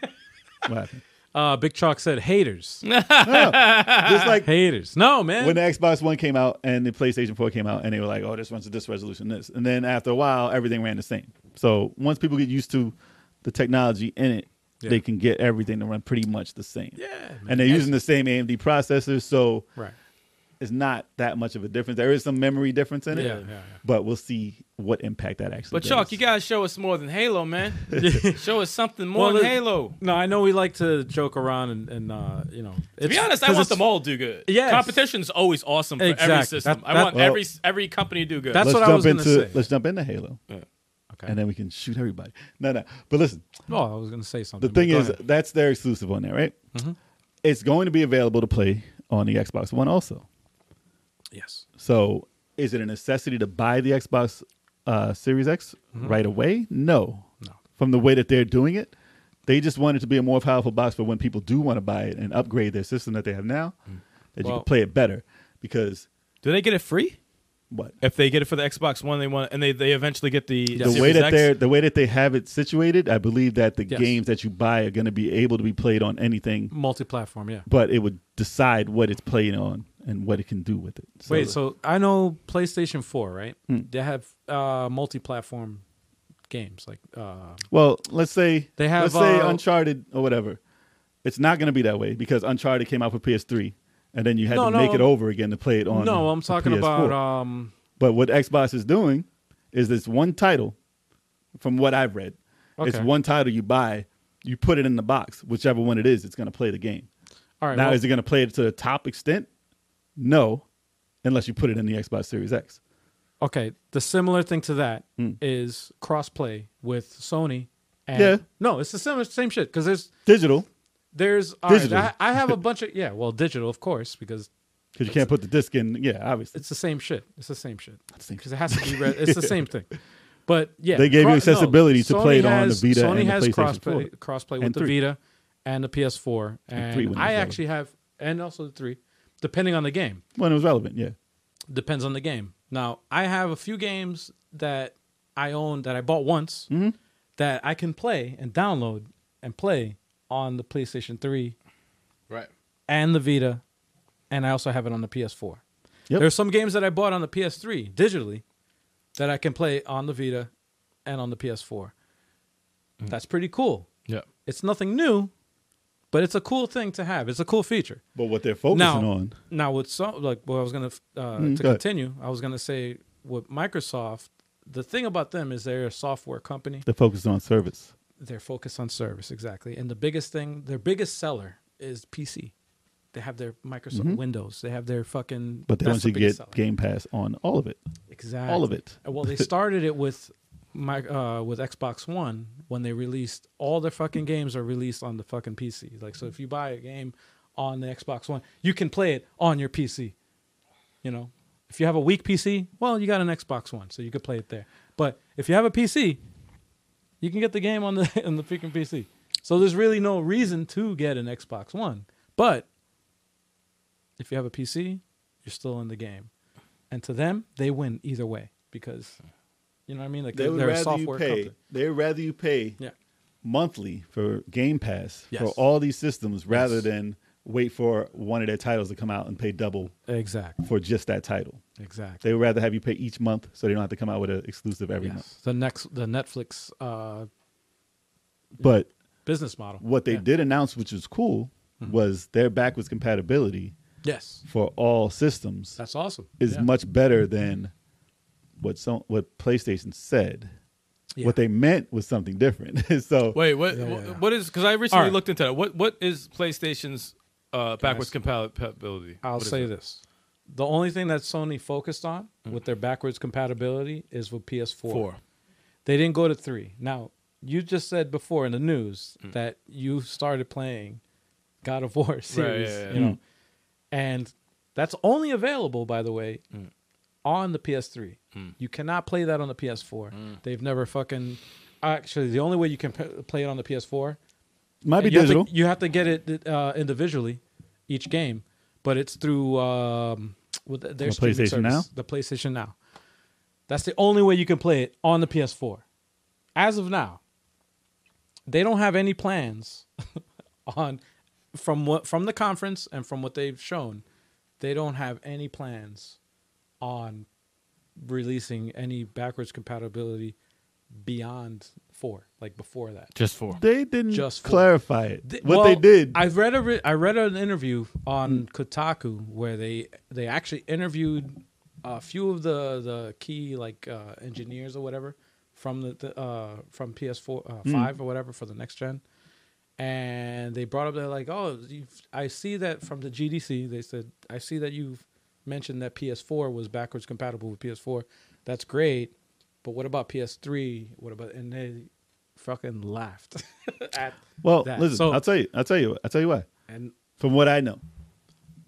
happened? uh, Big Chalk said haters, just like haters. No man. when the Xbox One came out and the PlayStation 4 came out, and they were like, "Oh, this runs at this resolution, this," and then after a while, everything ran the same. So once people get used to the technology in it, Yeah. they can get everything to run pretty much the same. yeah. man. and they're using the same AMD processors, so Right. it's not that much of a difference. There is some memory difference in Yeah. it, Yeah. yeah. but we'll see what impact that actually. But Chalk, does. you gotta show us more than Halo, man. show us something more Well, than the- Halo. No, I know we like to joke around and, and uh, you know. To be honest, I want them all to do good. Yes. Competition's always awesome for every Exactly. system. That- I that- want Well- every every company to do good. That's let's what I jump was gonna into. say. Let's jump into Halo, Okay. and then we can shoot everybody. No, no, but listen, oh, I was going to say The something. but thing go is, ahead. Mm-hmm. that's their exclusive on there, right? It's going to be available to play on the Xbox One also. yes. So, is it a necessity to buy the Xbox uh, Series X right away? No. Mm-hmm. No. From the way that they're doing it, they just want it to be a more powerful box for when people do want to buy it and upgrade their system that they have now, that you Mm. Well- can play it better. Because do they get it free? what If they get it for the Xbox One, they want and they, they eventually get the, The the Series way that X. they're the way that they have it situated, I believe that the Yes. games that you buy are going to be able to be played on anything Multi-platform, yeah. but it would decide what it's playing on and what it can do with it. Wait, so I know PlayStation 4, right? Hmm. They have uh, multi-platform games like uh, well, let's say They have, let's say uh, Uncharted or whatever. It's not going to be that way because Uncharted came out for PS3, and then you had No, to no, make it I'm- over again to play it on. No, I'm the talking PS4. about um but what Xbox is doing is this one title, from what I've read, it's Okay. one title you buy, you put it in the box, whichever one it is, it's going to play the game. all right. now, well, is it going to play it to the top extent? No, unless you put it in the Xbox Series X. okay, the similar thing to that is Hmm. crossplay with Sony and Yeah. No, it's the same same shit cuz there's Digital, there's all right, Digital. I, I have a bunch of yeah, well, digital of course because Because you can't put the disc in. Yeah, obviously. it's the same shit. It's the same shit. same Because it has to be read. It's the same thing. But yeah, They gave you cro- accessibility to Sony play it on the has- Vita Sony and the has PlayStation crossplay, 4. crossplay And with the three. Vita and the PS4, and, three when it I was actually have, and also the three, depending on the game. When it was relevant, yeah. Depends on the game. Now I have a few games that I own that I bought once Mm-hmm. that I can play and download and play on the PlayStation Three right. and the Vita, and I also have it on the PS4. Yep. There's some games that I bought on the PS3 digitally that I can play on the Vita and on the PS4. Mm. That's pretty cool. Yeah. It's nothing new, but it's a cool thing to have. It's a cool feature. But what they're focusing now, on, now with so like what I was gonna uh, Mm, to go ahead. continue, I was gonna say with Microsoft, the thing about them is they're a software company. they're focusing on service. They're focused on service exactly, and the biggest thing, their biggest seller is PC. They have their Microsoft Windows. They have their fucking. Mm-hmm. But they that's want the you to get biggest seller. Game Pass on all of it. Exactly. All of it. Uh, Well, they started it with my uh, with Xbox One when they released all their fucking games are released on the fucking PC. Like, so if you buy a game on the Xbox One, you can play it on your PC. You know, if you have a weak PC, well, you got an Xbox One, so you could play it there. But if you have a PC, you can get the game on the on the freaking PC. So there's really no reason to get an Xbox One. But if you have a PC, you're still in the game. And to them, they win either way because you know what I mean. Like they are a software company. They'd rather you pay Yeah, monthly for Game Pass for Yes. all these systems rather Yes. than wait for one of their titles to come out and pay double exactly, for just that title. exactly. They would rather have you pay each month so they don't have to come out with an exclusive every month. Yes. The next, the Netflix uh, But business model. what they Yeah. Mm-hmm. did announce, which was cool, was their backwards compatibility Yes, for all systems. that's awesome. is Yeah. much better than what some what PlayStation said. Yeah. What they meant was something different. so Wait, what? Yeah, yeah, what- yeah. what is? Because I recently right. looked into that. What what is PlayStation's uh, backwards compatibility? I'll What is say it? this. Mm. The only thing that Sony focused on with their backwards compatibility is with PS4. four. They didn't go to three. Now, you just said before in the news Mm. that you started playing God of War series, yeah, yeah. you know, and that's only available, by the way, Mm. on the PS3. You cannot play that on the PS4. Mm. They've never fucking. Actually, the only way you can p- play it on the PS4 might be you have to- digital. you have to get it uh, individually, each game, but it's through um, with the- their The streaming PlayStation service, Now? the PlayStation Now. That's the only way you can play it on the PS4. As of now, they don't have any plans on from what from the conference and from what they've shown. They don't have any plans on releasing any backwards compatibility beyond four, like before that. Just four. they didn't Just for- clarify it. Th- what well, they did, I read a re- I read an interview on Kotaku where they they actually interviewed a few of the the key like uh, engineers or whatever from the, the uh, from PS4 Hmm. uh, five or whatever for the next gen, and they brought up they're like, oh, you've, I see that from the GDC. They said I see that you've mentioned that PS4 was backwards compatible with PS4. That's great, but what about PS3? What about and they fucking laughed at well, that. listen, So- I'll tell you, I'll tell you, I'll tell you why. and From what I know,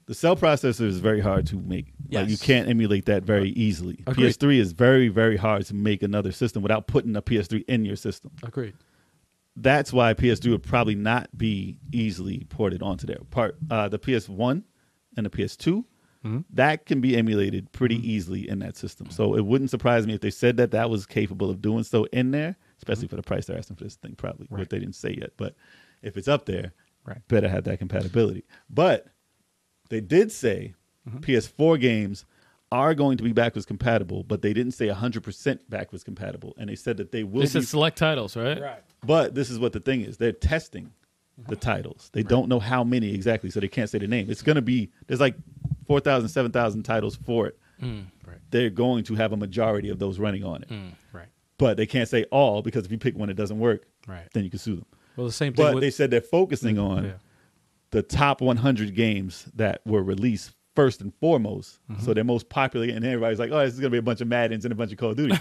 the cell processor is very hard to make. Like you Yes. can't emulate that very easily. Agreed. PS3 is very, very hard to make another system without putting a PS3 in your system. Agreed. that's why PS3 would probably not be easily ported onto there. Part uh, the PS1 and the PS2 Mm-hmm. that can be emulated pretty easily in that system. So it wouldn't surprise me if they said that that was capable of doing so in there, Mm-hmm. especially for the price they're asking for this thing. Probably what they didn't say yet, but if it's up there, Right. better have that compatibility. But they did say Mm-hmm. PS4 games are going to be backwards compatible, but they didn't say 100% backwards compatible, and they said that they will This be is select titles, right? but this is what the thing is: they're testing the titles. They don't know how many exactly, so they can't say the name. It's going to be there's like 4,000, 7,000 titles for it. right. They're going to have a majority of those running on it, Right. but they can't say all because if you pick one that doesn't work, Right. then you can sue them. Well, the same thing. But with, they said they're focusing on Yeah. the top 100 games that were released first and foremost. So they're most popular, and everybody's like, "Oh, this is gonna be a bunch of Maddens and a bunch of Call of Duty,"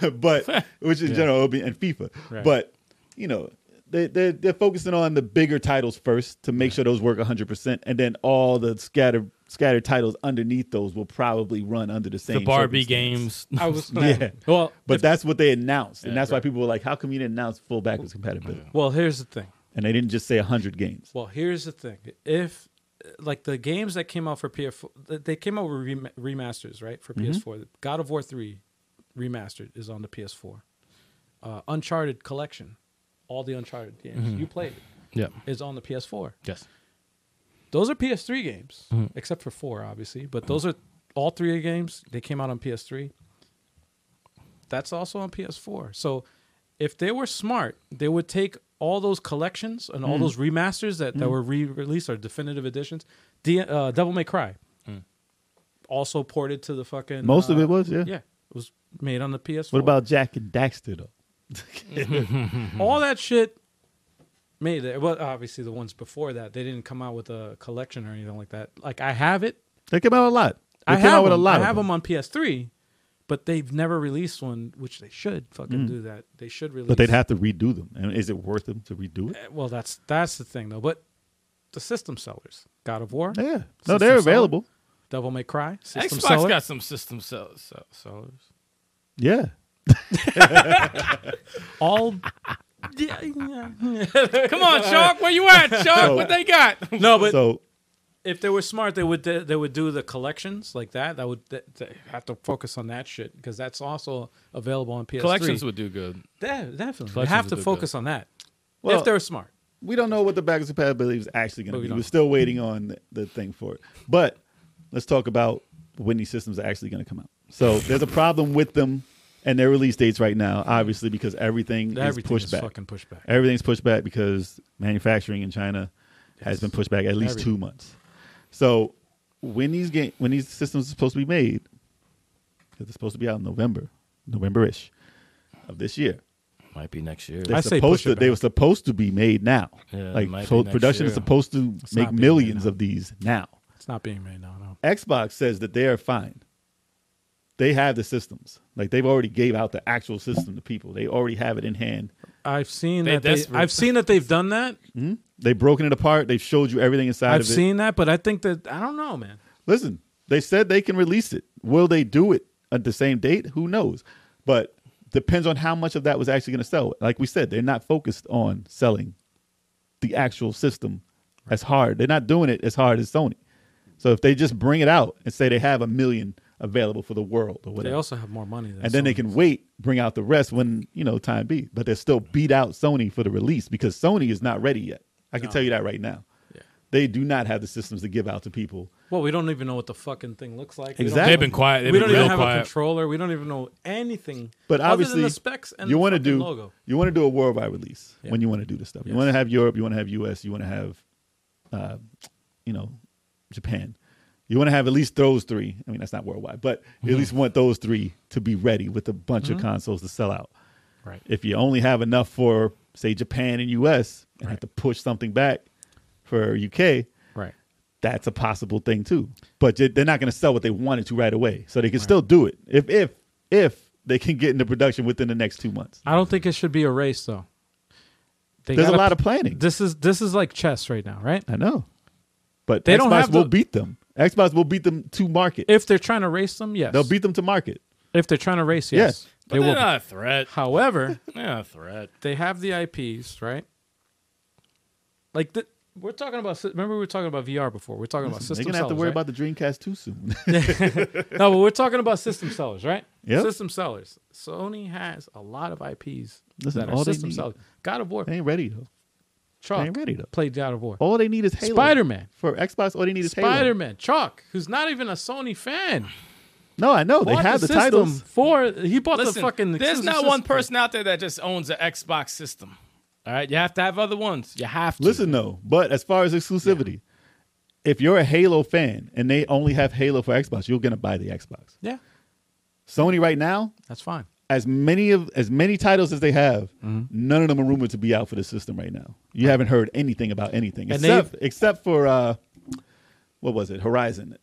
but which in general it'll be and FIFA. Right. But you know, they they're, they're focusing on the bigger titles first to make sure those work 100, percent and then all the scattered scattered titles underneath those will probably run under the same The Barbie circumstance. games. I was Yeah. Well, But if- that's what they announced, and Yeah, that's why people were like, "How come you didn't announce full backwards compatibility?" well, here's the thing. And they didn't just say 100 games. Well, here's the thing. If like the games that came out for PS4, th- they came out with rem- remasters, right? Mm-hmm. For PS4, God of War three remastered is on the PS4. Uh, Uncharted collection, all the Uncharted games Mm-hmm. you played Yeah. is on the PS4. Yes. Those are PS3 games, Mm-hmm. except for four, obviously. But those are all three games. They came out on PS3. That's also on PS4. So if they were smart, they would take all those collections and Mm. all those remasters that, that were re released or definitive editions. D- uh, Devil May Cry. Also ported to the fucking. Mm. Most of uh, it was, yeah. Yeah. It was made on the PS4. What about Mm-hmm. Jack and Daxter though? all that shit made it. Well, obviously, the ones before that, they didn't come out with a collection or anything like that. Like, I have it. They came out a lot. They I came have out with them. a lot. I of have them on PS3, but they've never released one, which they should fucking do that. They should release. Mm. but they'd have to redo them. And is it worth them to redo it? Eh, Well, that's that's the thing though. But the system sellers, God of War, Yeah. No, System they're seller? available. Devil May Cry, system Xbox seller. got some system sell- sell- sellers. Yeah. all. Yeah, yeah. Come on, Shark. Where you at, Shark? So- what they got? No, but so if they were smart, they would they would do the collections like that. That would they they have to focus on that shit because that's also available on PS3. Collections would do good. yeah, definitely. They Collections have would to do good. focus on that Well- if they were smart. we don't know what the backwards compatibility is actually going But to we be. don't. We're still waiting on the, the thing for it. But let's talk about when these systems are actually going to come out. So there's a problem with them and their release dates right now, obviously, because everything, is Everything pushed is back. fucking pushed back. Everything's pushed back because manufacturing in China has been pushed back at least Everything. two months. So when these game when these systems are supposed to be made, 'cause they're supposed to be out in November, November ish of this year. Might be next year. They're I say supposed push it to. They back. were supposed to be made now. Yeah, it might like be so next production is year. supposed to not make being made millions now. of these now. It's not being made now. No. Xbox says that they are fine. They have the systems. Like they've already gave out the actual system to people. They already have it in hand. I've seen They that. They, desperate. I've seen that they've done that. They've broken it apart. They've showed you everything inside I've of it. seen that, but I think that I don't know, man. Listen, they said they can release it. Will they do it at the same date? Who knows? But depends on how much of that was actually going to sell. Like we said, they're not focused on selling the actual system as hard. They're not doing it as hard as Sony. So if they just bring it out and say they have a million available for the world But or they whatever, also have more money. Than and then they Sony. can wait, bring out the rest when you know time be. But they still beat out Sony for the release because Sony is not ready yet. I can No. tell you that right now. Yeah. They do not have the systems to give out to people. Well, we don't even know what the fucking thing looks like. We don't- Exactly. They've been quiet. They've we been don't real even have a quiet. controller. We don't even know anything. But other obviously, than the specs and you want wanna to do logo. you want to do a worldwide release Yeah. when you want to do this stuff. You Yes. want to have Europe, you want to have US, you want to have, uh, you know, Japan. You want to have at least those three. I mean, that's not worldwide, but Mm-hmm. you at least want those three to be ready with a bunch of consoles to sell out. Right. If you only have enough for say Japan and US and have to push something back for UK, Right. that's a possible thing too. But they- they're not going to sell what they wanted to right away, so they can still do it if if if they can get into production within the next two months. I don't think it should be a race though. They There's a gotta- lot of planning. This is this is like chess right now, right? I know, but They Xbox don't have will the- beat them. Xbox will beat them to market. If they're trying to race them, yes. They'll beat them to market. if they're trying to race, Yes. yes. But They they're will. not a threat. However, They're not a threat. they have the IPs, right? Like the, we're talking about. sy- Remember, we were talking about VR before. We're talking about They're system gonna have sellers. to worry right? about the Dreamcast too soon. no, but we're talking about system sellers, right? Yep. System sellers. Sony has a lot of IPs Listen, that all are they system need- sellers. God of War. they ain't ready though. They Chalk ain't ready though. Oh, played God of War. All they need is Halo. Spider-Man. for Xbox. All they need is Spider Halo. Man. Chalk, who's not even a Sony fan, No, I know they bought have the, the, system titles. for. He bought the Listen, fucking. there's exclusive not one system. person out there that just owns an Xbox system. All right, you have to have other ones. You have to. Listen though, but as far as exclusivity, if you're a Halo fan and they only have Halo for Xbox, you're gonna buy the Xbox. Yeah, Sony right now, that's fine. as many of as many titles as they have, Mm-hmm. none of them are rumored to be out for the system right now. You haven't heard anything about anything And except except for uh, what was it? Horizon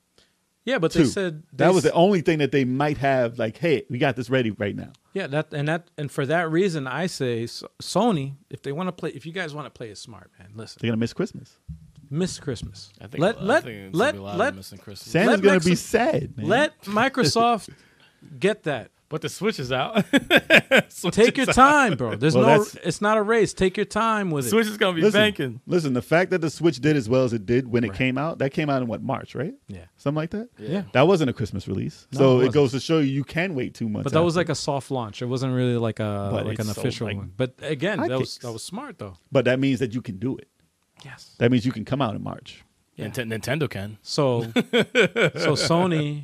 Yeah, but two. they said they that was s- the only thing that they might have. Like, hey, we got this ready right now. Yeah, that and that and for that reason, I say S- Sony. If they want to play, if you guys want to play it smart, man, listen. They're gonna miss Christmas. Miss Christmas. I think, let I let think it's gonna let be a lot of let missing Christmas. Santa's Let gonna Mex- be sad. Man. let Microsoft get that. but the Switch is out. Switch Take your is out. time, bro. There's Well, no. that's- It's not a race. Take your time with it. Switch is gonna be listen, banking. listen. The fact that the Switch did as well as it did when it came out, that came out in what March, right? Yeah. something like that. Yeah. That wasn't a Christmas release, No, it so it wasn't. goes to show you you can wait two months. But that was after. like a soft launch. It wasn't really like a But like it an sold official like one. But again, that was hotcakes. that was smart though. but that means that you can do it. Yes. That means you can come out in March. Yeah. Nint- Nintendo can. So so Sony.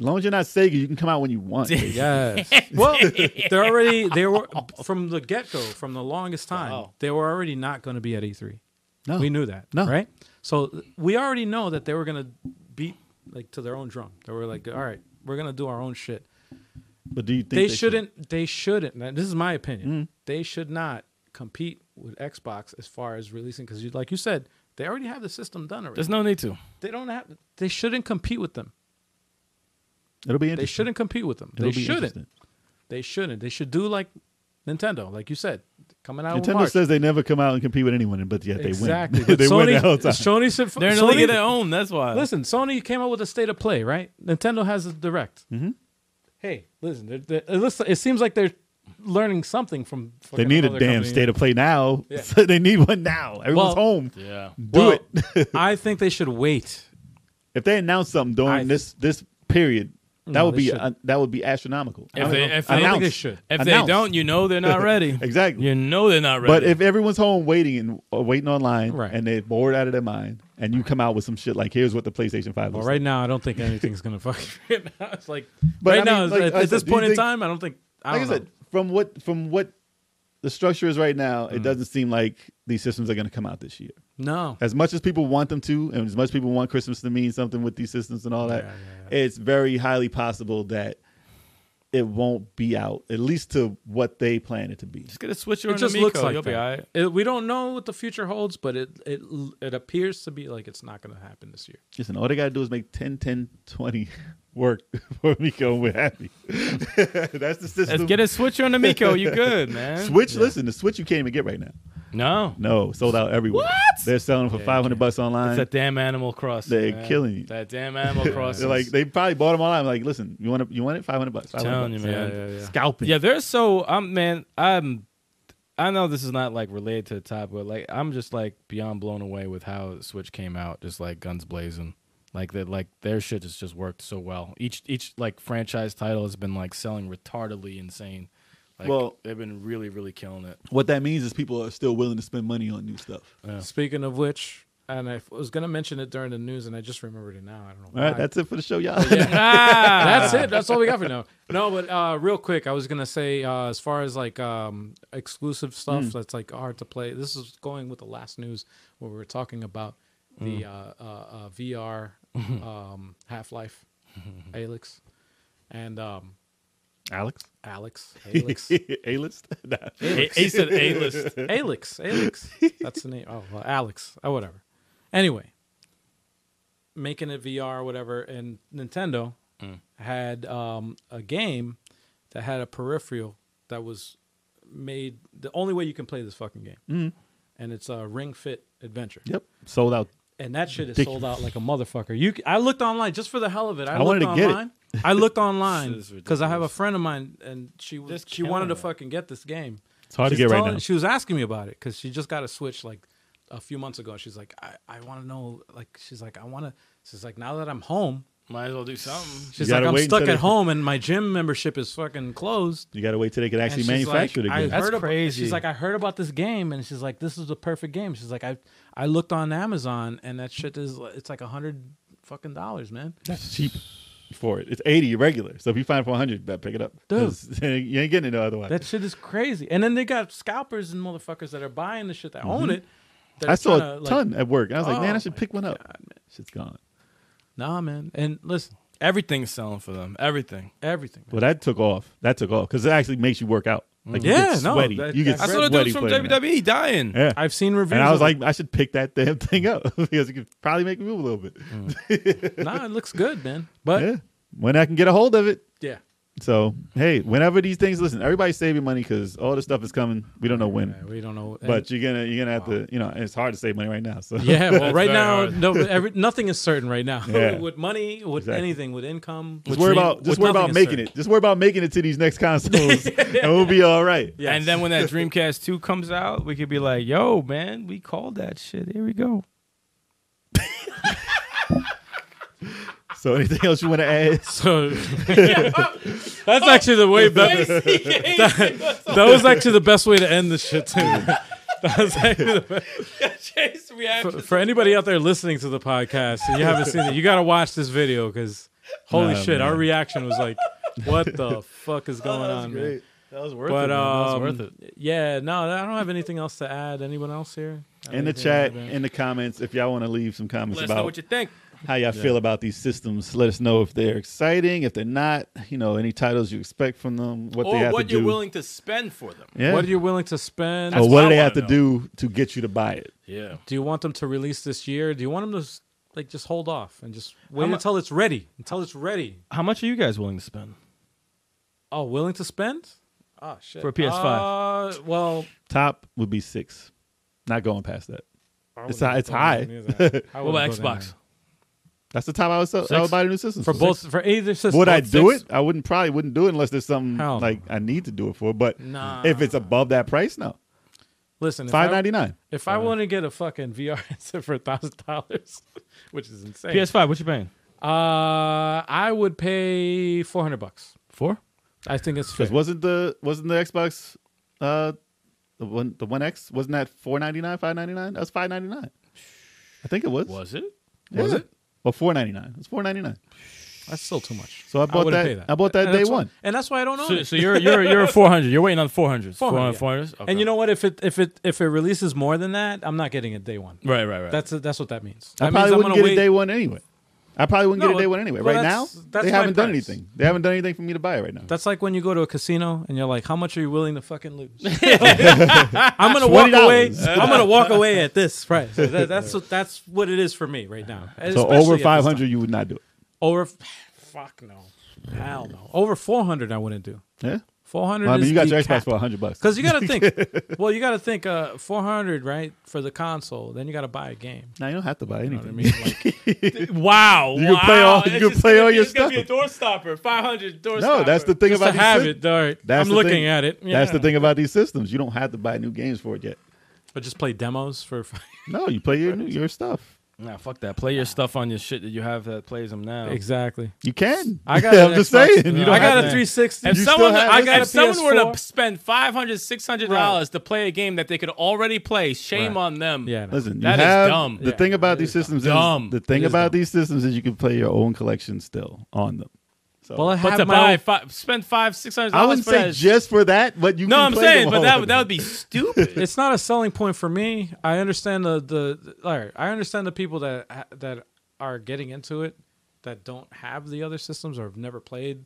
As long as you're not Sega, you can come out when you want. Yes. well, they're already they were from the get go from the longest time Wow. they were already not going to be at E3. No. We knew that. No. Right. So we already know that they were going to beat like to their own drum. They were like, all right, we're going to do our own shit. But do you think they, should- Mm. shouldn't they shouldn't now, this is my opinion they should not compete with xbox as far as releasing because you like you said they already have the system done already There's no need to. they don't have they shouldn't compete with them It'll be they interesting. shouldn't compete with them It'll they be shouldn't interesting. they shouldn't they should do like nintendo like you said coming out Nintendo in March. says they never come out and compete with anyone, but yet they exactly win. But they Sony, win the whole time. Sony, said- They're in the Sony- league of their own. That's why. listen sony came out with a state of play right nintendo has a direct Mm-hmm. hey listen they're, they're, listen it seems like they're learning something from they fucking need a another damn company. state of play now. Yeah. So they need one now. Everyone's Well- home. yeah. Do it. I think they should wait. If they announce something during I- this this period, that No, would they be shouldn't. uh, that would be astronomical. If they, if I don't think they, Announce. they should. if they Announce. don't, you know they're not ready. Exactly. You know they're not ready. But if everyone's home waiting and uh, waiting online, Right. and they're bored out of their mind, and you come out with some shit like, "Here's what the PlayStation Five Well, looks right now, I don't think anything's gonna fuck. right now, it's like But right I now, mean, like at, I at this said, do you point in think- time, I don't think. I like don't I know. said, from what from what the structure is right now, Mm. it doesn't seem like these systems are going to come out this year. no. As much as people want them to, and as much as people want Christmas to mean something with these systems and all that, Yeah, yeah, it's very highly possible that it won't be out at least to what they plan it to be. Just get a switch over It to just Miko. looks like You'll be that. all right. It- we don't know what the future holds, but it it it appears to be like it's not going to happen this year. Listen, all they gotta do is make 10, 10, 20 work for Miko and we're happy. That's the system. Let's get a switch on to Miko. You good, man? Switch, listen, the Switch you can't even get right now. No, No, sold out everywhere. What? They're selling for 500 bucks it's online. that damn Animal Crossing. They're man. killing you. That damn Animal Crossing. They're like they probably bought them online. I'm like, listen, you want to, you want it? 500 bucks. 500 telling you, bucks. man. Yeah, yeah, yeah. Scalping. Yeah, they're so I'm man, I'm I know this is not like related to the topic, but like I'm just like beyond blown away with how Switch came out, just like guns blazing. Like that like their shit has just worked so well. Each each like franchise title has been like selling retardedly insane. Like Well- they've been really, really killing it. What that means is people are still willing to spend money on new stuff. Yeah. Speaking of which, and I was going to mention it during the news, and I just remembered it now. I don't know. All why. right, that's it for the show, y'all. that's it. That's all we got for now. No, but uh, real quick, I was gonna say uh, as far as like um, exclusive stuff Mm. that's like hard to play. This is going with the last news where we were talking about Mm. the uh, uh, uh, VR um, Half Life, Alex, and um, Alex, Alex, Alex, A list. Nah. A- Ace said A list. Alex, Alex. That's the name. Oh, well, Alex. Oh, whatever. Anyway, making it VR or whatever, and Nintendo had um, a game that had a peripheral that was made the only way you can play this fucking game, and it's a Ring Fit Adventure. Yep, sold out. And that shit is sold out like a motherfucker. You, c- I looked online just for the hell of it. I, I looked wanted to get it. online. I looked online This is because I have a ridiculous. friend of mine, and she was Just she wanted to killing it. fucking get this game. It's hard She's to get right telling- now. She was asking me about it because she just got a Switch like a few months ago. She's like, I, I want to know. Like, she's like, I want to. She's like, now that I'm home, Might as well do something. she's like, gotta I'm wait stuck until at they- home and my gym membership is fucking closed. You got to wait till they can And actually she's manufacture like, the I game. That's heard abo- crazy. she's like, I heard about this game, and she's like, this is the perfect game. She's like, I I looked on Amazon, and that shit is it's like a hundred fucking dollars, man. That's cheap for it. It's eighty regular. So if you find it for hundred, better pick it up. 'Cause you ain't getting it no otherwise. That shit is crazy. And then they got scalpers and motherfuckers that are buying the shit that own it. that Mm-hmm. I are saw a tryna, like, ton at work. I was like, Oh man, I should my pick one up. Shit's gone. Nah, man. And listen, Everything's selling for them. Everything. everything. man. Well, that took off. That took off because it actually makes you work out. Like, you Mm. Yeah, get no, sweaty. that- you get that's E. That's what what I sweaty do from playing that. WWE dying. Yeah. I've seen reviews. and I was of it. like, I should pick that damn thing up because it could probably make me move a little bit. nah, it looks good, man. But yeah, Yeah. When I can get a hold of it. yeah. So hey, whenever these things, listen, everybody's saving money because all this stuff is coming. We don't know when, we don't know. but you're gonna you're gonna have to. You know, and it's hard to save money right now. So yeah, well, That's right very now, hard. no, every, nothing is certain right now. Yeah. with money, with Exactly. anything, with income, just with worry dream- about just with worry about nothing is making certain. it. Just worry about making it to these next consoles, and we'll be all right. Yes. And then when that Dreamcast 2 comes out, we could be like, yo, man, we called that shit. Here we go. So anything else you want to add? So that's actually the way better. That, that was actually the best way to end this shit too. That was actually the best. Chase reaction. For, for anybody out there listening to the podcast and you haven't seen it, you got to watch this video because holy Nah, shit, our man. reaction was like, "What the fuck Oh, is going on, man?" That was worth But it. um, that was worth it. yeah, no, I don't have anything else to add. Anyone else here? Have In the anything chat, to add? in the comments, if y'all want to leave some comments Let us know about what you think. how y'all feel about these systems, let us know if they're exciting, if they're not, you know, any titles you expect from them, what they Or have what to do. you're willing to spend for them. yeah. What are you willing to spend? or That's what what do I they have to wanna do to get you to buy it? Yeah. Do you want them to release this year? Do you want them to s- like just hold off and just wait until it's ready? Until it's ready. How much are you guys willing to spend? Oh, willing to spend? Ah, Oh shit. For a PS5. Uh, well, Top would be six. Not going past that. I wouldn't It's high- it's go down high. near that. I What about wouldn't go down Xbox? That's the time I would, sell, I Six? would buy the new system. there. For both, for either system. Would I both do six- it? I wouldn't probably wouldn't do it unless there's something Hell no. like I need to do it for. But Nah. if it's above that price, no. Listen, if I- Five ninety nine. If I want to get a fucking VR headset for a thousand dollars, which is insane, PS5, what you paying? uh, I would pay four hundred bucks. Four? I think it's fair. Because wasn't the wasn't the Xbox uh the one the one X wasn't that four ninety nine, five ninety nine? That was five ninety nine. I think it was. Was it? was it? Well four ninety nine. It's four ninety nine. That's still too much. So I bought wouldn't that- pay I bought that And day that's why- one. and that's why I don't own So, it. so you're you're you're 400. You're waiting on 400, 400s. 400, yeah. 400s. Okay. And you know what? If it if it if it releases more than that, I'm not getting it day one. right, right, right. That's that's what that means. That I means probably I'm gonna wouldn't get wait. it day one anyway. I probably wouldn't No, get a day one anyway. well, right now, that's- that's they my haven't done premise. anything. They haven't done anything for me to buy right now. That's like when you go to a casino and you're like, "How much are you willing to fucking lose?" I'm gonna walk away. $20. I'm gonna walk away at this price. That- that's what, that's what it is for me right now. so Especially at over this five time. hundred, you would not do it. Over, fuck no, hell no. Over four hundred, I wouldn't do. Yeah, Four hundred. Well, I mean, you got your Xbox for hundred bucks. Because you got to think. well, you got to think. Uh, four hundred, right, for the console. Then you got to buy a game. Now you don't have to buy anything. You know what I mean? Like, Wow. You can play all- wow, you it's can just play gonna all be- your it's gonna be stuff. a door stopper. 500 door stopper. no, that's the thing just to about these have sys- it. All right, That's I'm the looking thing. at it. That's the yeah. thing about these systems. You don't have to buy new games for it yet. But just play demos for. No, you play your new- your stuff. Nah, fuck that. Play your stuff on your shit that you have that plays them now. exactly. You can. I got I'm an just Xbox. saying. You No, don't I got have a to. 360. You If still someone, have- I I got got a if someone were PS4. to spend 500 $600 to play a game that they could already play, shame Right. on them. Yeah. Listen, you That is have, dumb. The Yeah, thing about it these is dumb. systems Dumb. is the thing It is about dumb. these systems is you can play your own collection still on them. So Well, I But have to my buy own- five, spend five, six hundred I dollars. wouldn't for say that is- just for that, but you. No, can I'm play saying, them but all that on would- them. that would be stupid. it's not a selling point for me. I understand the the, the all right, I understand the people that that are getting into it that don't have the other systems or have never played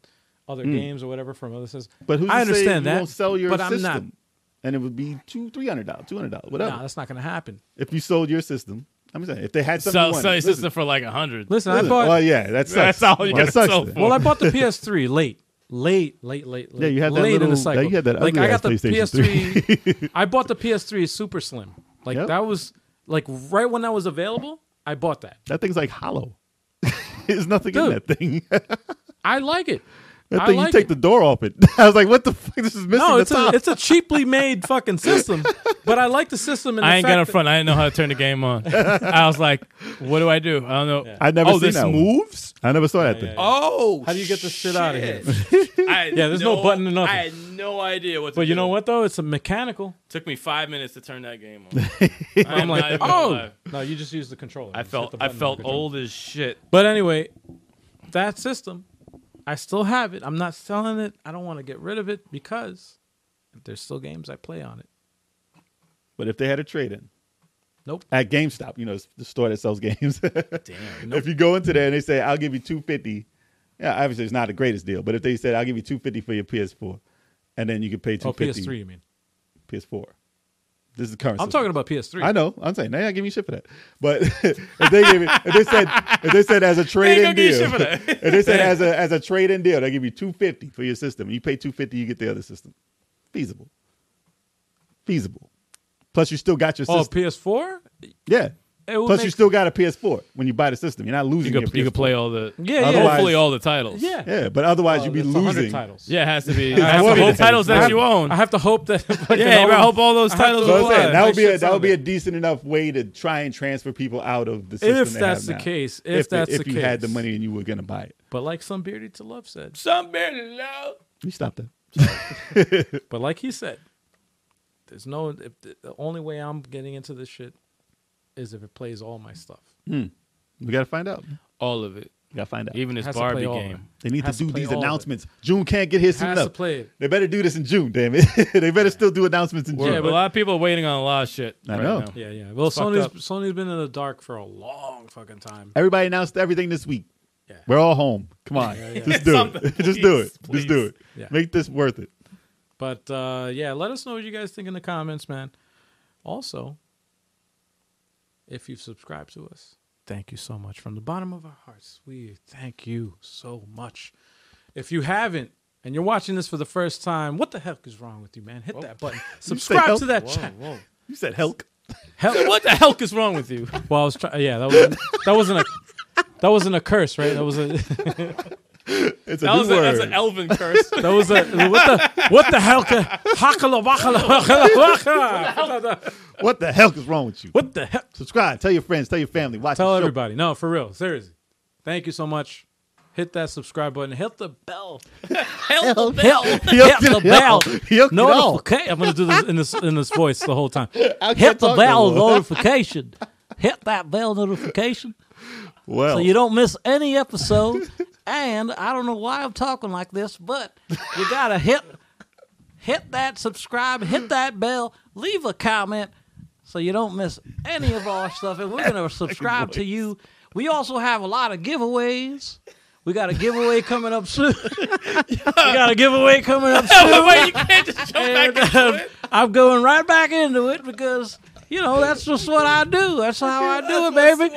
other games or whatever from other systems. Hmm. But who's I to say understand you that. Won't sell your but system, I'm and it would be two, three hundred dollars, two hundred dollars, not. whatever. No, that's not going to happen. if you sold your system, I'm saying if they had something. Sell, you wanted, sell your listen, sister for like a hundred. Listen, I listen, bought well, yeah, that sucks. That's all you Well, that gotta sucks sell then. for. well, I bought the PS3 late. Late, late, late, late. Yeah, you had that late in little- the cycle. that- you had that like ugly I got ass the PlayStation PS3. I bought the PS3 super slim. Like Yep. that was like right when that was available. I bought that. That thing's like hollow. There's nothing in Dude. that thing. that I like it. I thing, like you take it. the door off it. I was like, what the fuck? This is missing No, the it's a top. it's a cheaply made fucking system, but I like the system. And I ain't gonna fact front. I didn't know how to turn the game on. I was like, "What do I do? I don't know." I never Oh, seen this that one. moves. I never saw that thing. Oh, that- How do you get this shit out of here? yeah, Yeah, there's no button or nothing. I had no idea what. To But you do. know what though? It's a mechanical. Took me five minutes to turn that game on. I'm like, like, Oh no, you just use the controller. I Just hit felt the I button on the felt controller. old as shit. But anyway, that system, I still have it. I'm not selling it. I don't want to get rid of it because there's still games I play on it. But if they had a trade in Nope. at GameStop, you know, it's the store that sells games. Damn. If you go into there and they say, "I'll give you two fifty, yeah, obviously it's not the greatest deal, but if they said, "I'll give you two fifty for your PS4," and then you can pay Oh, two fifty PS3, you mean? PS4. This is current. I'm system. talking about PS3. I know. I'm saying they're not giving me shit for that. But if they gave it, if they said, if they said as a trade-in gonna give you deal, shit for that. if they said as a as a trade-in deal, they give you two fifty for your system. You pay two fifty, you get the other system. Feasible. Feasible. Plus, you still got your Oh, system. PS4? yeah. It would Plus, you make- still got a PS4 when you buy the system. You're not You losing. could you your PS4. could play all the Yeah, yeah. hopefully all the titles. Yeah. Yeah, but otherwise Oh, you'd be that's 100 losing. titles. Yeah, it has to be. I That's have the to whole be- titles I that have- you own. I have to hope that. Yeah, bro, I hope all those I have titles. to So are I'm saying, Why? alive. that My would be a shit's that on would be there. a decent enough way to try and transfer people out of the system. If they that's have the now. case, if that's if the you had the case. money and you were gonna buy it, But like some bearded to love said. Some barely low. you stopped that. But like he said, there's no. If the, the only way I'm getting into this shit is if it plays all my stuff. We gotta find out. All of it, We gotta find out. even this Has to play Barbie all of game. they need to has to do play these all of it. announcements. June can't get here soon Has to enough. play it. They better do this in June, damn it. they better still do announcements in June. Yeah, but a lot of people are waiting on a lot of shit. I right know. now. Yeah, yeah. Well, fucked Sony's up. Sony's been in the dark for a long fucking time. Everybody announced everything this week. Yeah. We're all home. Come on, just do it. Something, just do please, it. Just do please. it. Yeah. Make this worth it. But uh, yeah, let us know what you guys think in the comments, man. Also, if you've subscribed to us, thank you so much from the bottom of our hearts. We thank you so much. If you haven't and you're watching this for the first time, what the heck is wrong with you, man? Hit that button. Subscribe help? to that channel. You said Helk. Hell, What the hell is wrong with you? Well, I was trying. Yeah, that wasn't, that wasn't a that wasn't a curse, right? That was a It's a That new was a, word. that's an elven curse. that was a what the what the hell? ca- Hakala wakala wakala wakala. what the Helk is wrong with you? What the hell? Subscribe. Tell your friends. Tell your family. Watch. Tell the show. everybody. No, for real, seriously. Thank you so much. Hit that subscribe button. Hit the bell. Hell, Hell, hit the bell. No, okay. I'm gonna do this in this in this voice the whole time. I can't Hit the talk bell no more. notification. Hit that bell notification. Well, so you don't miss any episode. and I don't know why I'm talking like this, but you gotta hit hit that subscribe, hit that bell, leave a comment so you don't miss any of our stuff. And we're gonna subscribe to you. We also have a lot of giveaways. We got a giveaway coming up soon. we got a giveaway coming up soon. And, um, I'm going right back into it because you know that's just what I do. That's how I do it, baby.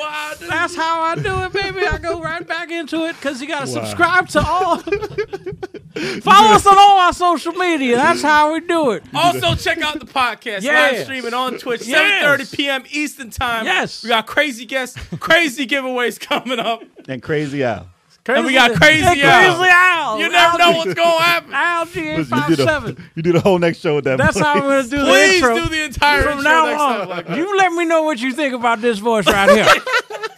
That's how I do it, baby. I go right back into it because you got to subscribe to all. Follow us on all our social media. That's how we do it. Also, check out the podcast live Yes. streaming on Twitch, Yes. 7:30 p.m. Eastern Time. Yes. we got crazy guests, crazy giveaways coming up, And crazy Al. and we got crazy. Crazy hours. Al. You never know what's going to happen. Algae eight Listen, five you, did a, seven. you did a whole next show with that. That's boy. how I'm gonna do the Please intro. do the entire from intro next now time on, like that. you let me know what you think about this voice right here.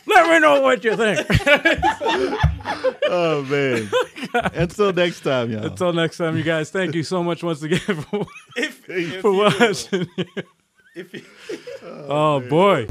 let me know what you think. Oh man. Until next time, y'all. Until next time, you guys. Thank you so much once again for, If, if for you- watching. if you- oh boy.